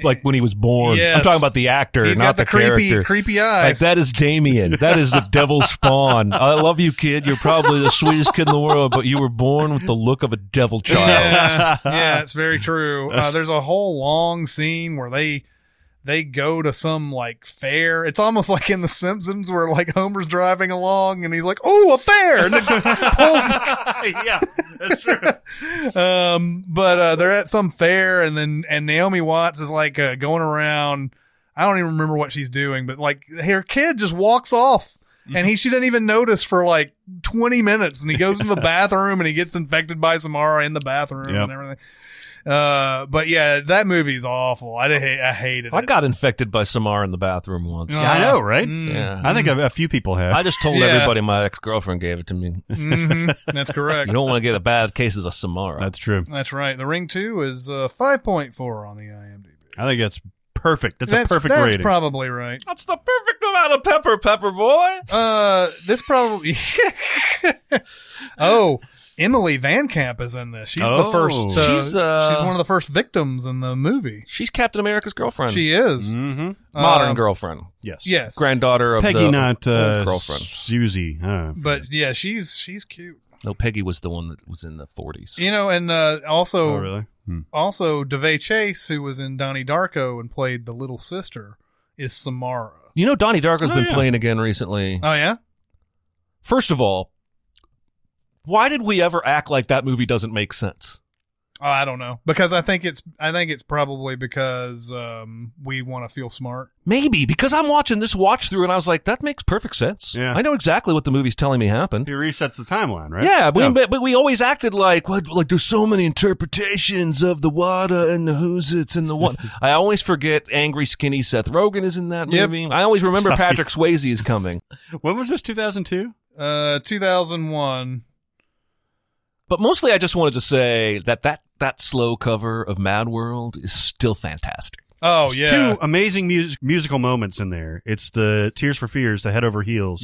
Speaker 4: Like when he was born.
Speaker 1: Yes.
Speaker 4: I'm talking about the actor,
Speaker 1: He's
Speaker 4: not
Speaker 1: got the, creepy
Speaker 4: character.
Speaker 1: creepy
Speaker 4: Like
Speaker 1: eyes.
Speaker 4: that is Damien. That is the devil's spawn. I love you, kid. You're probably the sweetest kid in the world, but you were born with the look of a devil child.
Speaker 1: Yeah, yeah, it's very true. Uh, there's a whole long scene where they they go to some like fair. It's almost like in The Simpsons where like Homer's driving along and he's like, "Oh, a fair!" And then pulls
Speaker 2: yeah, that's true.
Speaker 1: um, but uh, they're at some fair, and then and Naomi Watts is like uh, going around. I don't even remember what she's doing, but like her kid just walks off, and he she doesn't even notice for like twenty minutes, and he goes into the bathroom, and he gets infected by Samara in the bathroom
Speaker 2: Yep.
Speaker 1: and everything. Uh, but yeah, that movie's awful. I did, I hated
Speaker 4: I
Speaker 1: it.
Speaker 4: got infected by Samar in the bathroom once.
Speaker 1: Yeah.
Speaker 2: I know, right?
Speaker 4: Yeah.
Speaker 2: I think a, a few people have.
Speaker 4: I just told
Speaker 1: Yeah.
Speaker 4: everybody my ex girlfriend gave it to me.
Speaker 1: Mhm. That's correct.
Speaker 4: You don't want to get a bad case of Samara.
Speaker 2: that's true.
Speaker 1: That's right. The Ring Two is uh, five point four on the IMDb.
Speaker 2: I think that's perfect. That's, a perfect
Speaker 1: that's
Speaker 2: rating.
Speaker 1: probably right.
Speaker 4: That's the perfect amount of pepper, Pepper Boy.
Speaker 1: Uh, this probably. oh, Emily Van Camp is in this. She's the
Speaker 2: Oh.
Speaker 1: first. Uh, she's
Speaker 4: She's, uh,
Speaker 1: she's one of the first victims in the movie.
Speaker 4: She's Captain America's girlfriend.
Speaker 1: She is
Speaker 2: mm-hmm.
Speaker 4: Modern
Speaker 1: Um,
Speaker 4: girlfriend.
Speaker 2: Yes.
Speaker 1: Yes,
Speaker 4: Granddaughter of
Speaker 2: Peggy,
Speaker 4: the
Speaker 2: not uh,
Speaker 4: old girlfriend.
Speaker 2: Susie.
Speaker 4: Oh,
Speaker 2: Uh,
Speaker 1: but yeah, she's she's cute.
Speaker 4: No, Peggy was the one that was in the 40s.
Speaker 1: You know, and uh, also
Speaker 2: oh, really? Hmm.
Speaker 1: also DeVay Chase, who was in Donnie Darko and played the little sister, is Samara.
Speaker 4: You know, Donnie Darko's
Speaker 2: Oh,
Speaker 4: been
Speaker 2: yeah.
Speaker 4: playing again recently.
Speaker 1: Oh yeah,
Speaker 4: First of all, why did we ever act like that movie doesn't make sense?
Speaker 1: oh, I don't know because I think it's I think it's probably because um, we want to feel smart.
Speaker 4: Maybe because I'm watching this watch through and I was like, that makes perfect sense.
Speaker 2: Yeah.
Speaker 4: I know exactly what the movie's telling me happened.
Speaker 2: He resets the timeline, right?
Speaker 4: Yeah, but,
Speaker 2: Oh.
Speaker 4: we, but- but we always acted like what, like there's so many interpretations of the Wada and the Who's It's and the what. I always forget angry skinny Seth Rogen is in that
Speaker 1: Yep.
Speaker 4: movie. I always remember Patrick Swayze is coming.
Speaker 2: when was this? Two thousand two.
Speaker 1: Uh, two thousand one.
Speaker 4: But mostly, I just wanted to say that that that slow cover of Mad World is still fantastic.
Speaker 1: Oh yeah,
Speaker 2: Two amazing mus- musical moments in there. It's the Tears for Fears, the Head Over Heels.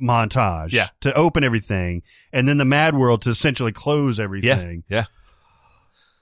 Speaker 2: Montage.
Speaker 4: Yeah.
Speaker 2: To open everything, and then the Mad World to essentially close
Speaker 4: yeah,
Speaker 2: everything.
Speaker 4: yeah.
Speaker 2: Yeah.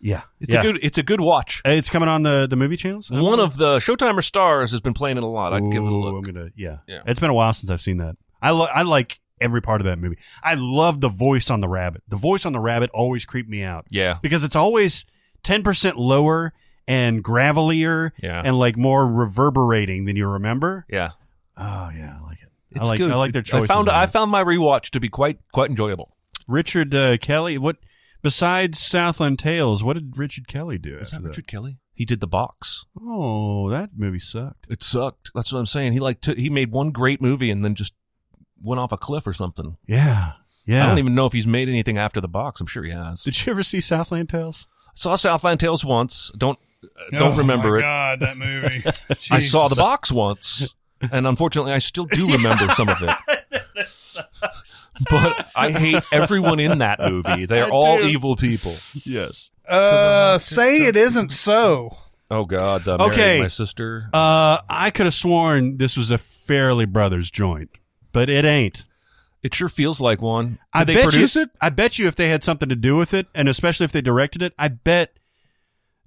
Speaker 2: Yeah.
Speaker 4: It's a good it's a good watch.
Speaker 2: Hey, It's coming on the the movie channels.
Speaker 4: One of the Showtime or stars has been playing it a lot. I'd give it a
Speaker 2: Ooh, I'm
Speaker 4: look.
Speaker 2: gonna, yeah.
Speaker 4: Yeah.
Speaker 2: It's been a while since I've seen that. I lo- I like every part of that movie. I love the voice on the rabbit. The voice on the rabbit always creeped me out.
Speaker 4: Yeah.
Speaker 2: because it's always ten percent lower and gravelier
Speaker 4: Yeah.
Speaker 2: and like more reverberating than you remember.
Speaker 4: Yeah,
Speaker 2: Oh yeah, I like it.
Speaker 4: it's
Speaker 2: I like
Speaker 4: good.
Speaker 2: I like their choices.
Speaker 4: I found
Speaker 2: on
Speaker 4: I
Speaker 2: it.
Speaker 4: found my rewatch to be quite quite enjoyable.
Speaker 2: Richard uh, Kelly. What besides Southland Tales? What did Richard Kelly do?
Speaker 4: Is
Speaker 2: after
Speaker 4: that Richard Kelly? He did the box.
Speaker 2: Oh, that movie sucked.
Speaker 4: It sucked. That's what I'm saying. He like took he made one great movie and then just went off a cliff or something.
Speaker 2: Yeah, yeah.
Speaker 4: I don't even know if he's made anything after the box. I'm sure he has.
Speaker 2: Did you ever see Southland Tales?
Speaker 4: saw Southland Tales once. Don't uh, don't
Speaker 1: Oh,
Speaker 4: remember
Speaker 1: my
Speaker 4: it.
Speaker 1: God, that movie.
Speaker 4: I saw
Speaker 1: Jeez.
Speaker 4: the box once, and unfortunately, I still do remember some of it. but I hate everyone in that movie. They are all evil people.
Speaker 2: Yes.
Speaker 1: Uh, say it isn't so.
Speaker 4: Oh God, the
Speaker 2: Okay.
Speaker 4: Marrying my sister.
Speaker 2: Uh, I could have sworn this was a Fairly Brothers joint, but it ain't.
Speaker 4: It sure feels like one. Did
Speaker 2: I
Speaker 4: they
Speaker 2: bet
Speaker 4: produce
Speaker 2: you,
Speaker 4: it?
Speaker 2: I bet you if they had something to do with it, and especially if they directed it, I bet.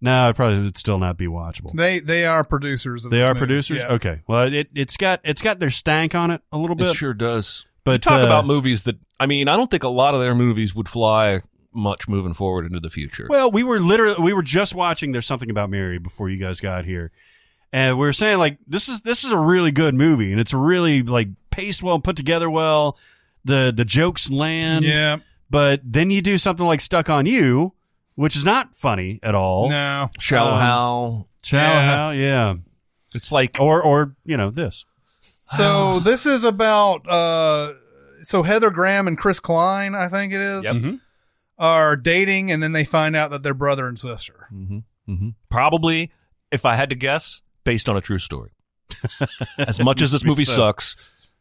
Speaker 2: No, it probably would still not be watchable.
Speaker 1: They they are producers. Of
Speaker 2: They
Speaker 1: this
Speaker 2: are
Speaker 1: movie.
Speaker 2: producers.
Speaker 1: Yeah.
Speaker 2: Okay, well, it it's got it's got their stank on it a little bit.
Speaker 4: It sure does.
Speaker 2: But
Speaker 4: You talk
Speaker 2: uh,
Speaker 4: about movies that I mean, I don't think a lot of their movies would fly much moving forward into the future.
Speaker 2: Well, we were literally we were just watching There's Something About Mary before you guys got here. And we were saying like this is this is a really good movie and it's really like paced well, put together well. The the jokes land.
Speaker 1: Yeah.
Speaker 2: But then you do something like Stuck on You, which is not funny at all.
Speaker 1: No.
Speaker 4: Shallow
Speaker 2: um,
Speaker 4: Hal.
Speaker 2: Chow
Speaker 1: Yeah.
Speaker 2: Hal, yeah.
Speaker 4: It's like
Speaker 2: Or or you know, this.
Speaker 1: So this is about uh, so Heather Graham and Chris Klein, I think it is,
Speaker 2: Mhm.
Speaker 1: are dating, and then they find out that they're brother and sister.
Speaker 2: Mm.
Speaker 4: hmm probably, if I had to guess, based on a true story. as much as this movie
Speaker 2: So-
Speaker 4: sucks,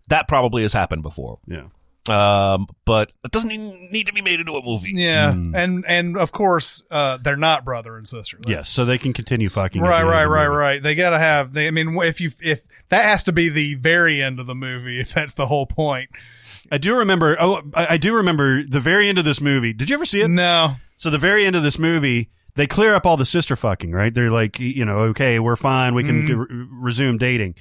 Speaker 4: that probably has happened before.
Speaker 2: Yeah.
Speaker 4: Um, but it doesn't even need to be made into a movie.
Speaker 1: Yeah,
Speaker 2: Mm.
Speaker 1: and and of course uh, they're not brother and sister. That's-
Speaker 2: yes. So they can continue fucking. at
Speaker 1: right,
Speaker 2: the end of
Speaker 1: right,
Speaker 2: the
Speaker 1: right,
Speaker 2: movie.
Speaker 1: right. They gotta have. They, I mean, if you if that has to be the very end of the movie, if that's the whole point.
Speaker 2: I do remember oh I, I do remember the very end of this movie. Did you ever see it?
Speaker 1: No,
Speaker 2: So the very end of this movie, they clear up all the sister fucking, right? They're like, you know, okay, we're fine, we
Speaker 1: Mm-hmm.
Speaker 2: can re- resume dating.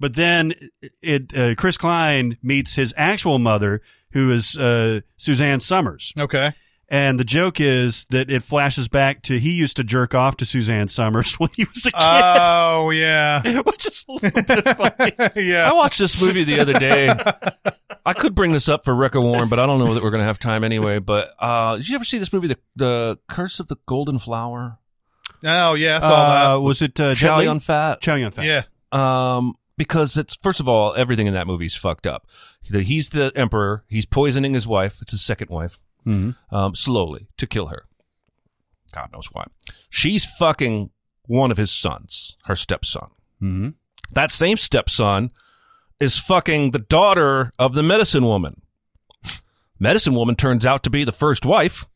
Speaker 2: But then it uh, Chris Klein meets his actual mother, who is uh, Suzanne Summers,
Speaker 1: okay.
Speaker 2: and the joke is that it flashes back to he used to jerk off to Suzanne Summers when he was a kid,
Speaker 1: Oh yeah,
Speaker 2: which is a little bit funny.
Speaker 4: I
Speaker 1: yeah.
Speaker 4: watched this movie the other day. I could bring this up for Wreck Warren, but I don't know that we're going to have time anyway. But uh, did you ever see this movie, The, the Curse of the Golden Flower?
Speaker 1: Oh yeah, I saw
Speaker 2: Uh, was it uh,
Speaker 4: Chow
Speaker 2: Jet Li?
Speaker 4: Yun Fat.
Speaker 2: Chow Yun
Speaker 1: that.
Speaker 2: Fat?
Speaker 1: Yeah,
Speaker 4: Um, because it's first of all, everything in that movie is fucked up. The- He's the emperor. He's poisoning his wife. It's his second wife. Um, slowly to kill her. God knows why. She's fucking one of his sons, her stepson.
Speaker 2: Mm-hmm.
Speaker 4: That same stepson is fucking the daughter of the medicine woman. Medicine woman turns out to be the first wife,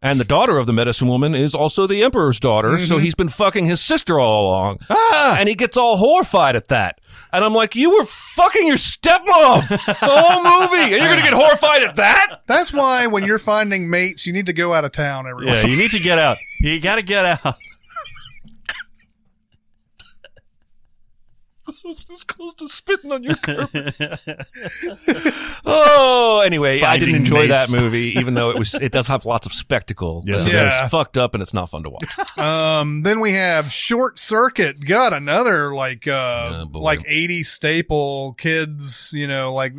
Speaker 4: and the daughter of the medicine woman is also the emperor's daughter. So he's been fucking his sister all along, and he gets all horrified at that. And I'm like, you were fucking your stepmom the whole movie, and you're gonna get horrified at that?
Speaker 1: that's why when you're finding mates, you need to go out of town every once
Speaker 2: Yeah, you need to get out. You got to get out.
Speaker 4: I was this close to spitting on your carpet. oh, anyway, I didn't
Speaker 2: Finding
Speaker 4: enjoy
Speaker 2: mates.
Speaker 4: that movie, even though it was it does have lots of spectacle.
Speaker 2: Yeah.
Speaker 4: So
Speaker 1: Yeah.
Speaker 4: It's fucked up and it's not fun to watch.
Speaker 1: Um, then we have Short Circuit. God, another like
Speaker 4: Oh,
Speaker 1: uh
Speaker 4: boy.
Speaker 1: like 80 staple kids, you know, like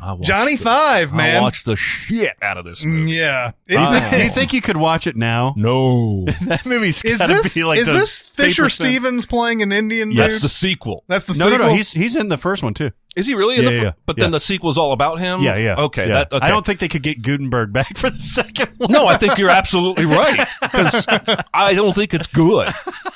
Speaker 4: I watched
Speaker 1: Johnny
Speaker 4: the-
Speaker 1: Five, man.
Speaker 4: I watched the shit out of this
Speaker 1: Mm,
Speaker 4: movie.
Speaker 1: yeah. It's,
Speaker 2: Do Uh-huh. you think you could watch it now?
Speaker 4: No,
Speaker 2: That movie's
Speaker 1: is
Speaker 2: gotta
Speaker 1: this
Speaker 2: be like
Speaker 1: is
Speaker 2: the
Speaker 1: this Fisher
Speaker 2: 3%.
Speaker 1: Stevens playing an Indian
Speaker 4: that's
Speaker 1: dude?
Speaker 4: the sequel.
Speaker 1: that's the
Speaker 2: No, no,
Speaker 1: sequel.
Speaker 2: no. He's he's in the first one too.
Speaker 4: Is he really? In
Speaker 2: Yeah,
Speaker 4: the fir-
Speaker 2: yeah,
Speaker 4: But
Speaker 2: yeah.
Speaker 4: then the sequel's all about him.
Speaker 2: Yeah, yeah.
Speaker 4: Okay,
Speaker 2: yeah.
Speaker 4: That, okay.
Speaker 2: I don't think they could get Gutenberg back for the second one.
Speaker 4: No, I think you're absolutely right because I don't think it's good.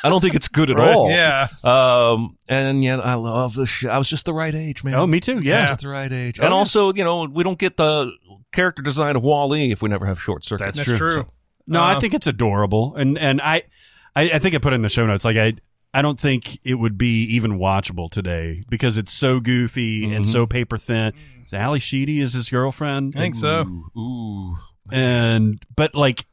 Speaker 4: I don't think it's good at
Speaker 2: Right.
Speaker 4: all.
Speaker 1: yeah.
Speaker 4: Um, and yet I love the shit. I was just the right age, man.
Speaker 2: Oh, me too. Yeah,
Speaker 4: just the right age.
Speaker 2: Oh,
Speaker 4: and
Speaker 2: yeah.
Speaker 4: also, you know, we don't get the character design of Wally if we never have short circuit.
Speaker 1: That's true.
Speaker 2: No, I
Speaker 1: Uh,
Speaker 2: think it's adorable, and and I, I, I think I put it in the show notes. Like I, I don't think it would be even watchable today because it's so goofy and so paper thin. Ali Sheedy is his girlfriend,
Speaker 1: Mm-hmm. I think so.
Speaker 4: Ooh, ooh.
Speaker 2: and but like,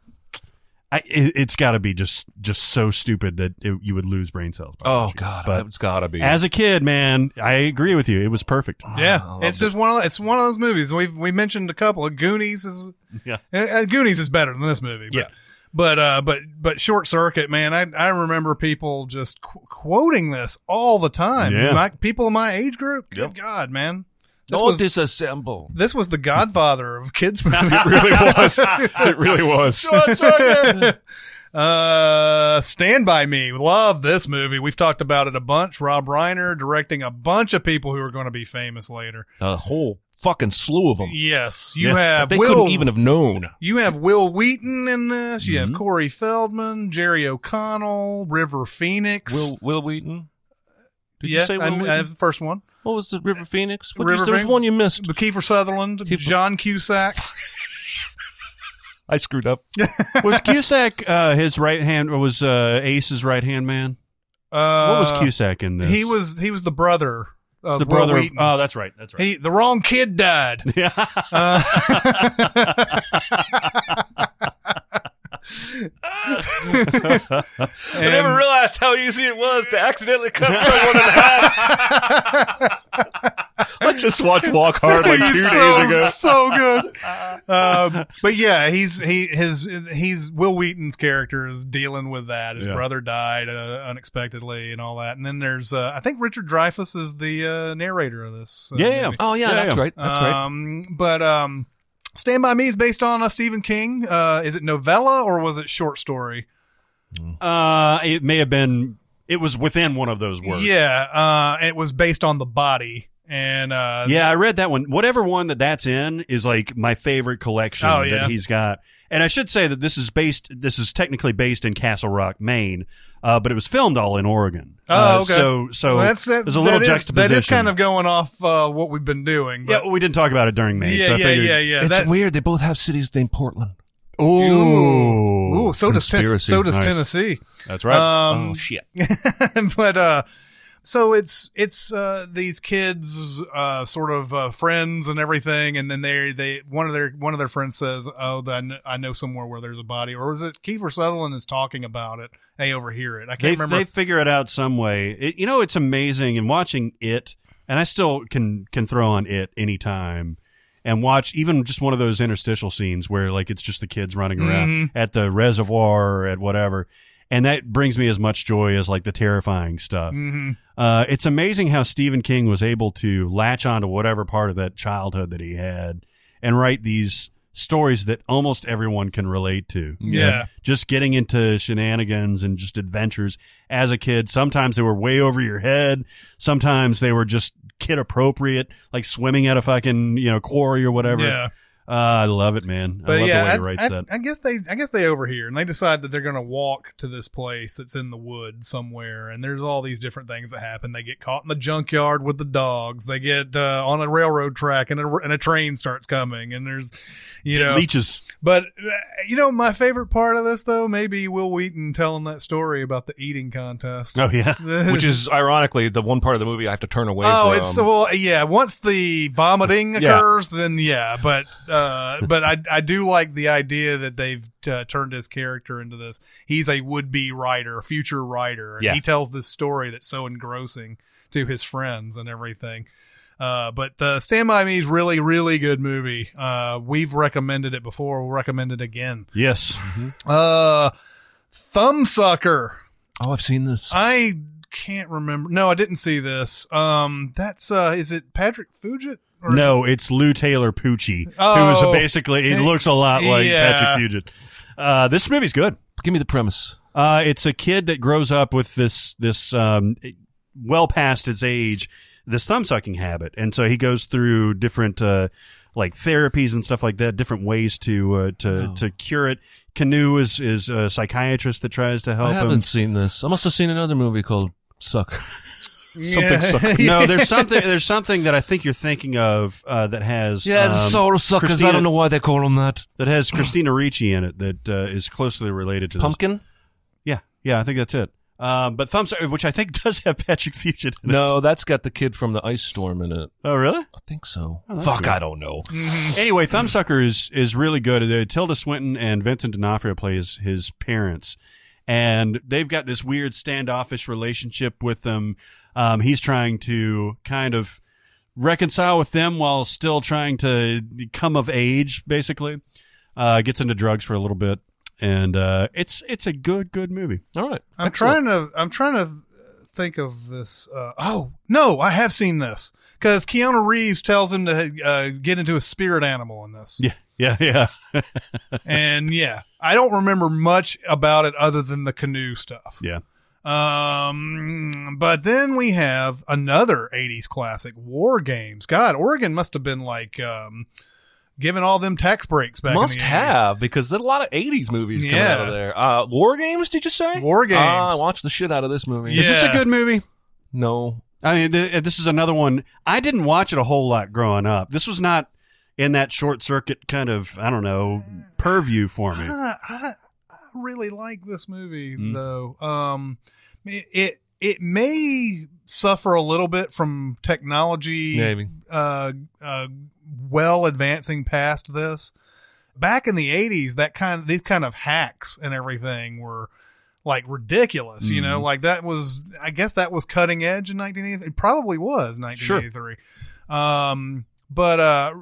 Speaker 2: I it, it's got to be just just so stupid that it, you would lose brain cells. by
Speaker 4: Oh
Speaker 2: watching it.
Speaker 4: God,
Speaker 2: But
Speaker 4: it's gotta be.
Speaker 2: as a kid, man, I agree with you. It was perfect.
Speaker 1: Yeah, it's just one of it's one of those movies. We've we mentioned a couple. of Goonies is
Speaker 2: Yeah.
Speaker 1: Uh, uh, Goonies is better than this movie. But,
Speaker 2: Yeah.
Speaker 1: but uh, but but Short Circuit, man, I I remember people just qu- quoting this all the time.
Speaker 2: Yeah.
Speaker 1: My, people in my age group. Good God, man, this
Speaker 4: don't
Speaker 1: was
Speaker 4: disassemble.
Speaker 1: this was the Godfather of kids movies.
Speaker 2: really was. It really was.
Speaker 1: Uh, Stand by Me. Love this movie. We've talked about it a bunch. Rob Reiner directing a bunch of people who are going to be famous later.
Speaker 4: a whole fucking slew of them.
Speaker 1: Yes, you
Speaker 2: Yeah.
Speaker 1: have.
Speaker 4: they
Speaker 1: Will,
Speaker 4: couldn't even have known.
Speaker 1: You have Will Wheaton in this. You
Speaker 4: Mm-hmm.
Speaker 1: have Corey Feldman, Jerry O'Connell, River Phoenix.
Speaker 4: Will Will Wheaton? Did
Speaker 1: yeah,
Speaker 4: you say one?
Speaker 1: I'm-
Speaker 4: with-
Speaker 1: I'm the first one.
Speaker 4: what was the River Phoenix? What
Speaker 1: River
Speaker 4: there's
Speaker 1: Phoenix?
Speaker 4: one you missed.
Speaker 1: The Kiefer Sutherland,
Speaker 4: Kiefer-
Speaker 1: John Cusack.
Speaker 4: I screwed up.
Speaker 2: was Cusack uh, his right hand? or Was uh, Ace's right hand man? What
Speaker 1: Uh,
Speaker 2: was Cusack in this?
Speaker 1: He was he was the brother. Of
Speaker 2: It's the
Speaker 1: Will
Speaker 2: brother. Of,
Speaker 1: Wheaton.
Speaker 4: uh,
Speaker 2: oh, that's right. That's right.
Speaker 1: he the wrong kid died.
Speaker 2: yeah.
Speaker 1: Uh,
Speaker 4: I never realized how easy it was to accidentally cut someone in half. I just watched Walk Hard like two
Speaker 1: It's
Speaker 4: days
Speaker 1: so,
Speaker 4: ago.
Speaker 1: So good. Um, but yeah, he's he his he's Will Wheaton's character is dealing with that. His
Speaker 2: Yeah.
Speaker 1: brother died uh, unexpectedly and all that. And then there's uh, I think Richard Dreyfuss is the uh, narrator of this. Uh,
Speaker 2: Yeah, yeah.
Speaker 1: movie.
Speaker 4: Oh yeah,
Speaker 2: Yeah,
Speaker 4: that's
Speaker 2: yeah.
Speaker 4: right. That's right.
Speaker 1: Um, but um, Stand by Me is based on a Stephen King. Uh, is it novella or was it short story?
Speaker 2: Uh, it may have been. It was within one of those words.
Speaker 1: Yeah, uh, it was based on the body and uh,
Speaker 2: Yeah, I read that one. Whatever one that that's in is like my favorite collection
Speaker 1: Oh, yeah.
Speaker 2: that he's got. And I should say that this is based. This is technically based in Castle Rock, Maine, uh, but it was filmed all in Oregon.
Speaker 1: Oh,
Speaker 2: Uh,
Speaker 1: okay.
Speaker 2: So, so
Speaker 1: Well, that's that,
Speaker 2: there's a little
Speaker 1: that is-
Speaker 2: juxtaposition.
Speaker 1: That is kind of going off uh, what we've been doing.
Speaker 2: yeah.
Speaker 1: But
Speaker 2: well, we didn't talk about it during Maine.
Speaker 1: yeah,
Speaker 2: so I
Speaker 1: yeah,
Speaker 2: figured,
Speaker 1: yeah, yeah.
Speaker 4: It's
Speaker 1: That-
Speaker 4: weird. They both have cities named Portland.
Speaker 2: Ooh,
Speaker 1: Ooh, so does ten-
Speaker 2: Conspiracy.
Speaker 1: so does
Speaker 2: Nice.
Speaker 1: Tennessee.
Speaker 2: That's right.
Speaker 1: Um,
Speaker 4: oh shit.
Speaker 1: but uh, so it's it's uh, these kids uh, sort of uh, friends and everything, and then they they one of their one of their friends says, "Oh, I know, I know somewhere where there's a body," or is it Kiefer Sutherland is talking about it? They overhear it. I can't
Speaker 2: they
Speaker 1: remember.
Speaker 2: they figure it out some way. It, you know, it's amazing. And watching it, and I still can can throw on it anytime and watch even just one of those interstitial scenes where like it's just the kids running around
Speaker 1: Mm-hmm.
Speaker 2: at the reservoir or at whatever. And that brings me as much joy as like the terrifying stuff.
Speaker 1: Mm-hmm.
Speaker 2: Uh, it's amazing how Stephen King was able to latch onto whatever part of that childhood that he had and write these stories that almost everyone can relate to. You
Speaker 1: Yeah.
Speaker 2: know, Just getting into shenanigans and just adventures as a kid. Sometimes they were way over your head. Sometimes they were just kid appropriate, like swimming at a fucking, you know, quarry or whatever.
Speaker 1: Yeah.
Speaker 2: Uh, I love it, man. I
Speaker 1: But
Speaker 2: love
Speaker 1: yeah,
Speaker 2: the way
Speaker 1: I,
Speaker 2: he writes
Speaker 1: I-
Speaker 2: that.
Speaker 1: I guess they, I guess they overhear and they decide that they're going to walk to this place that's in the woods somewhere. And there's all these different things that happen. They get caught in the junkyard with the dogs. They get uh, on a railroad track and a, and a train starts coming. And there's, you know,
Speaker 2: Leeches.
Speaker 1: but uh, you know, my favorite part of this though, maybe Will Wheaton telling that story about the eating contest.
Speaker 2: Oh, yeah.
Speaker 4: Which is ironically the one part of the movie I have to turn away
Speaker 1: Oh,
Speaker 4: from.
Speaker 1: it's well, yeah. Once the vomiting
Speaker 4: um, Yeah.
Speaker 1: occurs, then yeah. But uh, but I I do like the idea that they've uh, turned his character into this. He's a would be writer, future writer. And
Speaker 4: Yeah.
Speaker 1: He tells this story that's so engrossing to his friends and everything. Uh, but uh, Stand by Me is really really good movie. Uh, we've recommended it before. We'll recommend it again.
Speaker 2: Yes.
Speaker 1: Uh, Thumbsucker.
Speaker 4: oh, I've seen this.
Speaker 1: I can't remember. No, I didn't see this. Um, that's uh, is it Patrick Fugit? Or is
Speaker 2: No, it's Lou Taylor Pucci, who
Speaker 1: Oh.
Speaker 2: is basically he looks a lot like
Speaker 1: Yeah.
Speaker 2: Patrick Fugit. Uh, this movie's good.
Speaker 4: Give me the premise.
Speaker 2: Uh, it's a kid that grows up with this this um, well past his age, this thumb sucking habit, and so he goes through different uh, like therapies and stuff like that, different ways to uh, to
Speaker 4: Oh.
Speaker 2: to cure it. Canoe is is a psychiatrist that tries to help
Speaker 4: I haven't
Speaker 2: him.
Speaker 4: seen this. I must have seen another movie called Suck.
Speaker 1: it-
Speaker 4: something
Speaker 1: Yeah.
Speaker 4: suck-
Speaker 2: no, there's something there's something that I think you're thinking of uh, that has
Speaker 4: Yeah, it's
Speaker 2: um,
Speaker 4: sort of suckers. I
Speaker 2: Christina-
Speaker 4: don't know why they call them that.
Speaker 2: that has Christina Ricci in it that uh, is closely related to this.
Speaker 4: Pumpkin?
Speaker 2: Yeah, yeah, I think that's it. Um, but thumbs, which I think does have Patrick Fugit. In it.
Speaker 4: No, that's got the kid from the ice storm in it.
Speaker 2: oh really?
Speaker 4: I think so.
Speaker 1: Oh,
Speaker 4: Fuck, I don't know.
Speaker 2: anyway, Thumbsucker is is really good. Uh, Tilda Swinton and Vincent D'Onofrio play his, his parents, and they've got this weird standoffish relationship with them. Um, he's trying to kind of reconcile with them while still trying to come of age. Basically, uh, gets into drugs for a little bit, and uh, it's it's a good good movie.
Speaker 4: All right.
Speaker 1: I'm trying
Speaker 4: Excellent.
Speaker 1: to. I'm trying to think of this. Uh, oh no, I have seen this because Keanu Reeves tells him to uh, get into a spirit animal in this,
Speaker 2: Yeah, yeah, yeah.
Speaker 1: and yeah, I don't remember much about it other than the canoe stuff.
Speaker 2: Yeah.
Speaker 1: Um, but then we have another 80s classic, War Games. God, Oregon must have been like um, giving all them tax breaks back. in
Speaker 4: Must
Speaker 1: the 80s.
Speaker 4: have, because there's a lot of 80s movies coming
Speaker 1: Yeah.
Speaker 4: out of there. Uh, War Games, did you say?
Speaker 1: War Games.
Speaker 4: Ah, I watched the shit out of this movie.
Speaker 1: Yeah.
Speaker 2: Is this a good movie?
Speaker 4: No.
Speaker 2: I mean, th- this is another one. I didn't watch it a whole lot growing up. This was not in that short circuit kind of I don't know purview for me.
Speaker 1: I, I, I really like this movie
Speaker 4: Hmm.
Speaker 1: though. Um, it, it it may suffer a little bit from technology
Speaker 4: Maybe.
Speaker 1: uh, uh, well advancing past this. Back in the eighties, that kind these kind of hacks and everything were like ridiculous. You know, like that was I guess that was cutting edge in nineteen eighty. It probably was nineteen eighty three. Um, but uh,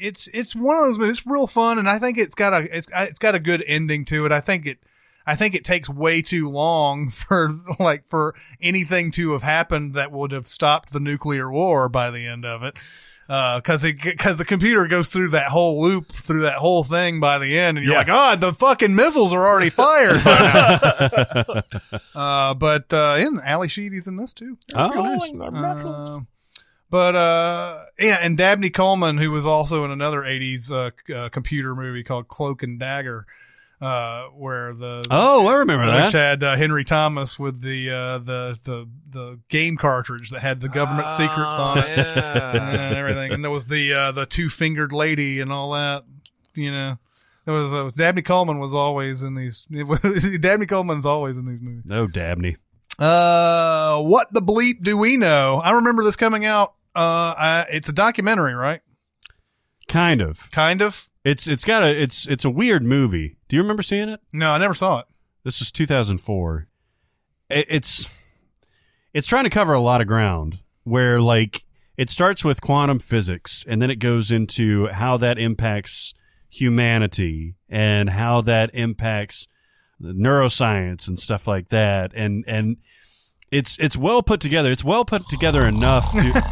Speaker 1: it's it's one of those movies. It's real fun, and I think it's got a it's it's got a good ending to it. I think it. I think it takes way too long for like for anything to have happened that would have stopped the nuclear war by the end of it. Because it because the computer goes through that whole loop through that whole thing by the end, and you're
Speaker 2: Yeah.
Speaker 1: like, God, the fucking missiles are already fired. by now." uh, but uh, in Ali Sheedy's in this too.
Speaker 2: Oh, nice.
Speaker 1: Uh, but uh, yeah, and Dabney Coleman, who was also in another '80s uh, c- uh, computer movie called Cloak and Dagger, uh, where the
Speaker 2: Oh, I remember
Speaker 1: which
Speaker 2: that.
Speaker 1: had uh, Henry Thomas with the uh, the the the game cartridge that had the government secrets on it and everything, and there was the uh, the two fingered lady and all that, you know. There was uh, Dabney Coleman was always in these. Dabney Coleman's always in these movies.
Speaker 2: No, Dabney.
Speaker 1: Uh, what the bleep do we know? I remember this coming out. Uh, I, it's a documentary, right?
Speaker 2: Kind of.
Speaker 1: Kind of.
Speaker 2: It's it's got a it's it's a weird movie. Do you remember seeing it?
Speaker 1: No, I never saw it.
Speaker 2: This was 2004. It, it's it's trying to cover a lot of ground where like it starts with quantum physics and then it goes into how that impacts humanity and how that impacts the neuroscience and stuff like that and and it's it's well put together. It's well put together enough to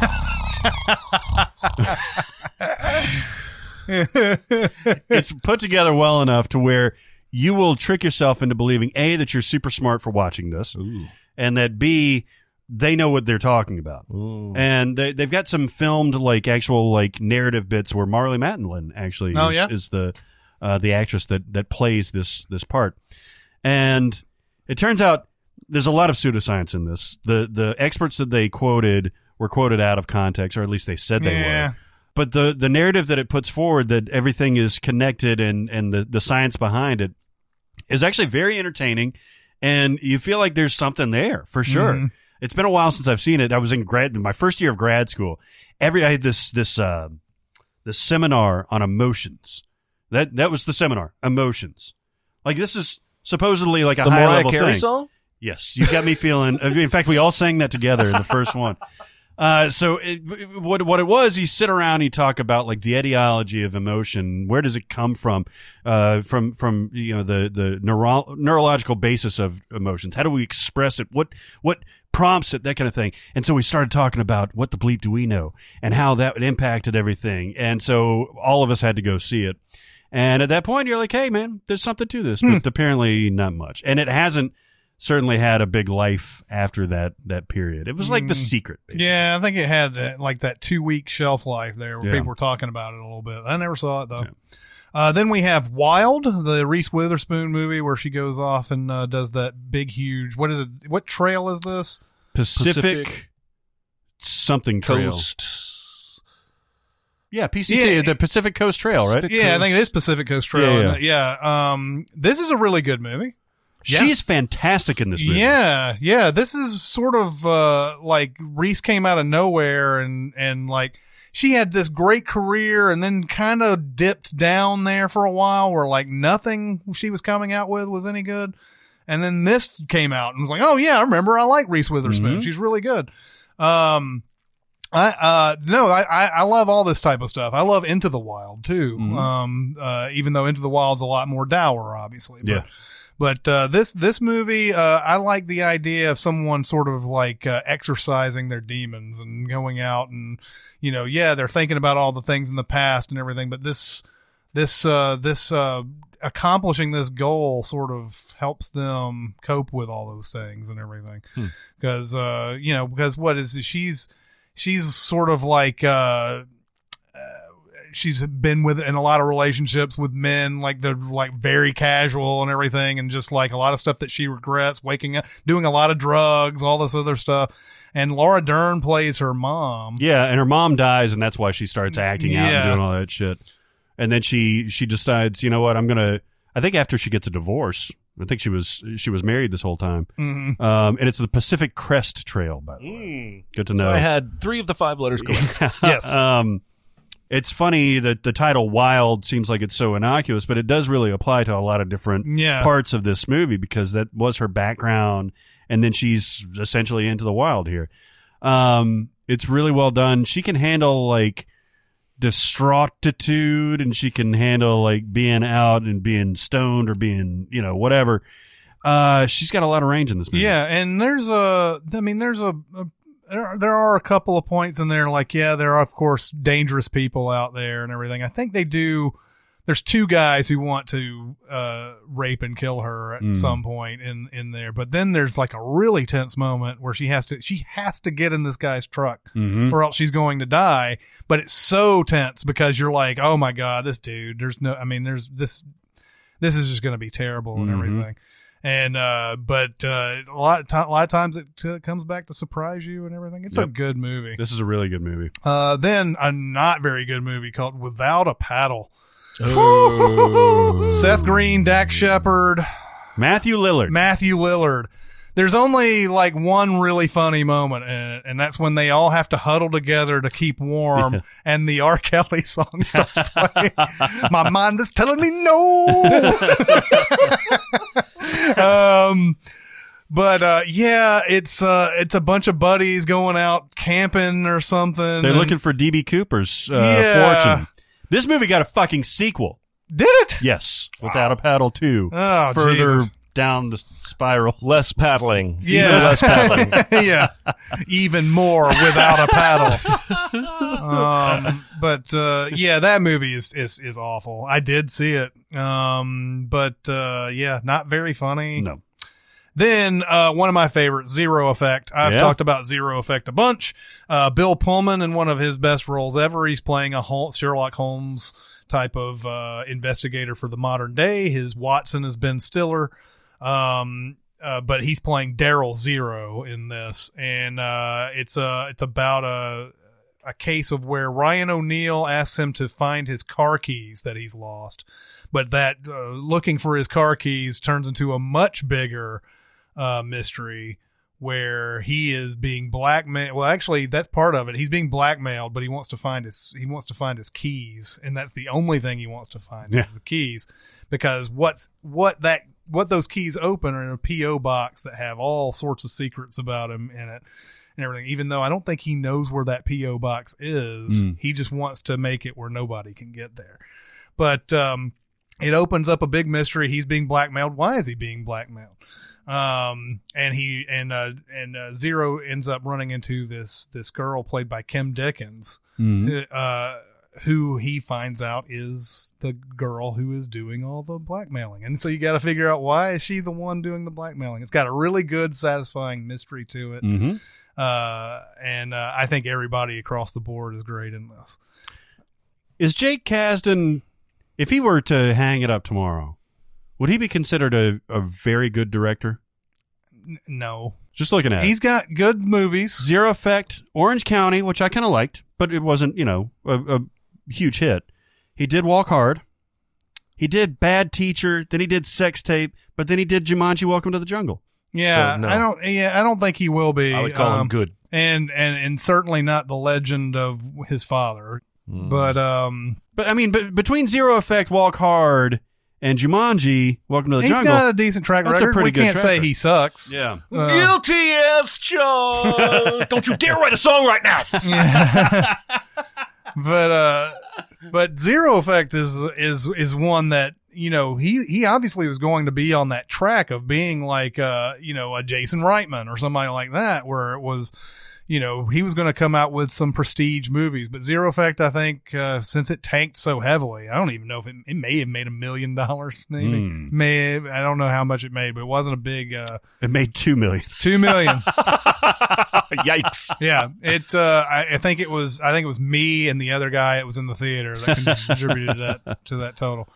Speaker 2: It's put together well enough to where you will trick yourself into believing A that you're super smart for watching this and that B they know what they're talking about.
Speaker 1: Mm-hmm.
Speaker 2: And they they've got some filmed like actual like narrative bits where Marley Matlin actually
Speaker 1: Oh,
Speaker 2: is,
Speaker 1: yeah?
Speaker 2: is the uh, the actress that that plays this this part. And it turns out there's a lot of pseudoscience in this. The the experts that they quoted were quoted out of context, or at least they said they
Speaker 1: Yeah.
Speaker 2: were. But the the narrative that it puts forward that everything is connected and and the the science behind it is actually very entertaining, and you feel like there's something there for sure.
Speaker 4: Mm-hmm.
Speaker 2: It's been a while since I've seen it. I was in grad my first year of grad school. Every I had this this uh, this seminar on emotions. That that was the seminar emotions. Like this is supposedly like a
Speaker 4: the
Speaker 2: high
Speaker 4: Mariah
Speaker 2: level
Speaker 4: Carey
Speaker 2: thing.
Speaker 4: song?
Speaker 2: Yes, you got me feeling. I mean, in fact, we all sang that together in the first one. Uh, so it, what what it was, you sit around, you talk about like the etiology of emotion. Where does it come from? Uh, from from you know the the neuro- neurological basis of emotions. How do we express it? What what prompts it? That kind of thing. And so we started talking about what the bleep do we know and how that impacted everything. And so all of us had to go see it. And at that point, you're like, hey man, there's something to this, but apparently not much. And it hasn't certainly had a big life after that that period. It was like the secret. basically.
Speaker 1: Yeah, I think it had that, like that two week shelf life there where
Speaker 2: Yeah.
Speaker 1: people were talking about it a little bit. I never saw it though. Uh, then we have Wild, the Reese Witherspoon movie where she goes off and uh, does that big, huge. What is it? What trail is this?
Speaker 2: Pacific,
Speaker 4: Pacific
Speaker 2: something trail.
Speaker 4: Coast.
Speaker 2: Yeah, PCT,
Speaker 1: Yeah,
Speaker 2: the Pacific Coast Trail, right?
Speaker 4: Pacific
Speaker 1: Yeah, I think it
Speaker 4: Coast.
Speaker 1: is Pacific Coast Trail.
Speaker 2: Yeah,
Speaker 1: isn't it? Yeah. Um, this is a really good movie. Yeah.
Speaker 2: She's fantastic in this movie.
Speaker 1: Yeah, yeah. This is sort of uh, like Reese came out of nowhere, and and like she had this great career, and then kind of dipped down there for a while, where like nothing she was coming out with was any good. And then this came out and was like, oh yeah, I remember. I like Reese Witherspoon.
Speaker 2: Mm-hmm.
Speaker 1: She's really good. Um, I uh no I, I I love all this type of stuff. I love Into the Wild too.
Speaker 2: Mm-hmm.
Speaker 1: Um, uh, even though Into the Wild's a lot more dour, obviously. But,
Speaker 2: Yeah.
Speaker 1: But uh, this this movie, uh, I like the idea of someone sort of like uh, exercising their demons and going out and you know yeah they're thinking about all the things in the past and everything, but this this uh, this uh, accomplishing this goal sort of helps them cope with all those things and everything because uh, you know because what is she's she's sort of like uh, uh, she's been with in a lot of relationships with men, like they're like very casual and everything, and just like a lot of stuff that she regrets, waking up, doing a lot of drugs, all this other stuff. And Laura Dern plays her mom.
Speaker 2: Yeah, and her mom dies, and that's why she starts acting out
Speaker 1: Yeah.
Speaker 2: and doing all that shit. And then she she decides, you know what, I'm gonna. I think after she gets a divorce, I think she was she was married this whole time.
Speaker 1: Mhm.
Speaker 2: Um, and it's the Pacific Crest Trail, by the way. Good to
Speaker 1: Oh.
Speaker 2: know.
Speaker 4: I had three of the five letters correct.
Speaker 1: Yes.
Speaker 2: um, it's funny that the title "Wild" seems like it's so innocuous, but it does really apply to a lot of different
Speaker 1: Yeah.
Speaker 2: parts of this movie because that was her background, and then she's essentially into the wild here. Um, it's really well done. She can handle like distraughtitude, and she can handle like being out and being stoned or being you know whatever. Uh, she's got a lot of range in this movie.
Speaker 1: Yeah, and there's a, I mean, there's a, a there, there are a couple of points in there, like yeah, there are of course dangerous people out there and everything. I think they do. There's two guys who want to uh, rape and kill her at
Speaker 2: Mm.
Speaker 1: some point in in there, but then there's like a really tense moment where she has to she has to get in this guy's truck
Speaker 2: Mhm.
Speaker 1: or else she's going to die. But it's so tense because you're like, oh my god, this dude. There's no, I mean, there's this. This is just going to be terrible and
Speaker 2: Mhm.
Speaker 1: everything. And uh, but uh, a lot of ti- a lot of times it uh comes back to surprise you and everything. It's a
Speaker 2: Yep.
Speaker 1: good movie.
Speaker 2: This is a really good movie.
Speaker 1: Uh, then a not very good movie called Without a Paddle. Seth Green, Dak Shepard,
Speaker 2: Matthew Lillard.
Speaker 1: Matthew Lillard. There's only like one really funny moment in it, and that's when they all have to huddle together to keep warm, and the R. Kelly song starts playing. My mind is telling me no. um, but uh, yeah, it's uh, it's a bunch of buddies going out camping or something.
Speaker 2: They're
Speaker 1: and-
Speaker 2: looking for DB Cooper's uh,
Speaker 1: Yeah.
Speaker 2: fortune. This movie got a fucking sequel.
Speaker 1: Did it?
Speaker 2: Yes, without a paddle too.
Speaker 1: Oh,
Speaker 2: Further
Speaker 1: Jesus.
Speaker 2: down the spiral.
Speaker 4: Less paddling.
Speaker 1: Yeah.
Speaker 4: Even less paddling.
Speaker 1: yeah, even more without a paddle. Um, but uh, yeah, that movie is, is is awful. I did see it, um, but uh, yeah, not very funny.
Speaker 2: No.
Speaker 1: Then uh, one of my favorites, Zero Effect. I've
Speaker 2: Yeah.
Speaker 1: talked about Zero Effect a bunch. Uh, Bill Pullman in one of his best roles ever. He's playing a Hol- Sherlock Holmes type of uh, investigator for the modern day. His Watson is Ben Stiller, um, uh, but he's playing Daryl Zero in this, and uh, it's a it's about a a case of where Ryan O'Neill asks him to find his car keys that he's lost, but that uh, looking for his car keys turns into a much bigger uh, mystery where he is being blackmailed. Well, actually, that's part of it. He's being blackmailed, but he wants to find his he wants to find his keys, and that's the only thing he wants to find
Speaker 2: Yeah.
Speaker 1: is the keys, because what's what that what those keys open are in a PO box that have all sorts of secrets about him in it and everything. Even though I don't think he knows where that PO box is,
Speaker 2: Mm.
Speaker 1: he just wants to make it where nobody can get there. But um, it opens up a big mystery. He's being blackmailed. Why is he being blackmailed? Um, and he and uh, and uh, Zero ends up running into this this girl played by Kim Dickens, uh, who he finds out is the girl who is doing all the blackmailing. And so you got to figure out why is she the one doing the blackmailing. It's got a really good, satisfying mystery to it
Speaker 2: hmm
Speaker 4: Mm-hmm.
Speaker 1: uh, and uh, I think everybody across the board is great in this.
Speaker 2: Is Jake Kasdan, if he were to hang it up tomorrow, would he be considered a, a very good director?
Speaker 1: N- no,
Speaker 2: Just looking at
Speaker 1: he's
Speaker 2: it.
Speaker 1: got good movies.
Speaker 2: Zero Effect, Orange County, which I kind of liked, but it wasn't, you know, a, a huge hit. He did Walk Hard. He did Bad Teacher. Then he did Sex Tape. But then he did Jumanji Welcome to the Jungle.
Speaker 1: Yeah,
Speaker 4: So, no.
Speaker 1: I don't. Yeah, I don't think he will be.
Speaker 4: I would call
Speaker 1: um,
Speaker 4: him good.
Speaker 1: and and and certainly not the legend of his father.
Speaker 2: Hmm.
Speaker 1: But um,
Speaker 2: But I mean, but between Zero Effect, Walk Hard, and Jumanji, Welcome to the
Speaker 1: he's
Speaker 2: Jungle.
Speaker 1: got a decent track
Speaker 2: That's a
Speaker 1: record.
Speaker 2: pretty
Speaker 1: we
Speaker 2: good
Speaker 1: can't
Speaker 2: track
Speaker 1: say
Speaker 2: record.
Speaker 1: he sucks.
Speaker 2: yeah.
Speaker 1: Uh,
Speaker 4: Guilty as charged. Don't you dare write a song right now.
Speaker 1: Yeah. but uh but zero effect is is is one that you know he he obviously was going to be on that track of being like uh you know a jason reitman or somebody like that where it was you know, he was going to come out with some prestige movies, but Zero Effect, I think, uh, since it tanked so heavily, I don't even know if it, it may have made a million dollars. Maybe,
Speaker 2: Mm.
Speaker 1: may I don't know how much it made, but it wasn't a big uh,
Speaker 2: It made two million.
Speaker 1: two million.
Speaker 4: Yikes.
Speaker 1: yeah, it. Uh, I, I think it was. I think it was me and the other guy. that was in the theater that contributed to that to that total.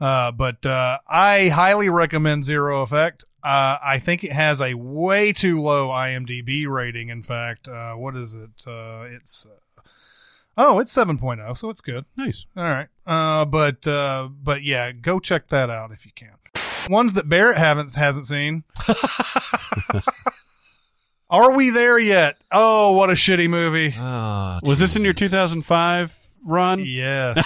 Speaker 1: Uh, but uh, I highly recommend Zero Effect. Uh, I think it has a way too low IMDb rating. In fact, uh, what is it? Uh, it's uh, oh, it's 7.0, so it's good.
Speaker 2: Nice.
Speaker 1: All right. Uh, but uh, but yeah, go check that out if you can. Ones that Barrett haven't hasn't seen. Are we there yet? Oh, what a shitty movie.
Speaker 2: Uh.
Speaker 4: Ah,
Speaker 2: Was this in your 2005 run?
Speaker 1: Yes.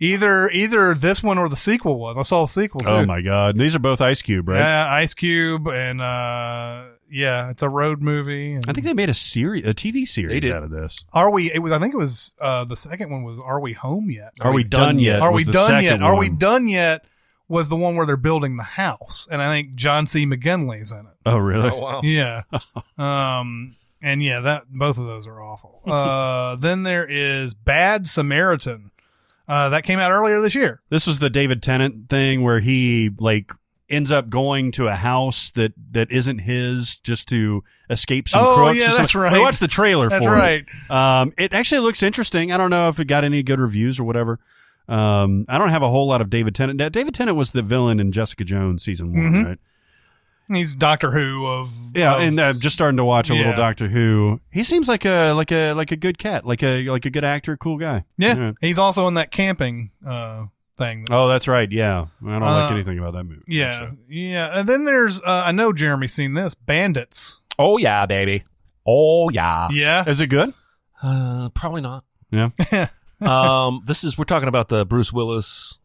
Speaker 1: either either this one or the sequel was. I saw the sequel too.
Speaker 2: Oh my God! These are both Ice Cube, right?
Speaker 1: Yeah, Ice Cube and uh yeah, it's a road movie. And
Speaker 2: I think they made a series, a TV
Speaker 4: They
Speaker 2: series
Speaker 4: did.
Speaker 2: out of this.
Speaker 1: Are we it was I think it was uh the second one was Are We Home Yet?
Speaker 2: Are, we done yet?
Speaker 1: Are
Speaker 2: was
Speaker 1: we
Speaker 2: the
Speaker 1: done
Speaker 2: second
Speaker 1: yet? Are we
Speaker 2: one.
Speaker 1: done yet? Was the one where they're building the house, and I think John C. McGinley's in it.
Speaker 2: Oh really?
Speaker 4: Oh, wow.
Speaker 1: Yeah, um, and yeah, that both of those are awful. Uh, then there is Bad Samaritan, uh, that came out earlier this year.
Speaker 2: This was the David Tennant thing where he like ends up going to a house that that isn't his just to escape some
Speaker 1: Oh,
Speaker 2: crooks.
Speaker 1: yeah,
Speaker 2: or something.
Speaker 1: that's right.
Speaker 2: I watched the trailer
Speaker 1: That's
Speaker 2: for
Speaker 1: right.
Speaker 2: it. Um, it actually looks interesting. I don't know if it got any good reviews or whatever. Um, I don't have a whole lot of David Tennant. Now, David Tennant was the villain in Jessica Jones season one,
Speaker 1: Mhm.
Speaker 2: right?
Speaker 1: He's Doctor Who of
Speaker 2: Yeah,
Speaker 1: of-
Speaker 2: and I'm just starting to watch a little
Speaker 1: yeah.
Speaker 2: Doctor Who. He seems like a like a like a good cat, like a like a good actor, cool guy.
Speaker 1: yeah, he's also in that camping uh thing.
Speaker 2: Oh, that's right. Yeah, I don't like
Speaker 1: Uh,
Speaker 2: anything about that movie.
Speaker 1: yeah,
Speaker 2: actually.
Speaker 1: yeah. And then there's uh, I know Jeremy's seen this Bandits.
Speaker 4: Oh, yeah, baby. Oh,
Speaker 2: Ah.
Speaker 4: yeah.
Speaker 1: Yeah,
Speaker 2: is it good?
Speaker 4: Uh, probably not.
Speaker 2: Yeah.
Speaker 4: um, this is, we're talking about the Bruce Willis,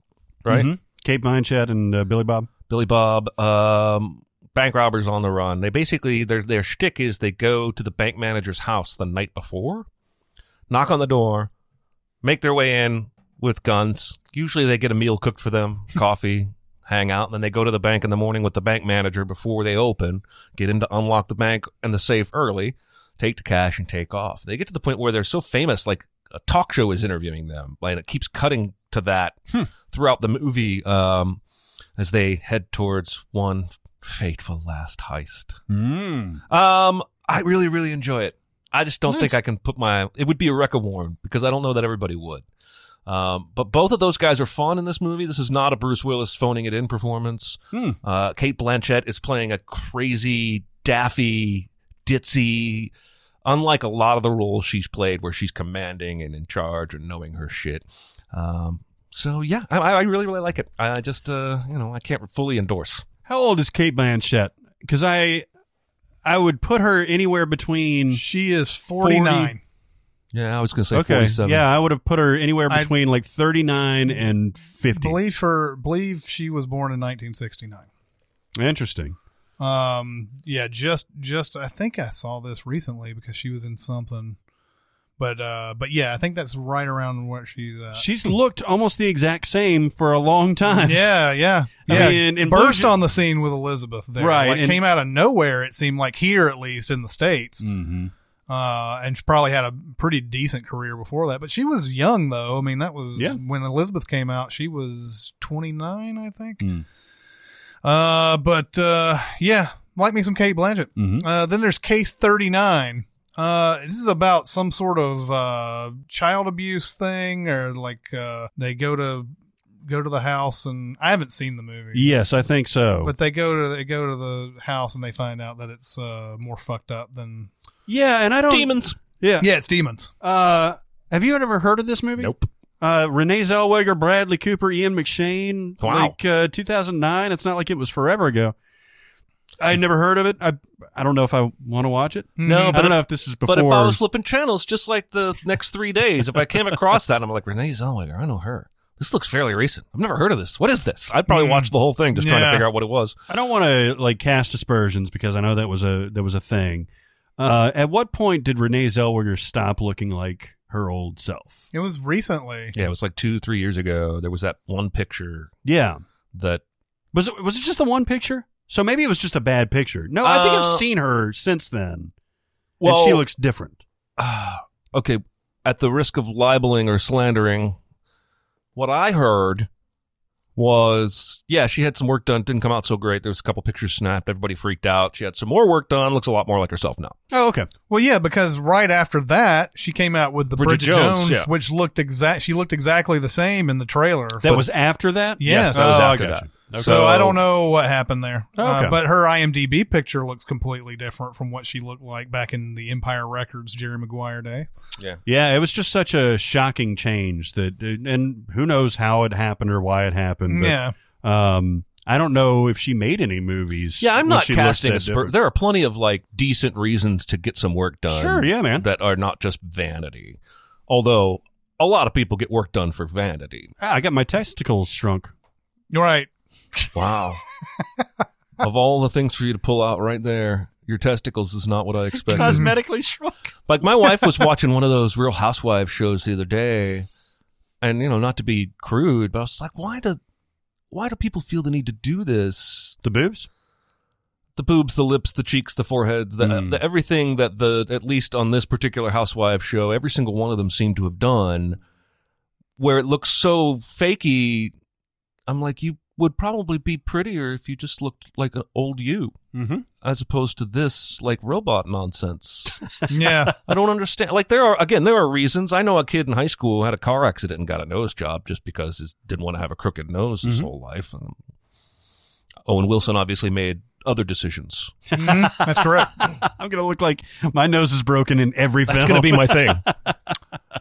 Speaker 4: right?
Speaker 2: Mhm. Kate Blanchett and uh, Billy Bob.
Speaker 4: Billy Bob, um, bank robbers on the run. They basically their their shtick is they go to the bank manager's house the night before, knock on the door, make their way in with guns. Usually they get a meal cooked for them, coffee, hang out, and then they go to the bank in the morning with the bank manager before they open, get him to unlock the bank and the safe early, take the cash and take off. They get to the point where they're so famous, like a talk show is interviewing them, like, and it keeps cutting to that throughout the movie. Um, as they head towards one fateful last heist.
Speaker 1: Mm.
Speaker 4: Um, I really, really enjoy it. I just don't think I can put my. It would be a record warm because I don't know that everybody would. Um, but both of those guys are fun in this movie. This is not a Bruce Willis phoning it in performance.
Speaker 2: Hmm.
Speaker 4: Uh, Kate Blanchett is playing a crazy, daffy, ditzy. Unlike a lot of the roles she's played, where she's commanding and in charge and knowing her shit. Um, so yeah, I, I really, really like it. I just, uh, you know, I can't fully endorse.
Speaker 2: How old is Kate Blanchett? Because I, I would put her anywhere between.
Speaker 1: she is forty nine.
Speaker 4: Yeah, I was gonna say
Speaker 2: okay,
Speaker 4: forty-seven.
Speaker 2: yeah, I would have put her anywhere
Speaker 1: I-
Speaker 2: between like thirty nine and fifty.
Speaker 1: Believe her. Believe she was born in nineteen sixty nine.
Speaker 2: Interesting.
Speaker 1: Um, yeah, just just I think I saw this recently because she was in something, but uh, but yeah, I think that's right around where she's at.
Speaker 2: She's looked almost the exact same for a long time.
Speaker 1: yeah, yeah,
Speaker 2: I
Speaker 1: yeah.
Speaker 2: mean, in
Speaker 1: burst
Speaker 2: Blue-
Speaker 1: on the scene with Elizabeth. There.
Speaker 2: Right,
Speaker 1: like,
Speaker 2: and-
Speaker 1: came out of nowhere. It seemed like here, at least in the states,
Speaker 2: Mm-hmm.
Speaker 1: uh, and she probably had a pretty decent career before that. But she was young though. I mean, that was
Speaker 2: Yeah.
Speaker 1: when Elizabeth came out. She was twenty nine, I think.
Speaker 2: Mm.
Speaker 1: Uh, but uh, yeah, like me some Kate Blanchett.
Speaker 2: Mm-hmm.
Speaker 1: Uh, then there's case 39. Uh, this is about some sort of uh, child abuse thing, or like uh, they go to go to the house, and I haven't seen the movie,
Speaker 2: Yes, I think so.
Speaker 1: but they go to they go to the house and they find out that it's uh, more fucked up than
Speaker 2: yeah, and I don't.
Speaker 4: demons.
Speaker 2: Yeah.
Speaker 1: yeah, it's demons.
Speaker 2: Uh, have you ever heard of this movie?
Speaker 4: Nope.
Speaker 2: Uh, Renee Zellweger, Bradley Cooper, Ian McShane.
Speaker 4: Wow.
Speaker 2: Like uh, 2009. It's not like it was forever ago. I never heard of it. I I don't know if I want to watch it.
Speaker 4: No,
Speaker 2: I
Speaker 4: but
Speaker 2: don't
Speaker 4: if,
Speaker 2: know if this is before.
Speaker 4: but if I was flipping channels, just like the next three days, if I came across that, I'm like Renee Zellweger. I know her. This looks fairly recent. I've never heard of this. What is this? I'd probably
Speaker 1: Mm.
Speaker 4: watch the whole thing just trying to
Speaker 1: Yeah.
Speaker 4: figure out what it was.
Speaker 2: I don't want to like cast aspersions because I know that was a that was a thing. Uh, at what point did Renee Zellweger stop looking like her old self?
Speaker 1: It was recently.
Speaker 4: Yeah, it was like two, three years ago. There was that one picture
Speaker 2: Yeah.
Speaker 4: that
Speaker 2: Was it was it just the one picture? So maybe it was just a bad picture. No, I think
Speaker 4: Uh,
Speaker 2: I've seen her since then. and she
Speaker 4: Well-
Speaker 2: looks different.
Speaker 4: okay, at the risk of libeling or slandering, what I heard was yeah, she had some work done, didn't come out so great. There was a couple pictures snapped, everybody freaked out. She had some more work done, looks a lot more like herself now.
Speaker 2: Oh, okay.
Speaker 1: Well, yeah, because right after that, she came out with the Bridget,
Speaker 4: Bridget
Speaker 1: Jones,
Speaker 4: Jones, yeah.
Speaker 1: which looked exact. She looked exactly the same in the trailer.
Speaker 2: That was after that.
Speaker 1: Yes.
Speaker 4: that was
Speaker 2: Oh, I
Speaker 4: after
Speaker 2: got
Speaker 4: that.
Speaker 2: you.
Speaker 1: so I don't know what happened there. Uh,
Speaker 2: Okay.
Speaker 1: but her IMDb picture looks completely different from what she looked like back in the Empire Records Jerry Maguire day.
Speaker 2: Yeah, it was just such a shocking change that, uh, and who knows how it happened or why it happened. But,
Speaker 1: yeah,
Speaker 2: Um, I don't know if she made any movies.
Speaker 4: Yeah, I'm
Speaker 2: when
Speaker 4: not
Speaker 2: she looked
Speaker 4: casting
Speaker 2: that
Speaker 4: a spur.
Speaker 2: different.
Speaker 4: There are plenty of like decent reasons to get some work done.
Speaker 2: Sure, yeah, man.
Speaker 4: That are not just vanity. Although a lot of people get work done for vanity.
Speaker 2: Ah, I got my testicles shrunk.
Speaker 1: you're right.
Speaker 4: Wow. of all the things for you to pull out right there, your testicles is not what I expected.
Speaker 2: Cosmetically shrunk.
Speaker 4: Like my wife was watching one of those Real Housewives shows the other day, and you know, not to be crude, but I was like, why do, why do people feel the need to do this?
Speaker 2: The boobs?
Speaker 4: The boobs, the lips, the cheeks, the foreheads, the,
Speaker 2: Hmm.
Speaker 4: the everything that the at least on this particular Housewives show, every single one of them seemed to have done, where it looks so fakey. I'm like, you would probably be prettier if you just looked like an old you,
Speaker 2: Mhm.
Speaker 4: as opposed to this like robot nonsense.
Speaker 1: Yeah,
Speaker 4: I don't understand. Like there are again, there are reasons. I know a kid in high school who had a car accident and got a nose job just because he didn't want to have a crooked nose his whole life. And Owen Wilson obviously made other decisions.
Speaker 1: Mhm, that's correct.
Speaker 2: I'm going to look like my nose is broken in every film.
Speaker 4: my thing.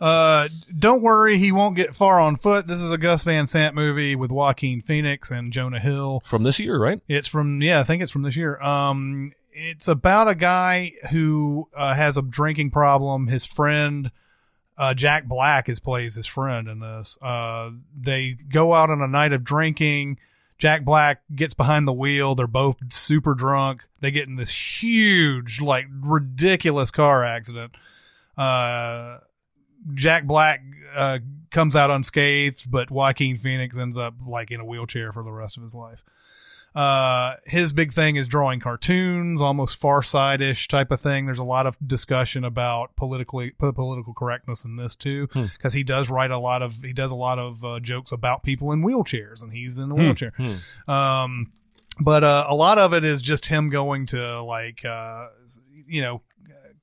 Speaker 1: Uh, don't worry, he won't get far on foot. This is a Gus Van Sant movie with Joaquin Phoenix and Jonah Hill.
Speaker 4: From this year, right?
Speaker 1: It's from yeah, I think it's from this year. Um, it's about a guy who uh, has a drinking problem. His friend uh, Jack Black is plays his friend in this. Uh, they go out on a night of drinking. Jack Black gets behind the wheel. They're both super drunk. They get in this huge, like ridiculous car accident. Uh, Jack Black uh, comes out unscathed, but Joaquin Phoenix ends up like in a wheelchair for the rest of his life uh his big thing is drawing cartoons almost far side-ish type of thing there's a lot of discussion about politically po- political correctness in this too because he does write a lot of he does a lot of uh, jokes about people in wheelchairs and he's in a wheelchair um but uh a lot of it is just him going to like uh you know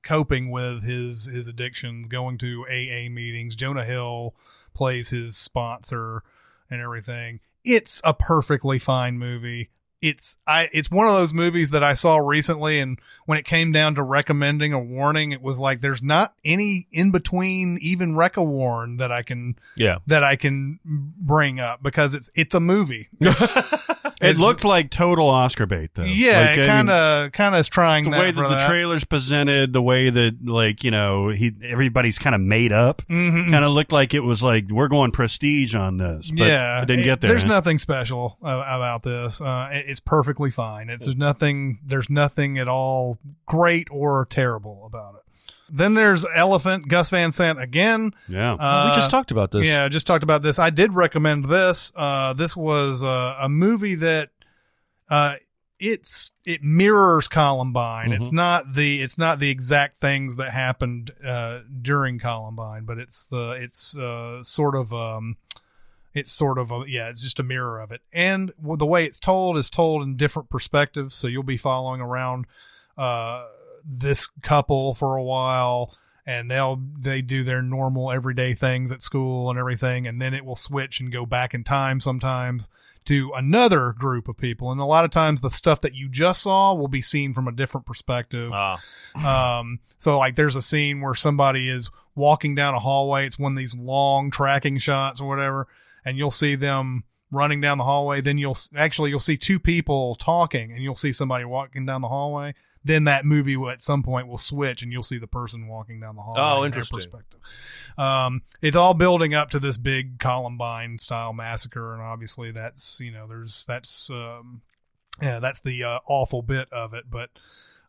Speaker 1: coping with his his addictions going to aa meetings jonah hill plays his sponsor and everything. It's a perfectly fine movie. It's I it's one of those movies that I saw recently and when it came down to recommending a warning, it was like there's not any in between even rec a warn that I can
Speaker 4: Yeah.
Speaker 1: that I can bring up because it's it's a movie. It's-
Speaker 2: it
Speaker 1: it's-
Speaker 2: looked like total Oscar bait, though.
Speaker 1: yeah,
Speaker 2: Like,
Speaker 1: it
Speaker 2: I mean,
Speaker 1: kind of kind of is trying
Speaker 2: the
Speaker 1: that
Speaker 2: way that
Speaker 1: for
Speaker 2: the
Speaker 1: that.
Speaker 2: trailers presented, the way that like you know he everybody's kind of made up,
Speaker 1: Mhm.
Speaker 2: kind of looked like it was like we're going prestige on this. But
Speaker 1: yeah,
Speaker 2: I didn't
Speaker 1: it-
Speaker 2: get there.
Speaker 1: There's
Speaker 2: huh?
Speaker 1: nothing special uh, about this. Uh, it- it's perfectly fine. It's there's nothing. There's nothing at all great or terrible about it. Then there's Elephant Gus Van Sant again.
Speaker 2: Yeah,
Speaker 1: Uh,
Speaker 4: we just talked about this.
Speaker 1: yeah, just talked about this. I did recommend this. Uh, this was uh, a movie that uh, it's it mirrors Columbine. It's
Speaker 4: Mm-hmm.
Speaker 1: not the it's not the exact things that happened uh, during Columbine, but it's the it's uh, sort of um, it's sort of a, yeah, it's just a mirror of it. And w- the way it's told is told in different perspectives, so you'll be following around uh, this couple for a while and they'll they do their normal everyday things at school and everything and then it will switch and go back in time sometimes to another group of people and a lot of times the stuff that you just saw will be seen from a different perspective
Speaker 4: Ah.
Speaker 1: um so like there's a scene where somebody is walking down a hallway it's one of these long tracking shots or whatever and you'll see them running down the hallway then you'll actually you'll see two people talking and you'll see somebody walking down the hallway then that movie will, at some point will switch and you'll see the person walking down the hallway
Speaker 4: Oh,
Speaker 1: in their
Speaker 4: interesting.
Speaker 1: perspective um it's all building up to this big columbine style massacre and obviously that's you know there's that's um yeah that's the uh, awful bit of it but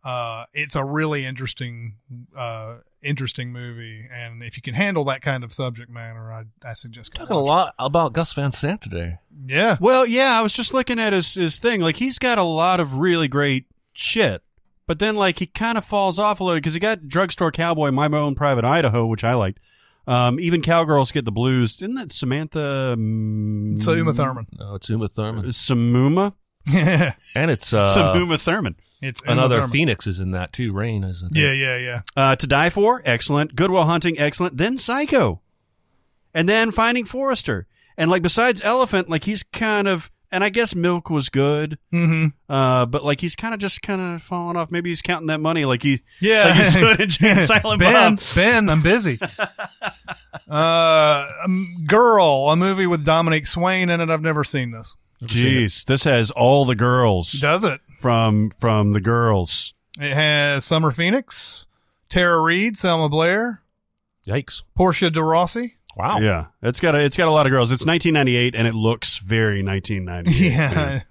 Speaker 1: uh, it's a really interesting, uh, interesting movie, and if you can handle that kind of subject matter, I, I suggest go
Speaker 4: Talking a
Speaker 1: watch
Speaker 4: lot about Gus Van Sant today.
Speaker 1: it. Yeah,
Speaker 2: Well, yeah, I was just looking at his his thing. Like he's got a lot of really great shit. But then, like, he kind of falls off a little because he got Drugstore Cowboy, My Own Private Idaho, which I liked. Um, even Cowgirls Get the Blues. Isn't that Samantha mm,
Speaker 1: So Uma Thurman.
Speaker 4: No, it's Uma Thurman,
Speaker 2: Samuma?
Speaker 1: it's
Speaker 4: and it's uh,
Speaker 2: Samuma Thurman.
Speaker 1: Uma
Speaker 4: another
Speaker 1: Thurman.
Speaker 4: Phoenix is in that too. Rain is in
Speaker 1: Yeah, yeah, yeah.
Speaker 2: Uh, to Die For, excellent. Goodwill Hunting, excellent. Then Psycho. And then Finding Forrester. And like besides Elephant, like he's kind of and I guess Milk was good.
Speaker 1: Mm-hmm.
Speaker 2: Uh, but like he's kind of just kind of falling off. Maybe he's counting that money like he
Speaker 1: Yeah.
Speaker 2: like he stood in Jane Silent
Speaker 1: ben,
Speaker 2: Bob.
Speaker 1: Ben, I'm busy. uh, um, Girl, a movie with Dominic Swain in it. I've never seen this.
Speaker 2: Jeez, this has all the girls
Speaker 1: Does it?
Speaker 2: from from the girls.
Speaker 1: It has Summer Phoenix, Tara Reid, Selma Blair,
Speaker 4: there. Yikes!
Speaker 1: Portia de Rossi.
Speaker 4: Wow.
Speaker 2: Yeah, it's got a it's got a lot of girls. It's 1998 and it looks very 1998.
Speaker 1: Yeah.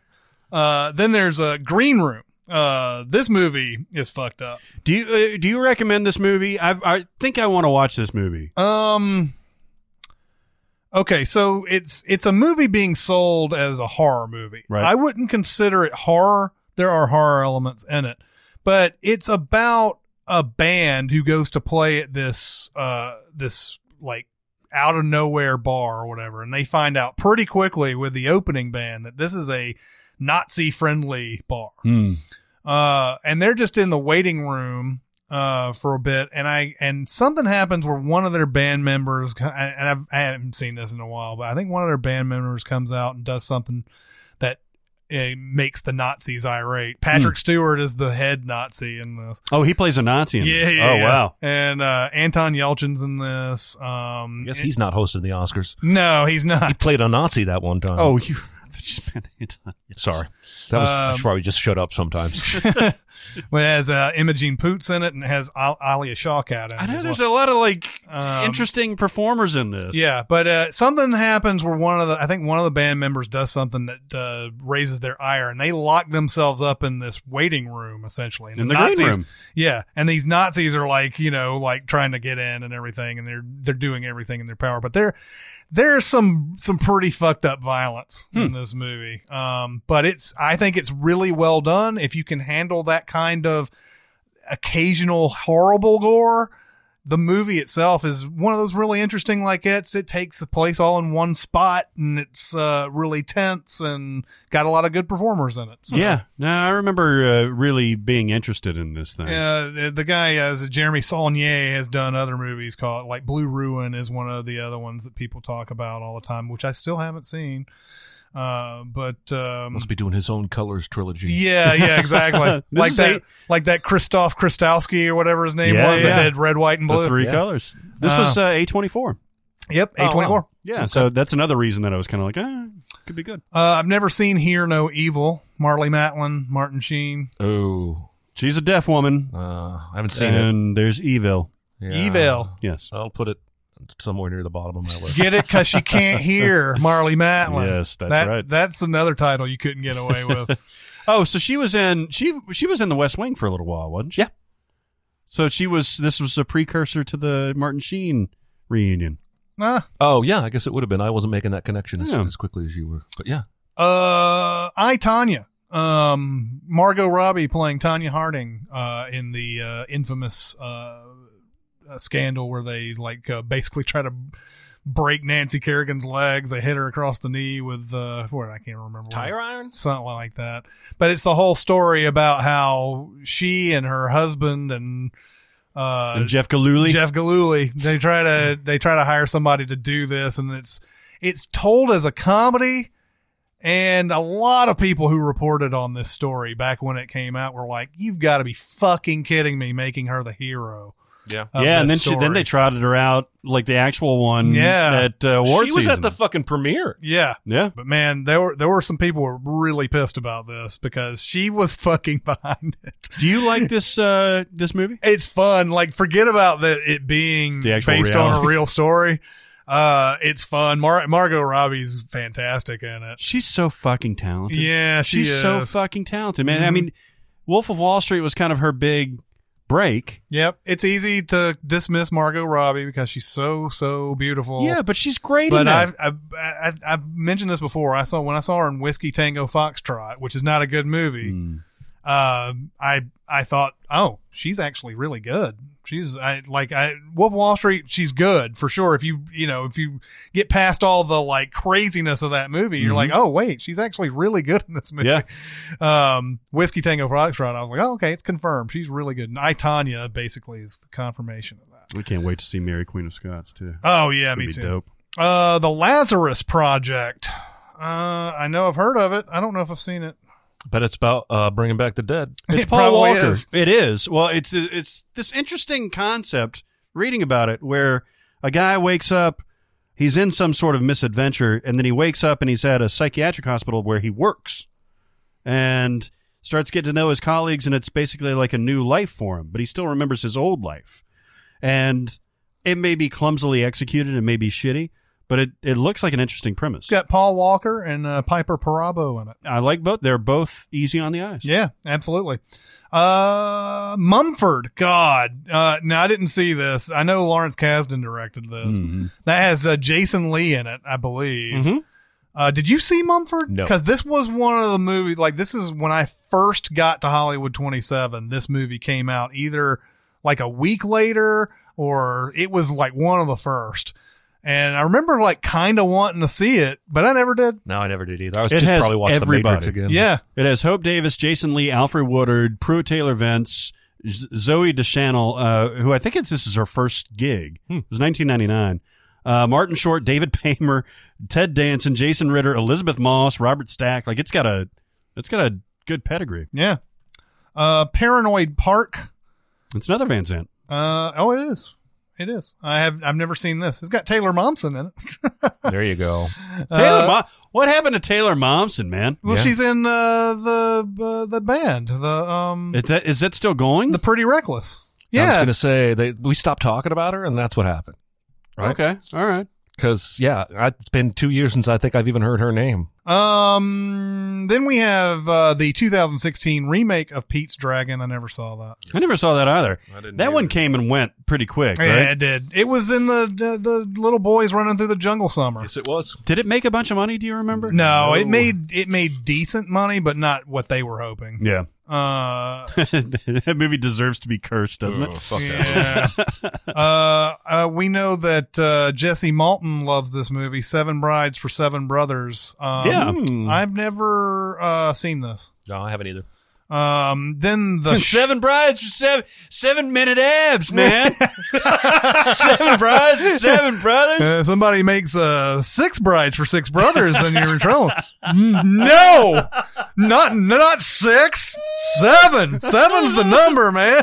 Speaker 1: Uh, then there's uh, Green Room. Uh, this movie is fucked up.
Speaker 2: Do you uh, do you recommend this movie? I've, I think I want to watch this movie.
Speaker 1: Um. Okay, so it's it's a movie being sold as a horror movie.
Speaker 2: Right.
Speaker 1: I wouldn't consider it horror. There are horror elements in it, but it's about a band who goes to play at this uh this like out of nowhere bar or whatever, and they find out pretty quickly with the opening band that this is a Nazi friendly bar. Uh, and they're just in the waiting room uh for a bit and i and something happens where one of their band members co- and I've, i haven't seen this in a while but i think one of their band members comes out and does something that uh, makes the nazis irate patrick
Speaker 2: Hmm.
Speaker 1: stewart is the head nazi in this
Speaker 2: Oh, he plays a Nazi. In
Speaker 1: yeah,
Speaker 2: this.
Speaker 1: yeah
Speaker 2: oh
Speaker 1: yeah.
Speaker 2: wow.
Speaker 1: and uh anton yelchin's in this um
Speaker 4: I guess he's not hosting the Oscars.
Speaker 1: no he's not
Speaker 4: He played a Nazi that one time.
Speaker 2: Oh, you. I thought you just meant Anton.
Speaker 4: sorry. That was
Speaker 1: Um,
Speaker 4: that's why we just shut up sometimes.
Speaker 1: well, it has uh, imogene poots in it and it has Al- alia shawkat in it
Speaker 2: I know
Speaker 1: as
Speaker 2: there's a lot of like
Speaker 1: Um,
Speaker 2: interesting performers in this.
Speaker 1: Yeah, but uh, something happens where one of the I think one of the band members does something that uh, raises their ire, and they lock themselves up in this waiting room essentially. And
Speaker 2: In the green room.
Speaker 1: Yeah, and these Nazis are like you know like trying to get in and everything, and they're they're doing everything in their power, but they're there's some some pretty fucked up violence
Speaker 2: Hmm.
Speaker 1: in this movie. Um, but it's I think it's really well done if you can handle that kind of occasional horrible gore. The movie itself is one of those really interesting like it's it takes place all in one spot and it's uh, really tense and got a lot of good performers in it. So,
Speaker 2: Yeah. No, I remember uh, really being interested in this thing.
Speaker 1: uh, the- the guy uh, is Jeremy Saulnier has done other movies called like Blue Ruin is one of the other ones that people talk about all the time, which I still haven't seen. Uh, but um,
Speaker 4: Must be doing his own colors trilogy.
Speaker 1: yeah, yeah, exactly.
Speaker 2: This
Speaker 1: like
Speaker 2: is
Speaker 1: that,
Speaker 2: a-
Speaker 1: like that Christoph Krastowski or whatever his name
Speaker 2: Yeah,
Speaker 1: was that
Speaker 2: yeah.
Speaker 1: did Red, White, and Blue.
Speaker 2: The three
Speaker 4: Yeah.
Speaker 2: colors. This was uh, A24.
Speaker 1: Yep,
Speaker 4: Oh,
Speaker 1: A twenty four.
Speaker 4: wow.
Speaker 2: Yeah. So that's another reason that I was kind of like, ah, could be good.
Speaker 1: Uh, I've never seen Hear No Evil. Marley Matlin, Martin Sheen,
Speaker 4: Oh,
Speaker 2: She's a deaf woman.
Speaker 4: uh, I haven't seen it.
Speaker 2: And there's Evil.
Speaker 4: Yeah.
Speaker 1: Evil.
Speaker 2: Yes.
Speaker 4: I'll put it somewhere near the bottom of my list.
Speaker 1: Get it? Cause she can't hear Marley Matlin.
Speaker 2: Yes, that's
Speaker 1: That-
Speaker 2: right.
Speaker 1: That's another title you couldn't get away with.
Speaker 2: Oh, so she was in she she was in the West Wing for a little while, wasn't she?
Speaker 4: Yeah.
Speaker 2: So she was this was a precursor to the Martin Sheen reunion.
Speaker 1: Nah.
Speaker 4: Oh yeah, I guess it would have been. I wasn't making that connection as,
Speaker 2: Yeah.
Speaker 4: as quickly as you were. But yeah,
Speaker 1: Uh, I Tanya. Um, Margot Robbie playing Tanya Harding. Uh, in the uh, infamous uh, uh, scandal where they like uh, basically try to break Nancy Kerrigan's legs. They hit her across the knee with uh, what I can't remember. what-
Speaker 4: iron.
Speaker 1: something like that. But it's the whole story about how she and her husband and uh,
Speaker 2: and Jeff Galooly.
Speaker 1: Jeff Galooly. They try to they try to hire somebody to do this, and it's it's told as a comedy. And a lot of people who reported on this story back when it came out were like, "You've got to be fucking kidding me!" Making her the hero.
Speaker 4: Yeah.
Speaker 1: of
Speaker 2: yeah, and then
Speaker 1: this
Speaker 2: she then
Speaker 1: story.
Speaker 2: they trotted her out like the actual one
Speaker 1: Yeah.
Speaker 2: at uh, award
Speaker 4: she was at
Speaker 2: season.
Speaker 4: the fucking premiere.
Speaker 1: yeah.
Speaker 2: yeah.
Speaker 1: But man, there were there were some people who were really pissed about this because she was fucking behind it.
Speaker 2: Do you like this uh this movie?
Speaker 1: it's fun. Like forget about that it being
Speaker 2: The
Speaker 1: based
Speaker 2: actual
Speaker 1: on a
Speaker 2: reality.
Speaker 1: real story. Uh, it's fun. Mar- Margot Robbie's fantastic in it.
Speaker 2: She's so fucking talented.
Speaker 1: Yeah, she
Speaker 2: she's
Speaker 1: is.
Speaker 2: so fucking talented, man. I
Speaker 1: Mhm.
Speaker 2: mean, Wolf of Wall Street was kind of her big break.
Speaker 1: yep, it's easy to dismiss Margot Robbie because she's so so beautiful.
Speaker 2: yeah, but she's great in
Speaker 1: But
Speaker 2: that.
Speaker 1: I've, I've, i
Speaker 2: Hmm.
Speaker 1: I've mentioned this before. I saw when I saw her in Whiskey Tango Foxtrot, which is not a good movie. um, I I thought, oh, she's actually really good. She's I like I Wolf of Wall Street. She's good for sure. If you you know if you get past all the like craziness of that movie,
Speaker 2: Mm-hmm.
Speaker 1: you're like, oh wait, she's actually really good in this movie.
Speaker 2: Yeah.
Speaker 1: Um, Whiskey Tango Foxtrot. I was like, oh okay, it's confirmed. She's really good. And I Tanya basically is the confirmation of that.
Speaker 2: We can't wait to see Mary Queen of Scots too.
Speaker 1: Oh yeah,
Speaker 2: That'd
Speaker 1: me
Speaker 2: be
Speaker 1: too.
Speaker 2: dope.
Speaker 1: Uh, the Lazarus Project. Uh, I know I've heard of it. I don't know if I've seen it.
Speaker 4: But it's about uh, bringing back the dead.
Speaker 2: It's
Speaker 1: It
Speaker 2: Paul
Speaker 1: probably
Speaker 2: Walker.
Speaker 1: is.
Speaker 2: It is. Well, it's it's this interesting concept reading about it where a guy wakes up, he's in some sort of misadventure and then he wakes up and he's at a psychiatric hospital where he works and starts getting to know his colleagues and it's basically like a new life for him, but he still remembers his old life. And it may be clumsily executed, it may be shitty, but it, it looks like an interesting premise.
Speaker 1: It's got Paul Walker and uh, Piper Parabo in it.
Speaker 2: I like both. They're both easy on the eyes.
Speaker 1: Yeah, absolutely. Uh, Mumford. God. Uh, now I didn't see this. I know Lawrence Kasdan directed this. That has uh, Jason Lee in it, I believe.
Speaker 4: Mhm.
Speaker 1: Uh, did you see Mumford?
Speaker 4: No.
Speaker 1: Because this was one of the movies. Like this is when I first got to Hollywood 27. This movie came out either like a week later or it was like one of the first. And I remember like kind of wanting to see it, but I never did.
Speaker 4: No, I never did either. I was
Speaker 2: It
Speaker 4: just
Speaker 2: has
Speaker 4: probably watching The Matrix
Speaker 2: everybody.
Speaker 4: again.
Speaker 1: Yeah.
Speaker 2: It has Hope Davis, Jason Lee, Alfred Woodard, Pruitt Taylor Vance, Z- Zoe Deschanel, uh, who I think it's this is her first gig.
Speaker 1: Hmm.
Speaker 2: It was 1999. Uh, Martin Short, David Paymer, Ted Danson, Jason Ritter, Elizabeth Moss, Robert Stack. Like it's got a, it's got a good pedigree.
Speaker 1: Yeah. Uh, Paranoid Park.
Speaker 2: It's another Van Zant.
Speaker 1: Uh, oh, it is. It is. I have. I've never seen this. It's got Taylor Momsen in it.
Speaker 4: There you go.
Speaker 2: Taylor, Mo- what happened to Taylor Momsen, man?
Speaker 1: Uh, Well,
Speaker 4: Yeah.
Speaker 1: she's in uh, the uh, the band, the um,
Speaker 2: Is that is that still going?
Speaker 1: the Pretty Reckless.
Speaker 4: I was
Speaker 1: Yeah,
Speaker 4: going to say they we stopped talking about her, and that's what happened. right.
Speaker 2: Okay, all right.
Speaker 4: Because yeah, I, it's been two years since I think I've even heard her name.
Speaker 1: Um, then we have uh, the 2016 remake of Pete's Dragon. I never saw that.
Speaker 2: I never saw that either.
Speaker 4: didn't
Speaker 2: that one came and went pretty quick. Right?
Speaker 1: Yeah, it did. It was in the, the the little boys running through the jungle summer.
Speaker 4: it was.
Speaker 2: Did it make a bunch of money? Do you remember?
Speaker 1: No, it made it made decent money, but not what they were hoping.
Speaker 2: Yeah.
Speaker 1: Uh,
Speaker 2: that movie deserves to be cursed, doesn't it?
Speaker 1: Yeah. uh, uh, we know that uh, Jesse Malton loves this movie, Seven Brides for Seven Brothers. Um,
Speaker 2: Yeah.
Speaker 1: I've never uh, seen this.
Speaker 4: No, I haven't either.
Speaker 1: Um, then
Speaker 4: Oh.
Speaker 1: the
Speaker 2: Seven brides for seven seven minute abs, man. seven brides for seven brothers.
Speaker 1: Uh, somebody makes uh, six brides for six brothers, then you're in trouble. N- No, not not six, seven. Seven's the number, man.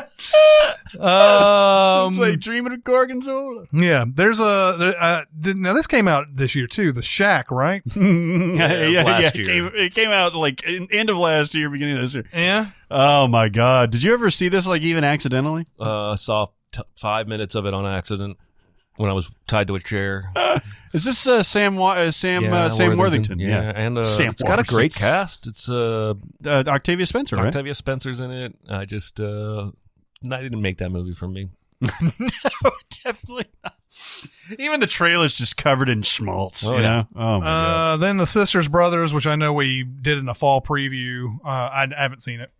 Speaker 1: Um,
Speaker 2: dreaming of Gorgonzola.
Speaker 1: yeah, there's a uh, did, now this came out this year too. The Shack, right?
Speaker 2: yeah,
Speaker 4: it was last
Speaker 2: It
Speaker 4: year.
Speaker 2: came, it came out like in, end of last year, beginning of this year.
Speaker 1: Yeah.
Speaker 2: Oh my god! Did you ever see this like even accidentally?
Speaker 4: Uh, saw t- five minutes of it on accident when I was tied to a chair.
Speaker 2: Is this uh, Sam Wa- uh, Sam uh, Sam Worthington?
Speaker 4: Yeah, and uh,
Speaker 2: Sam
Speaker 4: it's got a
Speaker 2: Worthington.
Speaker 4: great cast. It's uh,
Speaker 2: Uh, Octavia Spencer, right?
Speaker 4: Octavia Spencer's in it. I just uh, no, I didn't make that movie for me.
Speaker 2: Definitely. Not. Even the trailer's just covered in schmaltz.
Speaker 4: Oh,
Speaker 2: you
Speaker 4: yeah.
Speaker 2: know? Oh my god.
Speaker 1: Uh, then the Sisters Brothers, which I know we did in a fall preview. Uh, I, I haven't seen it.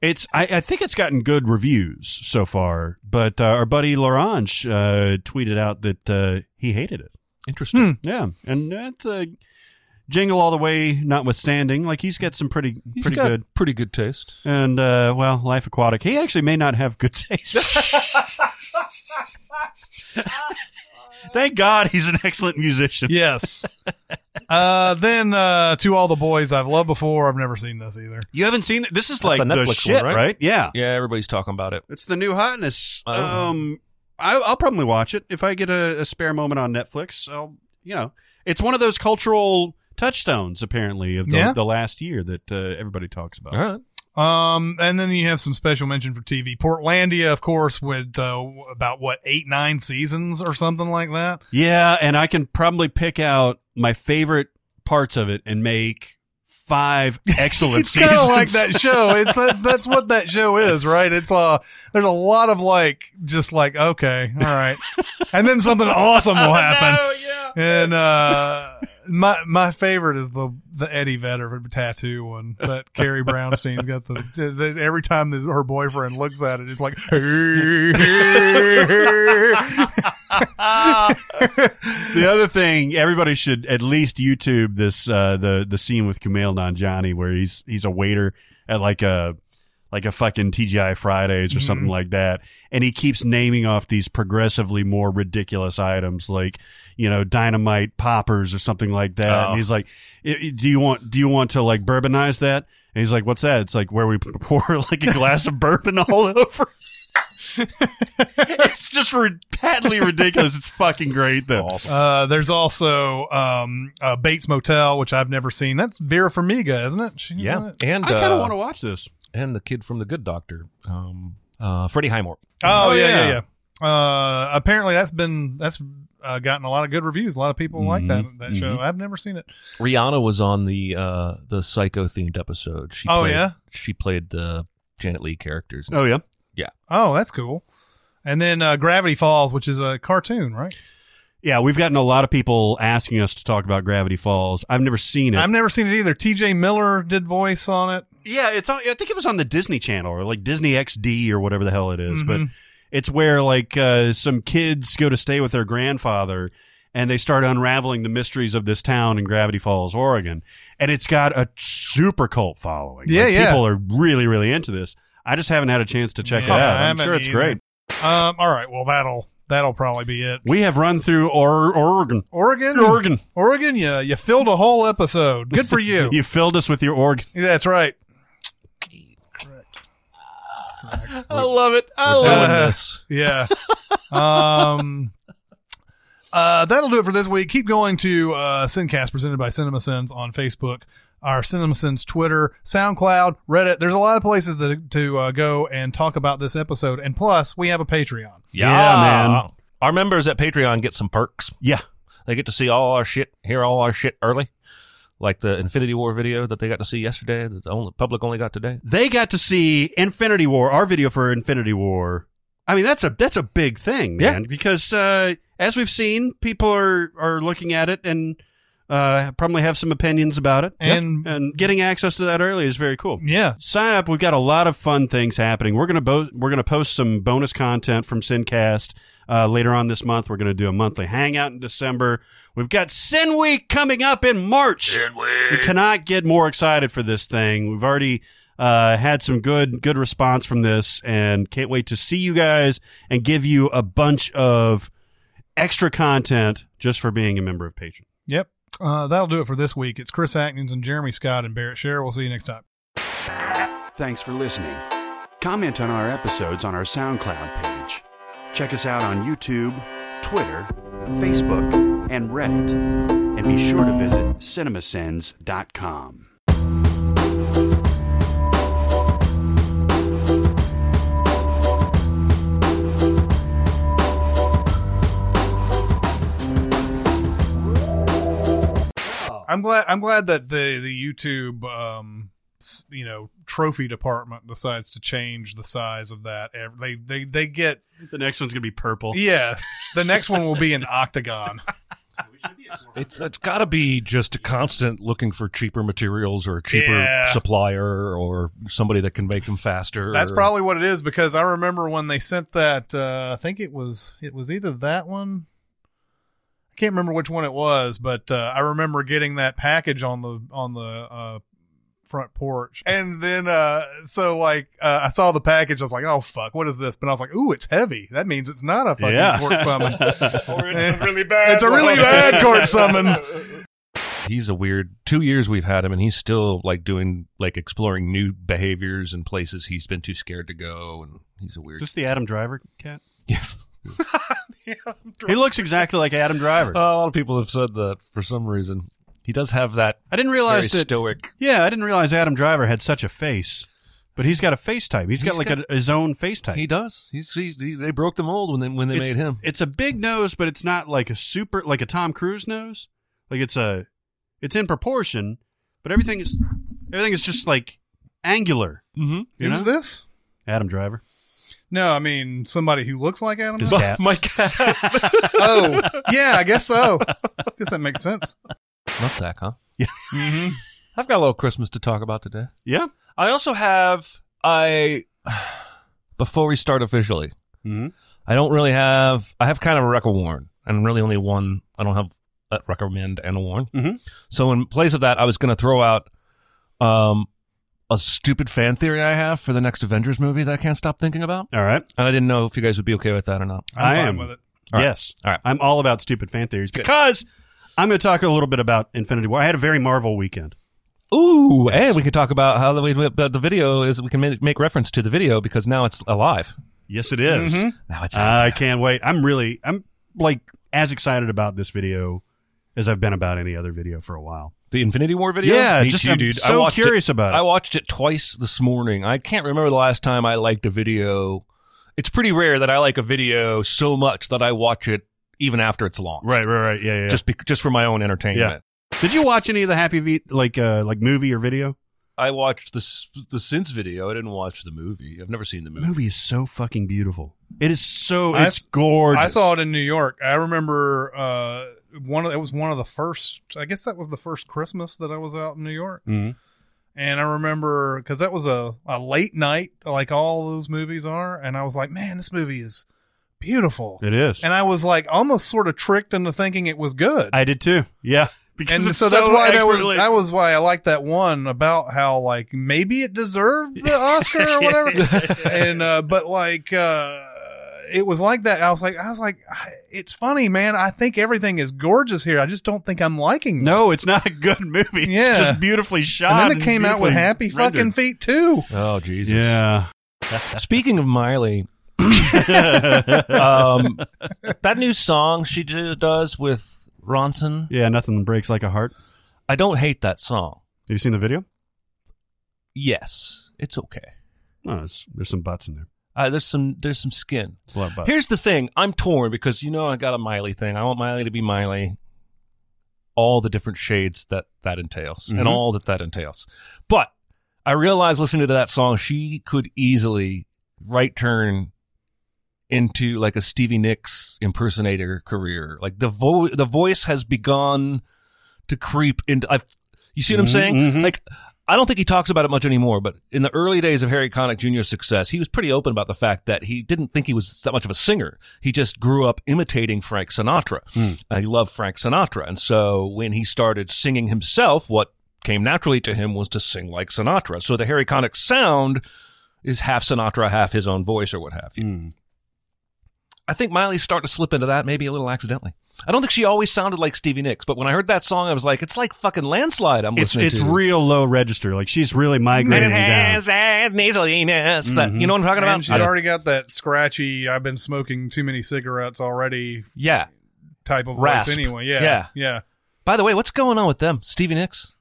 Speaker 2: It's I, I think it's gotten good reviews so far, but uh, our buddy Larange uh, tweeted out that uh, he hated it.
Speaker 4: Interesting.
Speaker 2: Yeah, and that's uh, jingle all the way, notwithstanding. Like he's got some pretty
Speaker 4: He's
Speaker 2: pretty
Speaker 4: got
Speaker 2: good
Speaker 4: pretty good taste.
Speaker 2: and uh, well, Life Aquatic. He actually may not have good taste. Thank God he's an excellent musician.
Speaker 1: Yes. uh, then uh, to all the boys I've loved before. I've never seen this either.
Speaker 2: You haven't seen this is like
Speaker 4: the
Speaker 2: the
Speaker 4: Netflix one,
Speaker 2: shit,
Speaker 4: right?
Speaker 2: right? Yeah,
Speaker 4: Yeah, everybody's talking about it.
Speaker 2: It's the new hotness.
Speaker 4: Oh.
Speaker 2: Um, I, I'll probably watch it if I get a, a spare moment on Netflix. I'll, you know, it's one of those cultural touchstones apparently of the,
Speaker 1: Yeah.
Speaker 2: the last year that uh, everybody talks about.
Speaker 4: All right.
Speaker 1: Um, and then you have some special mention for TV. Portlandia, of course, with uh, w- about what eight nine seasons or something like that.
Speaker 2: Yeah, and I can probably pick out my favorite parts of it and make five excellent
Speaker 1: it's kind of
Speaker 2: seasons.
Speaker 1: like that show. It's that, that's what that show is, right? It's uh, there's a lot of like, just like, okay, all right, and then something awesome will happen. And uh, my my favorite is the the Eddie Vedder tattoo one that Carrie Brownstein's got. The, the every time this, her boyfriend looks at it, it's like,
Speaker 2: the other thing, everybody should at least YouTube this uh, the the scene with Kumail Nanjiani where he's he's a waiter at like a like a fucking TGI Fridays or something like that, and he keeps naming off these progressively more ridiculous items like you know dynamite poppers or something like that.
Speaker 4: Oh.
Speaker 2: And he's like, "I- I- "Do you want do you want to like bourbonize that?" And he's like, "What's that?" It's like where we pour like a glass of bourbon all over. it's just ri- patently ridiculous. It's fucking great though.
Speaker 1: Uh, there's also um, uh, Bates Motel, which I've never seen. That's Vera Farmiga, isn't it? She's in
Speaker 4: Yeah,
Speaker 1: it?
Speaker 4: and
Speaker 2: I kind
Speaker 4: uh,
Speaker 2: of want to watch this.
Speaker 4: and the kid from the Good Doctor, um, uh, Freddie Highmore.
Speaker 1: Oh,
Speaker 2: Oh,
Speaker 1: yeah, yeah,
Speaker 2: yeah.
Speaker 1: yeah. Uh, apparently that's been that's uh, gotten a lot of good reviews. A lot of people like that
Speaker 2: Mm-hmm.
Speaker 1: that show. I've never seen it.
Speaker 4: Rihanna was on the uh, the psycho themed episode. She
Speaker 1: Oh,
Speaker 4: played,
Speaker 1: yeah?
Speaker 4: she played the Janet Lee characters.
Speaker 2: Oh yeah,
Speaker 1: Oh, that's cool. And then uh, Gravity Falls, which is a cartoon, right?
Speaker 2: yeah. We've gotten a lot of people asking us to talk about Gravity Falls. I've never seen it.
Speaker 1: I've never seen it either. T.J. Miller did voice on it.
Speaker 2: yeah, it's. on- I think it was on the Disney Channel or like Disney XD or whatever the hell it is,
Speaker 1: Mm-hmm.
Speaker 2: But it's where like uh, some kids go to stay with their grandfather. And they start unraveling the mysteries of this town in Gravity Falls, Oregon, and it's got a super cult following.
Speaker 1: Yeah,
Speaker 2: Like,
Speaker 1: yeah.
Speaker 2: People are really, really into this. I just haven't had a chance to check
Speaker 1: Yeah,
Speaker 2: it
Speaker 1: I
Speaker 2: out. I'm
Speaker 1: haven't
Speaker 2: sure it's
Speaker 1: either.
Speaker 2: great.
Speaker 1: Um, all right, well that'll that'll probably be it.
Speaker 2: We have run through or- Oregon.
Speaker 1: Oregon,
Speaker 2: Oregon.
Speaker 1: Oregon. Yeah, you filled a whole episode. Good for you.
Speaker 2: You filled us with your Oregon.
Speaker 1: That's right.
Speaker 4: I love it. I
Speaker 1: love it.
Speaker 4: this.
Speaker 1: Oh, Uh, Yeah. um, uh, that'll do it for this week. Keep going to uh, Sincast presented by CinemaSins on Facebook, our CinemaSins Twitter, SoundCloud, Reddit. There's a lot of places that, to uh, go and talk about this episode. And plus, we have a Patreon.
Speaker 4: Yeah,
Speaker 2: man.
Speaker 4: Our members at Patreon get some perks.
Speaker 2: Yeah.
Speaker 4: They get to see all our shit, hear all our shit early, like the Infinity War video that they got to see yesterday. That the only public only got today.
Speaker 2: They got to see Infinity War, our video for Infinity War. I mean, that's a that's a big thing, man. Because uh, as we've seen, people are are looking at it and uh, probably have some opinions about it.
Speaker 1: And-
Speaker 2: Yeah. and getting access to that early is very cool.
Speaker 1: Yeah.
Speaker 2: Sign up. We've got a lot of fun things happening. We're gonna bo- we're gonna post some bonus content from Sincast uh, later on this month. We're gonna do a monthly hangout in December. We've got Sin Week coming up in March. Sin Week. We cannot get more excited for this thing. We've already uh, had some good good response from this, and can't wait to see you guys and give you a bunch of extra content just for being a member of Patreon.
Speaker 1: Yep. Uh, that'll do it for this week. It's Chris Atkins and Jeremy Scott and Barrett Sher. We'll see you next time.
Speaker 3: Thanks for listening. Comment on our episodes on our SoundCloud page. Check us out on YouTube, Twitter, Facebook, and Reddit. And be sure to visit cinemasins.com.
Speaker 1: I'm glad. I'm glad that the the YouTube, um, s- you know, trophy department decides to change the size of that. Ev- They they they get
Speaker 2: The next one's gonna be purple.
Speaker 1: Yeah. The next one will be an octagon.
Speaker 4: It's it's got to be just a constant looking for cheaper materials or a cheaper
Speaker 1: Yeah.
Speaker 4: supplier or somebody that can make them faster.
Speaker 1: That's
Speaker 4: or-
Speaker 1: probably what it is because I remember when they sent that uh I think it was it was either that one I can't remember which one it was, but uh I remember getting that package on the on the uh front porch. And then uh so like uh, I saw the package I was like, "Oh fuck, what is this?" But I was like, "Ooh, it's heavy. That means it's not a fucking
Speaker 2: Yeah.
Speaker 1: court summons.
Speaker 2: it's a really bad.
Speaker 1: it's a really bad court summons."
Speaker 4: he's a weird. Two years we've had him, and he's still like doing like exploring new behaviors and places he's been too scared to go. And he's a weird.
Speaker 2: Is this the Adam Driver cat?
Speaker 4: yes.
Speaker 2: He looks exactly like Adam Driver.
Speaker 4: Uh, a lot of people have said that for some reason. He does have that
Speaker 2: I didn't
Speaker 4: very
Speaker 2: realize that.
Speaker 4: stoic.
Speaker 2: yeah, I didn't realize Adam Driver had such a face, but he's got a face type. he's got
Speaker 4: He's
Speaker 2: like
Speaker 4: got-
Speaker 2: a, his own face type.
Speaker 4: He does. He's, he's he, they broke the mold when they when they
Speaker 2: it's,
Speaker 4: made him.
Speaker 2: It's a big nose, but it's not like a super like a Tom Cruise nose. Like it's a, it's in proportion, But everything is everything is just like angular.
Speaker 4: Mm-hmm.
Speaker 2: You
Speaker 1: Who's
Speaker 2: know?
Speaker 1: this?
Speaker 2: Adam Driver.
Speaker 1: No, I mean somebody who looks like Adam.
Speaker 2: His
Speaker 1: Driver.
Speaker 2: cat.
Speaker 4: My cat.
Speaker 1: oh, yeah, I guess so. I guess that makes sense.
Speaker 4: Nutsack, huh?
Speaker 2: Yeah.
Speaker 4: Mm-hmm. I've got a little Christmas to talk about today.
Speaker 2: Yeah.
Speaker 4: I also have I before we start officially.
Speaker 2: Mhm.
Speaker 4: I don't really have I have kind of a record warn and really only one. I don't have a recommend and a warn.
Speaker 2: Mhm.
Speaker 4: So in place of that, I was going to throw out um a stupid fan theory I have for the next Avengers movie that I can't stop thinking about,
Speaker 2: All right.
Speaker 4: and I didn't know if you guys would be okay with that or not.
Speaker 1: I'm
Speaker 2: I
Speaker 1: fine
Speaker 2: am.
Speaker 1: with it.
Speaker 4: All right.
Speaker 2: Yes.
Speaker 4: All right.
Speaker 2: I'm all about stupid fan theories because I'm going to talk a little bit about Infinity War. I had a very Marvel weekend.
Speaker 4: Ooh, and we can talk about how the, way about the video is. We can ma- make reference to the video because now it's alive. Uh,
Speaker 2: Yes, it is.
Speaker 4: Now it's
Speaker 2: I can't wait. I'm really, I'm like as excited about this video as I've been about any other video for a while.
Speaker 4: The Infinity War video?
Speaker 2: Yeah,
Speaker 4: Me
Speaker 2: just-
Speaker 4: too,
Speaker 2: I'm
Speaker 4: dude.
Speaker 2: so
Speaker 4: I watched
Speaker 2: curious about it.
Speaker 4: I watched it twice this morning. I can't remember the last time I liked a video. It's pretty rare that I like a video so much that I watch it even after it's launched.
Speaker 2: Right, right, right. Yeah, yeah. Just
Speaker 4: Just bec just for my own entertainment.
Speaker 2: did you watch any of the Happy V like uh like movie or video?
Speaker 4: I watched the s- the Sins video. I didn't watch the movie. I've never seen the
Speaker 2: The
Speaker 4: movie.
Speaker 2: movie is so fucking beautiful. It is so
Speaker 1: I
Speaker 2: it's
Speaker 1: s-
Speaker 2: gorgeous.
Speaker 1: I saw it in New York. I remember uh, one. Of, it was one of the first. I guess that was the first Christmas that I was out in New York.
Speaker 2: Mhm.
Speaker 4: Mm-hmm.
Speaker 1: And I remember because that was a, a late night, like all those movies are. And I was like, man, this movie is beautiful.
Speaker 2: It is.
Speaker 1: And I was like, almost sort of tricked into thinking it was good.
Speaker 2: I did too. Yeah. Because
Speaker 1: and so,
Speaker 2: it's
Speaker 1: that's why that was
Speaker 2: expertly-
Speaker 1: that was why I liked that one about how like maybe it deserved the Oscar or whatever. and uh, but like uh, it was like that. I was like I was like I, it's funny, man. I think everything is gorgeous here. I just don't think I'm liking. This.
Speaker 2: No, it's not a good movie. It's
Speaker 1: Yeah.
Speaker 2: just beautifully shot.
Speaker 1: And then it came out with
Speaker 2: beautifully
Speaker 1: Happy
Speaker 2: rendered.
Speaker 1: Fucking Feet too.
Speaker 4: Oh Jesus!
Speaker 2: Yeah.
Speaker 4: Speaking of Miley, um, that new song she d- does with Ronson,
Speaker 2: yeah, nothing breaks like a heart.
Speaker 4: I don't hate that song.
Speaker 2: Have you seen the video?
Speaker 4: Yes, it's okay.
Speaker 2: No, it's, there's some butts in there.
Speaker 4: Uh, there's some there's some skin.
Speaker 2: It's a lot of butts.
Speaker 4: Here's the thing: I'm torn because you know I got a Miley thing. I want Miley to be Miley, all the different shades that that entails,
Speaker 2: Mhm.
Speaker 4: and all that that entails. But I realized listening to that song, she could easily right turn into like a Stevie Nicks impersonator career. Like the vo- the voice has begun to creep into. I've, you see what I'm
Speaker 2: Mhm,
Speaker 4: saying?
Speaker 2: mhm.
Speaker 4: Like I don't think he talks about it much anymore, but in the early days of Harry Connick Jr.'s success, he was pretty open about the fact that he didn't think he was that much of a singer. He just grew up imitating Frank Sinatra. Uh, he loved Frank Sinatra. And so when he started singing himself, what came naturally to him was to sing like Sinatra. So the Harry Connick sound is half Sinatra, half his own voice or what have you.
Speaker 2: Mm.
Speaker 4: I think Miley's starting to slip into that maybe a little accidentally. I don't think she always sounded like Stevie Nicks, but when I heard that song, I was like, it's like fucking Landslide I'm
Speaker 2: It's
Speaker 4: listening
Speaker 2: it's
Speaker 4: to.
Speaker 2: real low register. Like she's really migrating
Speaker 4: And it
Speaker 2: down. Mm-hmm.
Speaker 4: has that nasaliness that you know what I'm talking
Speaker 1: And
Speaker 4: about.
Speaker 1: she's
Speaker 4: I don't-
Speaker 1: already got that scratchy. I've been smoking too many cigarettes already.
Speaker 4: yeah.
Speaker 1: Type of
Speaker 4: Rasp.
Speaker 1: voice anyway. Yeah,
Speaker 4: Yeah.
Speaker 1: yeah.
Speaker 4: By the way, what's going on with them? Stevie Nicks,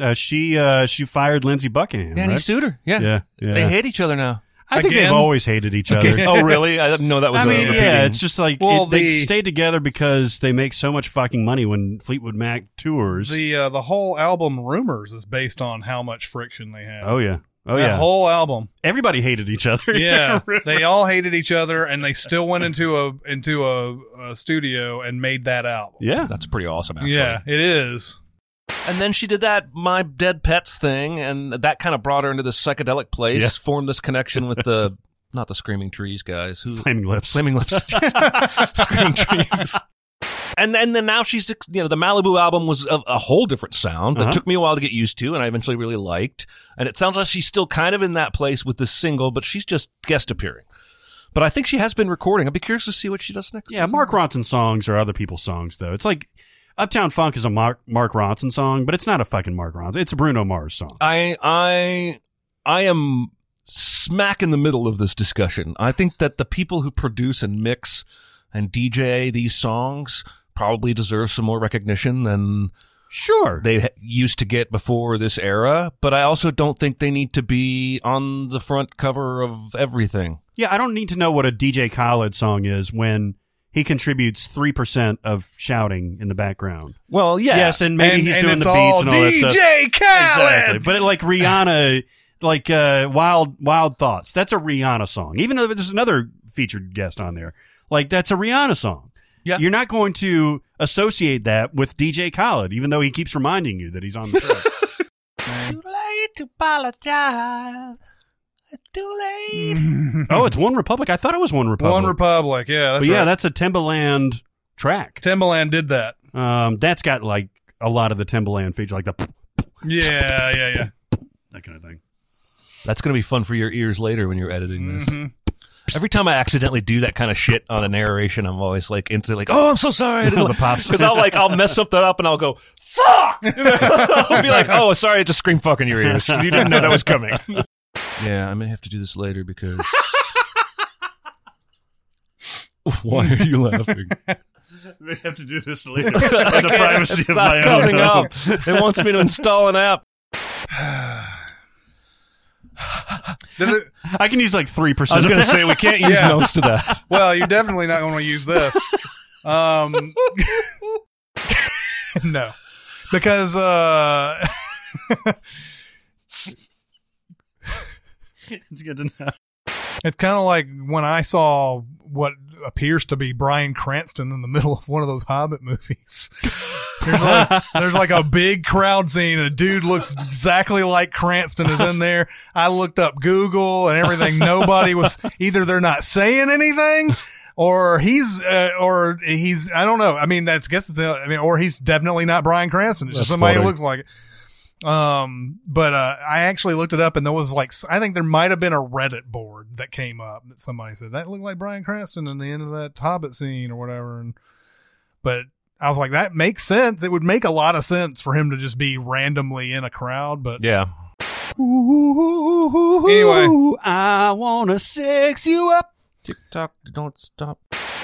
Speaker 2: Uh, she uh, she fired Lindsey Buckingham.
Speaker 4: yeah, and
Speaker 2: right?
Speaker 4: he sued her. Yeah.
Speaker 2: Yeah, yeah.
Speaker 4: they hate each other now.
Speaker 2: I think
Speaker 1: Again?
Speaker 2: they've always hated each other.
Speaker 4: oh, really? I didn't know that was.
Speaker 2: I
Speaker 4: a
Speaker 2: mean,
Speaker 4: repeating-
Speaker 2: yeah, it's just like
Speaker 1: Well,
Speaker 2: it- they
Speaker 1: the-
Speaker 2: stay together because they make so much fucking money when Fleetwood Mac tours.
Speaker 1: The uh, the whole album Rumors is based on how much friction they had.
Speaker 2: oh yeah, oh
Speaker 1: that
Speaker 2: yeah.
Speaker 1: whole album.
Speaker 2: Everybody hated each other.
Speaker 1: Yeah, they all hated each other, and they still went into a into a, a studio and made that album.
Speaker 2: yeah.
Speaker 4: that's pretty awesome. Actually.
Speaker 1: Yeah, it is.
Speaker 4: And then she did that My Dead Pets thing, and that kind of brought her into this psychedelic place.
Speaker 2: Yeah.
Speaker 4: Formed this connection with the not the Screaming Trees guys who
Speaker 2: Flaming lips.
Speaker 4: Flaming Lips, Screaming Trees. And then, then now she's you know the Malibu album was a, a whole different sound that
Speaker 2: Uh-huh.
Speaker 4: took me a while to get used to, and I eventually really liked. And it sounds like she's still kind of in that place with this single, but she's just guest appearing. But I think she has been recording. I'd be curious to see what she does next.
Speaker 2: Yeah, Mark Ronson songs are other people's songs though. It's like Uptown Funk is a Mark Mark Ronson song, but it's not a fucking Mark Ronson. It's a Bruno Mars song.
Speaker 4: I I I am smack in the middle of this discussion. I think that the people who produce and mix and DJ these songs probably deserve some more recognition than
Speaker 2: Sure.
Speaker 4: they ha- used to get before this era, but I also don't think they need to be on the front cover of everything.
Speaker 2: yeah, I don't need to know what a DJ Khaled song is when he contributes three percent of shouting in the background.
Speaker 4: Well, yeah.
Speaker 2: Yes, and maybe
Speaker 1: and,
Speaker 2: he's
Speaker 1: and
Speaker 2: doing
Speaker 1: it's
Speaker 2: the beats
Speaker 1: all
Speaker 2: and all
Speaker 1: DJ
Speaker 2: that stuff.
Speaker 1: Khaled.
Speaker 2: Exactly. But it, like Rihanna, like uh, Wild Wild Thoughts. That's a Rihanna song. Even though there's another featured guest on there, like that's a Rihanna song.
Speaker 4: Yeah.
Speaker 2: You're not going to associate that with DJ Khaled, even though he keeps reminding you that he's on the show.
Speaker 4: Too late to apologize. Too late.
Speaker 2: oh, it's One Republic. I thought it was One Republic.
Speaker 1: One Republic. Yeah, that's
Speaker 2: but yeah,
Speaker 1: right.
Speaker 2: that's a Timbaland track.
Speaker 1: Timbaland did that.
Speaker 2: Um, that's got like a lot of the Timbaland feature, like the
Speaker 1: Yeah, yeah, yeah.
Speaker 2: that kind of thing.
Speaker 4: That's going to be fun for your ears later when you're editing this.
Speaker 1: Mm-hmm.
Speaker 4: Every time I accidentally do that kind of shit on a narration, I'm always like instantly like, "Oh, I'm so sorry." I didn't
Speaker 2: The pops.
Speaker 4: because I'll like I'll mess something up and I'll go fuck. I'll be like, "Oh, sorry, I just screamed fuck in your ears. You didn't know that was coming." yeah, I may have to do this later because. Why are you laughing?
Speaker 2: They have to do this later in the privacy
Speaker 4: it's not coming up. It wants me to install an app.
Speaker 1: Does it,
Speaker 2: I can use like three percent.
Speaker 4: I was going to say we can't use
Speaker 1: Yeah.
Speaker 4: most of that.
Speaker 1: well, you're definitely not going to use this. Um, no, because uh,
Speaker 2: it's good to know.
Speaker 1: it's kind of like when I saw what appears to be Brian Cranston in the middle of one of those Hobbit movies. There's like, there's like a big crowd scene, and a dude looks exactly like Cranston is in there. I looked up Google and everything. Nobody was either they're not saying anything, or he's, uh, or he's, I don't know. I mean, that's guess it's, uh, I mean, or he's definitely not Brian Cranston. It's just
Speaker 4: That's
Speaker 1: somebody who
Speaker 4: funny.
Speaker 1: looks like it. Um, but uh, I actually looked it up, and there was like I think there might have been a Reddit board that came up that somebody said that looked like Brian Cranston in the end of that Hobbit scene or whatever. And but I was like, that makes sense. It would make a lot of sense for him to just be randomly in a crowd. But
Speaker 4: Yeah.
Speaker 1: Anyway.
Speaker 2: I wanna sex you up.
Speaker 4: TikTok, don't stop.